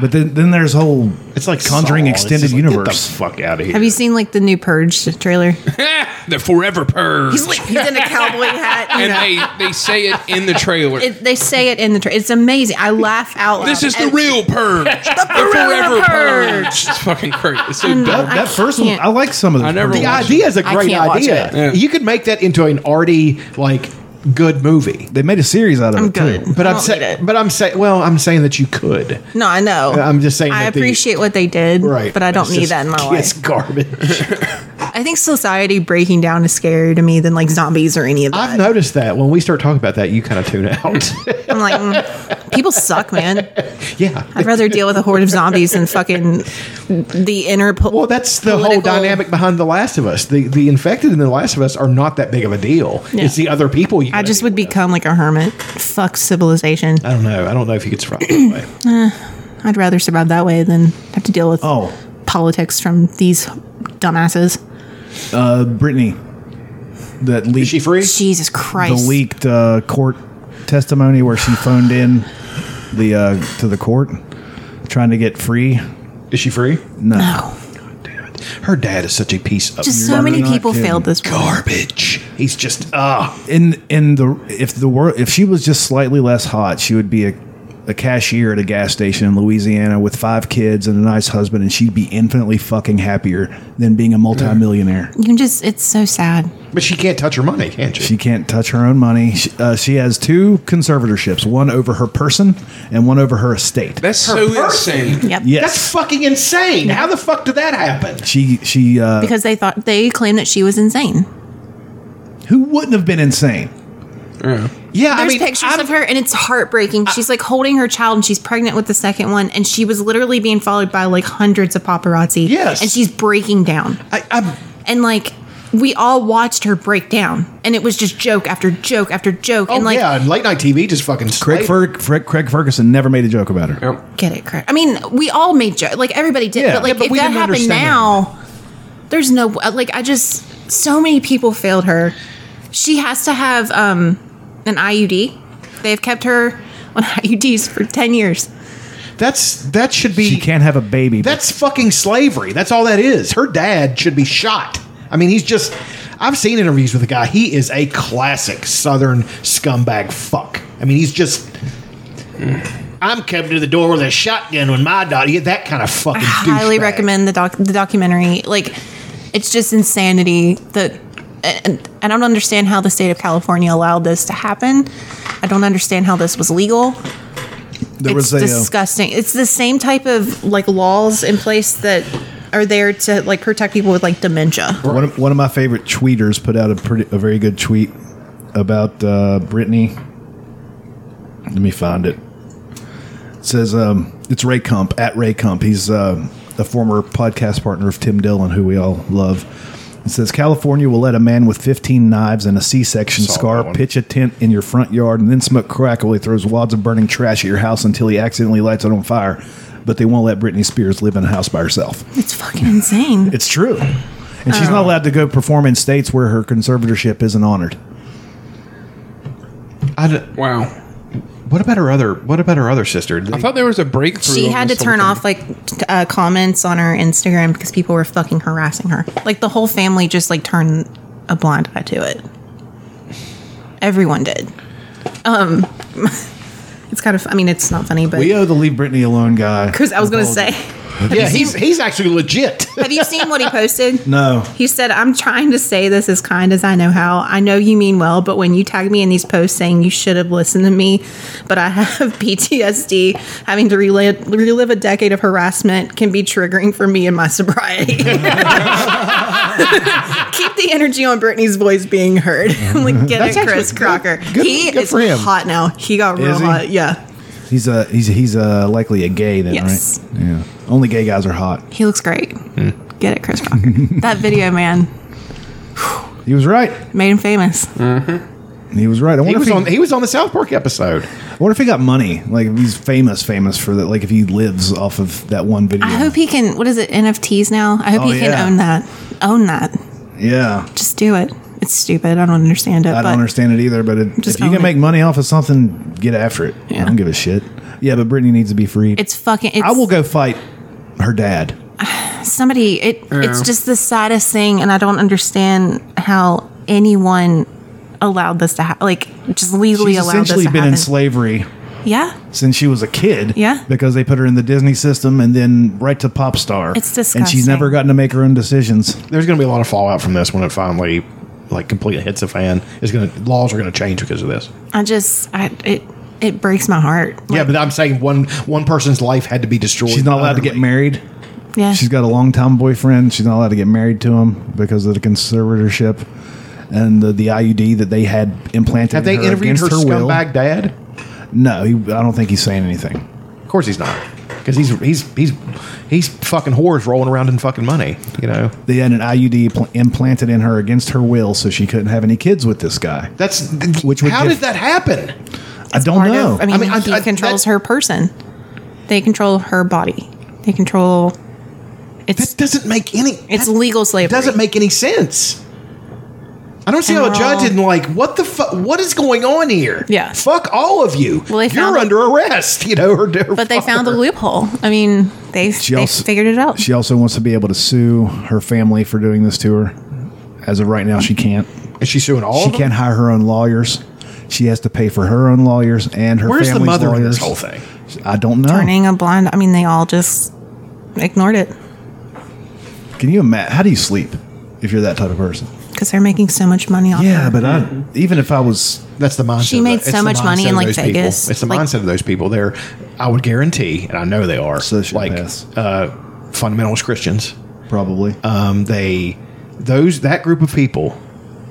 Speaker 1: But then, then there's whole
Speaker 3: It's like
Speaker 1: Conjuring
Speaker 3: Saw. It's
Speaker 1: Extended
Speaker 3: just like,
Speaker 1: Universe.
Speaker 3: Get the fuck out of here.
Speaker 2: Have you seen like the new Purge trailer?
Speaker 4: the forever purge.
Speaker 2: He's like he's in a cowboy hat. You
Speaker 4: and
Speaker 2: know.
Speaker 4: they, they say it in the trailer.
Speaker 2: It, they say it in the trailer. It's amazing. I laugh out loud.
Speaker 4: this is the
Speaker 2: And-
Speaker 4: real purge. the forever purge. It's fucking crazy. It's so
Speaker 2: I'm
Speaker 4: dumb.
Speaker 2: not-
Speaker 1: that first one,
Speaker 2: can't.
Speaker 1: I like some of the
Speaker 4: I never
Speaker 3: The
Speaker 4: watched
Speaker 3: idea is a
Speaker 2: I
Speaker 3: great
Speaker 2: can't watch
Speaker 3: idea.
Speaker 2: it.
Speaker 4: Yeah.
Speaker 3: You could make that into an already like good movie.
Speaker 1: They made a series out of
Speaker 2: I'm
Speaker 1: it
Speaker 2: good.
Speaker 1: too.
Speaker 3: But
Speaker 2: I
Speaker 3: I'm
Speaker 2: don't need
Speaker 3: saying,
Speaker 2: it.
Speaker 3: but I'm saying, well, I'm saying that you could.
Speaker 2: No, I know.
Speaker 3: I'm just saying
Speaker 2: I
Speaker 3: that the-
Speaker 2: appreciate what they did,
Speaker 3: Right.
Speaker 2: But I don't
Speaker 3: It's
Speaker 2: need
Speaker 3: just-
Speaker 2: that in my
Speaker 3: It's
Speaker 2: life.
Speaker 3: garbage.
Speaker 2: I think society breaking down is scarier to me than like zombies or any of
Speaker 3: I've
Speaker 2: that.
Speaker 3: noticed that when we start talking about that, you kind of tune out.
Speaker 2: I'm like, mm, people suck, man.
Speaker 3: yeah.
Speaker 2: I'd rather deal with a horde of zombies than fucking the inner. Po-
Speaker 3: Well, that's the whole
Speaker 2: political-
Speaker 3: dynamic behind The Last of Us. The the infected in The Last of Us are not that big of a deal.
Speaker 2: Yeah.
Speaker 3: It's the other people you.
Speaker 2: I
Speaker 3: gotta
Speaker 2: just
Speaker 3: deal
Speaker 2: would become like a hermit. Fuck civilization.
Speaker 3: with. I don't know. I don't know if you could survive that way.
Speaker 2: I'd rather survive that way than have to deal with
Speaker 1: Oh.
Speaker 2: politics from these dumbasses.
Speaker 1: Uh, Brittany, that leaked,
Speaker 3: Is she free?
Speaker 2: Jesus
Speaker 1: the
Speaker 2: Christ.
Speaker 1: leaked uh, court testimony where she phoned in the uh, to the court trying to get free.
Speaker 3: Is she free?
Speaker 2: No.
Speaker 3: Her dad is such a piece of
Speaker 2: Just so
Speaker 1: You're
Speaker 2: many
Speaker 1: not
Speaker 2: people
Speaker 1: kidding.
Speaker 2: failed this one.
Speaker 3: garbage. He's just ah.
Speaker 1: in in the if the world if she was just slightly less hot, she would be a, a cashier at a gas station in Louisiana with five kids and a nice husband, and she'd be infinitely fucking happier than being a multimillionaire.
Speaker 2: You can just, it's so sad.
Speaker 3: But she can't touch her money, can she?
Speaker 1: She can't touch her own money. She, uh, she has two conservatorships: one over her person and one over her estate.
Speaker 4: That's so insane.
Speaker 2: Yep.
Speaker 1: yes,
Speaker 3: That's fucking insane. How the fuck did that happen?
Speaker 1: she she uh,
Speaker 2: Because they thought, they claimed that she was insane.
Speaker 1: who wouldn't have been insane.
Speaker 3: Yeah,
Speaker 2: There's
Speaker 3: I mean,
Speaker 2: pictures
Speaker 3: I'm-
Speaker 2: of her, and it's heartbreaking. She's like holding her child, and she's pregnant with the second one, and she was literally being followed by like hundreds of paparazzi.
Speaker 3: Yes.
Speaker 2: and she's breaking down,
Speaker 3: I, I'm
Speaker 2: and like we all watched her break down, and it was just joke after joke after joke,
Speaker 3: oh
Speaker 2: and like
Speaker 3: yeah, and late night TV just fucking.
Speaker 1: Craig,
Speaker 3: slayed-
Speaker 1: Fer- Craig, Craig Ferguson never made a joke about her.
Speaker 2: get it correct. I mean, we all made joke, like everybody did,
Speaker 1: Yeah.
Speaker 2: but like
Speaker 1: Yeah, but
Speaker 2: if
Speaker 1: we
Speaker 2: that
Speaker 1: didn't
Speaker 2: happened
Speaker 1: understand
Speaker 2: now, there's no uh, like I just so many people failed her. She has to have um an IUD. They've kept her on IUDs for ten years.
Speaker 3: That's that should be.
Speaker 1: She can't have a baby. but
Speaker 3: That's fucking slavery. That's all that is. Her dad should be shot. I mean, he's just. I've seen interviews with the guy. He is a classic Southern scumbag fuck. I mean, he's just. I'm coming to the door with a shotgun when my daughter. Yeah, that kind of fucking.
Speaker 2: I highly
Speaker 3: douchebag.
Speaker 2: recommend the doc the documentary. Like, it's just insanity that. And and I don't understand how the state of California allowed this to happen. I don't understand how this was legal.
Speaker 1: there was
Speaker 2: it's
Speaker 1: a, uh,
Speaker 2: disgusting. It's the same type of like laws in place that are there to like protect people with like dementia.
Speaker 1: One of, one of my favorite tweeters put out a pretty a very good tweet about uh, Brittany. Let me find it. It says um, it's Ray Kump at Ray Kump. He's uh, a former podcast partner of Tim Dillon, who we all love. It says California will let a man with 15 knives and a C-section scar pitch a tent in your front yard and then smoke crack while he throws wads of burning trash at your house until he accidentally lights it on fire. But they won't let Britney Spears live in a house by herself.
Speaker 2: It's fucking insane.
Speaker 1: It's true. And she's
Speaker 2: Oh.
Speaker 1: not allowed to go perform in states where her conservatorship isn't honored.
Speaker 3: I don't-
Speaker 4: Wow.
Speaker 3: what about her other? What about her other sister?
Speaker 4: I thought there was a breakthrough.
Speaker 2: She
Speaker 4: on
Speaker 2: had to
Speaker 4: this
Speaker 2: turn
Speaker 4: whole
Speaker 2: off
Speaker 4: thing.
Speaker 2: like t- uh, comments on her Instagram because people were fucking harassing her. Like the whole family just like turned a blind eye to it. Everyone did. Um, it's kind of. I mean, it's not funny, but
Speaker 1: We owe the Leave Britney Alone guy.
Speaker 2: Chris, I was gonna say.
Speaker 3: yeah, he's he's actually legit.
Speaker 2: Have you seen what he posted?
Speaker 1: No.
Speaker 2: He said, I'm trying to say this as kind as I know how. I know you mean well, but when you tag me in these posts saying you should have listened to me, but I have PTSD, having to relive, relive a decade of harassment can be triggering for me in my sobriety. Keep the energy on Brittany's voice being heard. I'm like, get
Speaker 3: That's
Speaker 2: it, Chris
Speaker 3: actually
Speaker 2: Crocker.
Speaker 3: good-
Speaker 2: he
Speaker 3: good
Speaker 2: is
Speaker 3: for him.
Speaker 2: hot now. He got real
Speaker 1: Is he?
Speaker 2: hot. Yeah.
Speaker 1: He's a he's he's a likely a gay then,
Speaker 2: Yes.
Speaker 1: right? Yeah. Only gay guys are hot.
Speaker 2: He looks great. Get it, Chris Crocker. that video, man,
Speaker 1: He was right.
Speaker 2: made him famous.
Speaker 1: He was right. I wonder,
Speaker 3: He
Speaker 1: if
Speaker 3: was
Speaker 1: he,
Speaker 3: on. He was on the South Park episode.
Speaker 1: I wonder if he got money. Like if he's famous, famous for that. Like if he lives off of that one video.
Speaker 2: I hope he can. What is it? NFTs now. I hope
Speaker 1: Oh,
Speaker 2: he can
Speaker 1: yeah.
Speaker 2: own that. Own that.
Speaker 1: yeah.
Speaker 2: Just do it. It's stupid. I don't understand it.
Speaker 1: I
Speaker 2: but
Speaker 1: don't understand it either, but it,
Speaker 2: Just
Speaker 1: if you
Speaker 2: own
Speaker 1: can
Speaker 2: it.
Speaker 1: make money off of something, get after it.
Speaker 2: Yeah.
Speaker 1: I don't give a shit. Yeah, but Brittany needs to be freed.
Speaker 2: It's fucking. It's,
Speaker 1: I will go fight her dad.
Speaker 2: somebody it it's
Speaker 1: Yeah.
Speaker 2: just the saddest thing and i don't understand how anyone allowed this to happen like just legally
Speaker 1: She's
Speaker 2: allowed this
Speaker 1: essentially
Speaker 2: to
Speaker 1: been
Speaker 2: happen
Speaker 1: in slavery
Speaker 2: yeah
Speaker 1: since she was a kid.
Speaker 2: Yeah.
Speaker 1: Because they put her in the Disney system and then right to pop star.
Speaker 2: It's
Speaker 1: And she's
Speaker 2: disgusting.
Speaker 1: never gotten to make her own decisions.
Speaker 3: There's going to be a lot of fallout from this when it finally like completely hits the fan. It's going to laws are going to change because of this.
Speaker 2: i just i it it breaks my heart
Speaker 3: yeah, but I'm saying one one person's life had to be destroyed.
Speaker 1: She's not allowed to get married.
Speaker 2: Yeah.
Speaker 1: She's got a longtime boyfriend. She's not allowed to get married to him because of the conservatorship and the, the IUD that they had implanted.
Speaker 3: Have they
Speaker 1: in her
Speaker 3: interviewed
Speaker 1: against
Speaker 3: her
Speaker 1: will.
Speaker 3: scumbag dad?
Speaker 1: No, he, I don't think he's saying anything.
Speaker 3: Of course he's not, because he's he's he's he's fucking whores rolling around in fucking money. You know.
Speaker 1: They had an IUD pl- implanted in her against her will, so she couldn't have any kids with this guy.
Speaker 3: That's
Speaker 1: which would
Speaker 3: How
Speaker 1: give-
Speaker 3: did that happen?
Speaker 1: I don't know.
Speaker 2: i mean, he controls her person they control her body they control it's
Speaker 3: that doesn't make any
Speaker 2: it's legal slavery
Speaker 3: doesn't make any sense I don't see
Speaker 2: And
Speaker 3: how a
Speaker 2: we're
Speaker 3: judge
Speaker 2: all-
Speaker 3: didn't like what the fuck. What is going on here?
Speaker 2: Yeah.
Speaker 3: fuck all of you.
Speaker 2: Well, they
Speaker 3: You're
Speaker 2: found-
Speaker 3: under arrest. You know, her, her
Speaker 2: but they found the
Speaker 3: father.
Speaker 2: loophole i mean they,
Speaker 1: She
Speaker 2: they
Speaker 1: also-
Speaker 2: figured it out
Speaker 1: She also wants to be able to sue her family for doing this to her. As of right now, she can't.
Speaker 3: Is she suing all?
Speaker 1: She
Speaker 3: of them?
Speaker 1: can't hire her own lawyers. She has to pay for her own lawyers and her
Speaker 3: Where's the
Speaker 1: family's
Speaker 3: mother in
Speaker 1: lawyers.
Speaker 3: this whole thing?
Speaker 1: I don't know.
Speaker 2: turning a blind i mean they all just ignored it
Speaker 1: Can you imagine? How do you sleep if you're that type of person?
Speaker 2: because they're making so much money off
Speaker 1: Yeah, but I, even if I was,
Speaker 3: That's the mindset.
Speaker 2: She
Speaker 3: of
Speaker 2: made
Speaker 3: the- it's
Speaker 2: so
Speaker 3: the
Speaker 2: much money
Speaker 3: mindset
Speaker 2: in,
Speaker 3: of
Speaker 2: like,
Speaker 3: those
Speaker 2: Vegas.
Speaker 3: People. It's the
Speaker 2: Like-
Speaker 3: mindset of those people. They're, I would guarantee, and I know they are, like uh, fundamentalist Christians.
Speaker 1: probably
Speaker 3: Um, they, those that group of people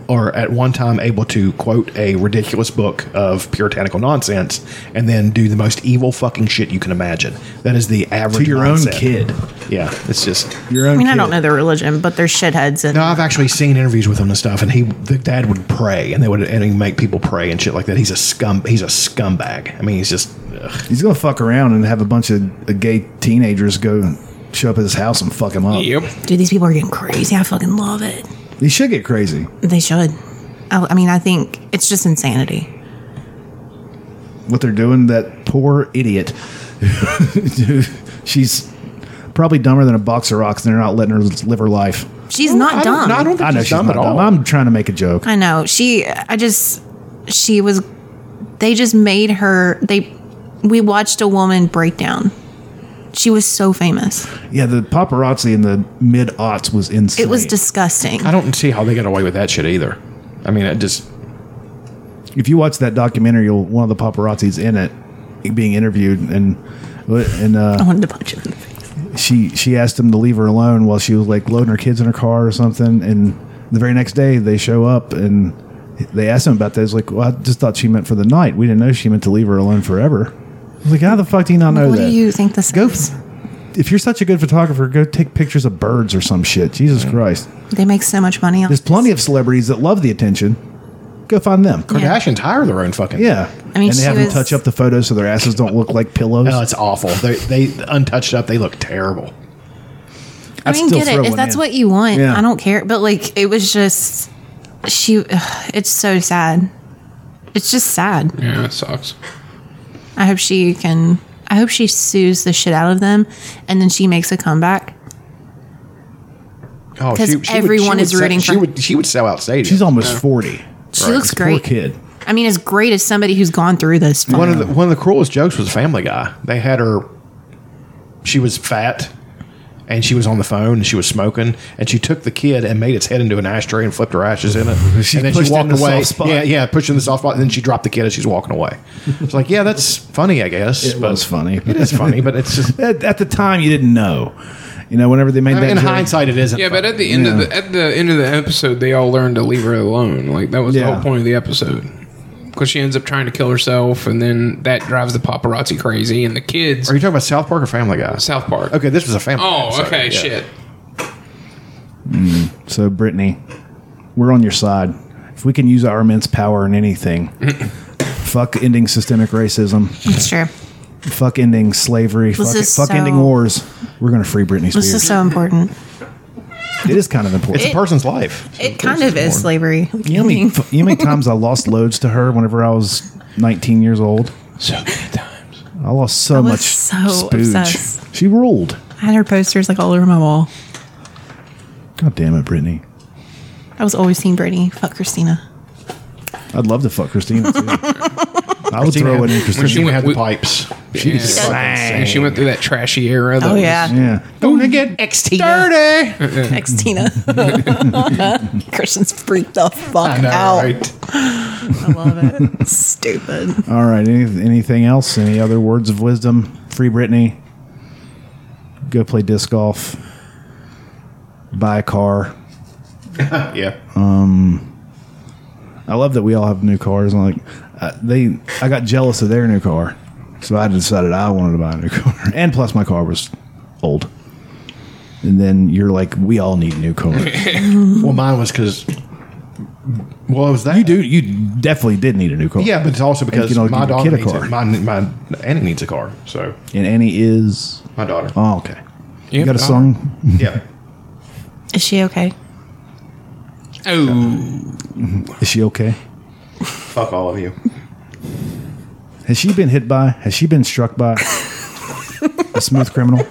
Speaker 3: are at one time able to quote a ridiculous book of puritanical nonsense and then do the most evil fucking shit you can imagine. That is the average.
Speaker 1: to your own
Speaker 3: mindset.
Speaker 1: kid,
Speaker 3: Yeah, it's just.
Speaker 1: your own.
Speaker 2: I mean, I
Speaker 1: kid.
Speaker 2: don't know their religion, but they're shitheads. And
Speaker 3: No, I've actually seen interviews with him and stuff, and he, the dad would pray, and they would, and he'd make people pray and shit like that. He's a scum. He's a scumbag. I mean, he's just. ugh.
Speaker 1: He's gonna fuck around and have a bunch of uh, gay teenagers go and show up at his house and fuck him up.
Speaker 4: Yep.
Speaker 2: dude, these people are getting crazy. I fucking love it.
Speaker 1: He should get crazy.
Speaker 2: They should. I, I mean, I think it's just insanity.
Speaker 1: What they're doing, that poor idiot. She's probably dumber than a box of rocks, and they're not letting her live her life.
Speaker 2: She's not
Speaker 3: I
Speaker 2: dumb.
Speaker 3: Don't, no, I don't think
Speaker 1: I know
Speaker 3: she's,
Speaker 1: she's
Speaker 3: dumb
Speaker 1: not
Speaker 3: at all.
Speaker 1: dumb. I'm trying to make a joke.
Speaker 2: I know. She, I just, she was, they just made her, they, we watched a woman break down. She was so famous.
Speaker 1: Yeah, the paparazzi in the mid aughts was insane.
Speaker 2: It was disgusting.
Speaker 3: I don't see how they got away with that shit either. I mean, it just
Speaker 1: if you watch that documentary, you'll, one of the paparazzi's in it being interviewed, and and
Speaker 2: I
Speaker 1: uh,
Speaker 2: wanted to punch him in the face.
Speaker 1: she she asked him to leave her alone while she was like loading her kids in her car or something. And the very next day, they show up and they asked him about that. He's like, "Well, I just thought she meant for the night. We didn't know she meant to leave her alone forever." I was like, "How the fuck do you not know
Speaker 2: What
Speaker 1: that?"
Speaker 2: do you think this
Speaker 1: Go
Speaker 2: is?
Speaker 1: if you're such a good photographer, go take pictures of birds or some shit. Jesus Christ.
Speaker 2: They make so much money off
Speaker 1: There's plenty of celebrities that love the attention. Go find them.
Speaker 3: Kardashians hire their own fucking.
Speaker 1: Yeah.
Speaker 2: I mean,
Speaker 1: and they
Speaker 2: she
Speaker 1: have
Speaker 2: was-
Speaker 1: them touch up the photos so their asses don't look like pillows.
Speaker 3: Oh, it's awful. They they untouched up. They look terrible.
Speaker 2: I
Speaker 1: I'd
Speaker 2: mean,
Speaker 1: still
Speaker 2: get
Speaker 1: throw
Speaker 2: it. If
Speaker 1: one
Speaker 2: that's
Speaker 1: in.
Speaker 2: what you want,
Speaker 1: Yeah.
Speaker 2: I don't care. But like, it was just she. ugh, it's so sad. It's just sad.
Speaker 4: Yeah, it sucks.
Speaker 2: I hope she can. I hope she sues the shit out of them, and then she makes a comeback.
Speaker 3: Oh,
Speaker 2: 'Cause
Speaker 3: would-
Speaker 2: everyone is
Speaker 3: would se-
Speaker 2: rooting for-
Speaker 3: She would she would sell out stadiums.
Speaker 1: She's almost 40.
Speaker 2: She looks
Speaker 1: Poor
Speaker 2: great.
Speaker 1: kid.
Speaker 2: I mean, as great as somebody who's gone through this.
Speaker 3: one of the one of the cruelest jokes was Family Guy. They had her. She was fat, and she was on the phone, and she was smoking, and she took the kid and made its head into an ashtray and flipped her ashes in it.
Speaker 1: She
Speaker 3: and then
Speaker 1: pushed
Speaker 3: she
Speaker 1: it in
Speaker 3: walked
Speaker 1: the
Speaker 3: away.
Speaker 1: soft spot.
Speaker 3: Yeah, yeah, pushing the soft spot, and then she dropped the kid as she's walking away. It's like, yeah, that's funny, I guess.
Speaker 1: It was funny.
Speaker 3: It is funny, but it's just
Speaker 1: At, at the time, you didn't know. You know, whenever they made
Speaker 3: I mean,
Speaker 1: that.
Speaker 3: in
Speaker 1: joke-
Speaker 3: hindsight, it isn't.
Speaker 4: Yeah, but
Speaker 3: funny.
Speaker 4: at the end of the at the end of the episode, they all learned to leave her alone. Like that was
Speaker 1: Yeah.
Speaker 4: the whole point of the episode. Because she ends up trying to kill herself, and then that drives the paparazzi crazy, and the kids.
Speaker 3: Are you talking about South Park or Family Guy?
Speaker 4: South Park.
Speaker 3: Okay, this was a Family. Guy
Speaker 4: Oh,
Speaker 3: episode,
Speaker 4: okay,
Speaker 3: yeah.
Speaker 4: shit.
Speaker 1: So, Brittany, we're on your side. If we can use our immense power in anything, fuck ending systemic racism,
Speaker 2: it's true.
Speaker 1: fuck ending slavery, fuck,
Speaker 2: is
Speaker 1: fuck
Speaker 2: so-
Speaker 1: ending wars. We're going to free Britney
Speaker 2: This
Speaker 1: Spears.
Speaker 2: is so important.
Speaker 1: it is kind of important.
Speaker 3: It's a person's life.
Speaker 2: It kind of is slavery.
Speaker 1: You know, how many, you know how many times I lost loads to her whenever I was 19 years old?
Speaker 4: So many times.
Speaker 1: I lost so
Speaker 2: I was
Speaker 1: much.
Speaker 2: so
Speaker 1: spooge.
Speaker 2: obsessed.
Speaker 1: She ruled.
Speaker 2: I had her posters like all over my wall.
Speaker 1: God damn it, Brittany.
Speaker 2: I was always Team Brittany. Fuck Christina.
Speaker 1: I'd love to fuck Christina. Too. I would
Speaker 3: Christina
Speaker 1: throw in
Speaker 3: had-
Speaker 1: Christina.
Speaker 3: Christina had the
Speaker 1: pipes. She
Speaker 4: Yeah.
Speaker 1: just sang.
Speaker 4: And she went through that trashy era. That
Speaker 2: Oh,
Speaker 4: was-
Speaker 2: yeah.
Speaker 1: Yeah.
Speaker 2: Don't get ex Tina.
Speaker 4: Uh-uh.
Speaker 2: Ex Tina. Christian's freaked the fuck
Speaker 1: I know,
Speaker 2: out.
Speaker 1: right?
Speaker 2: I love it. Stupid.
Speaker 1: All right. Any, anything else? Any other words of wisdom? Free Brittany. Go play disc golf. Buy a car.
Speaker 3: yeah.
Speaker 1: Um, I love that we all have new cars. I'm like, uh, they, I got jealous of their new car, so I decided I wanted to buy a new car. And plus, my car was old. And then you're like, we all need new cars.
Speaker 3: well, mine was because. Well, it was that.
Speaker 1: you do. You definitely did need a new car.
Speaker 3: Yeah, but it's also
Speaker 1: And you
Speaker 3: because
Speaker 1: can only
Speaker 3: my
Speaker 1: give your
Speaker 3: daughter
Speaker 1: kid a
Speaker 3: needs
Speaker 1: car.
Speaker 3: it. My, my Annie needs a car, so
Speaker 1: And Annie is
Speaker 3: my daughter.
Speaker 1: Oh, okay.
Speaker 3: Yeah,
Speaker 1: you got a
Speaker 3: daughter.
Speaker 1: song?
Speaker 3: Yeah.
Speaker 2: Is she okay?
Speaker 4: Oh.
Speaker 1: Is she okay?
Speaker 3: Fuck all of you.
Speaker 1: Has she been hit by? Has she been struck by a smooth criminal?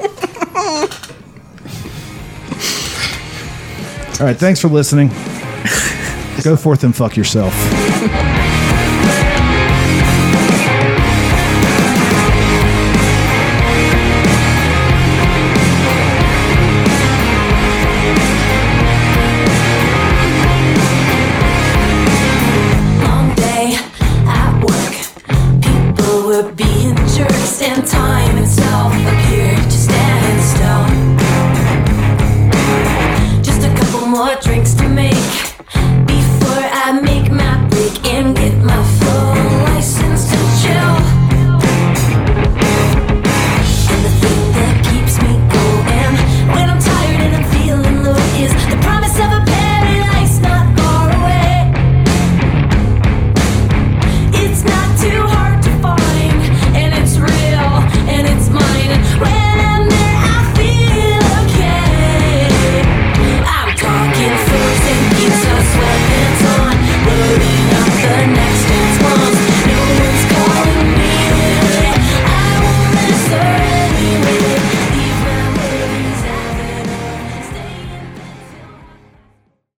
Speaker 1: All right. Thanks for listening. Go forth and fuck yourself.
Speaker 12: Long day at work, people were being jerks, and time itself appeared to stand still. Just a couple more drinks to make before I make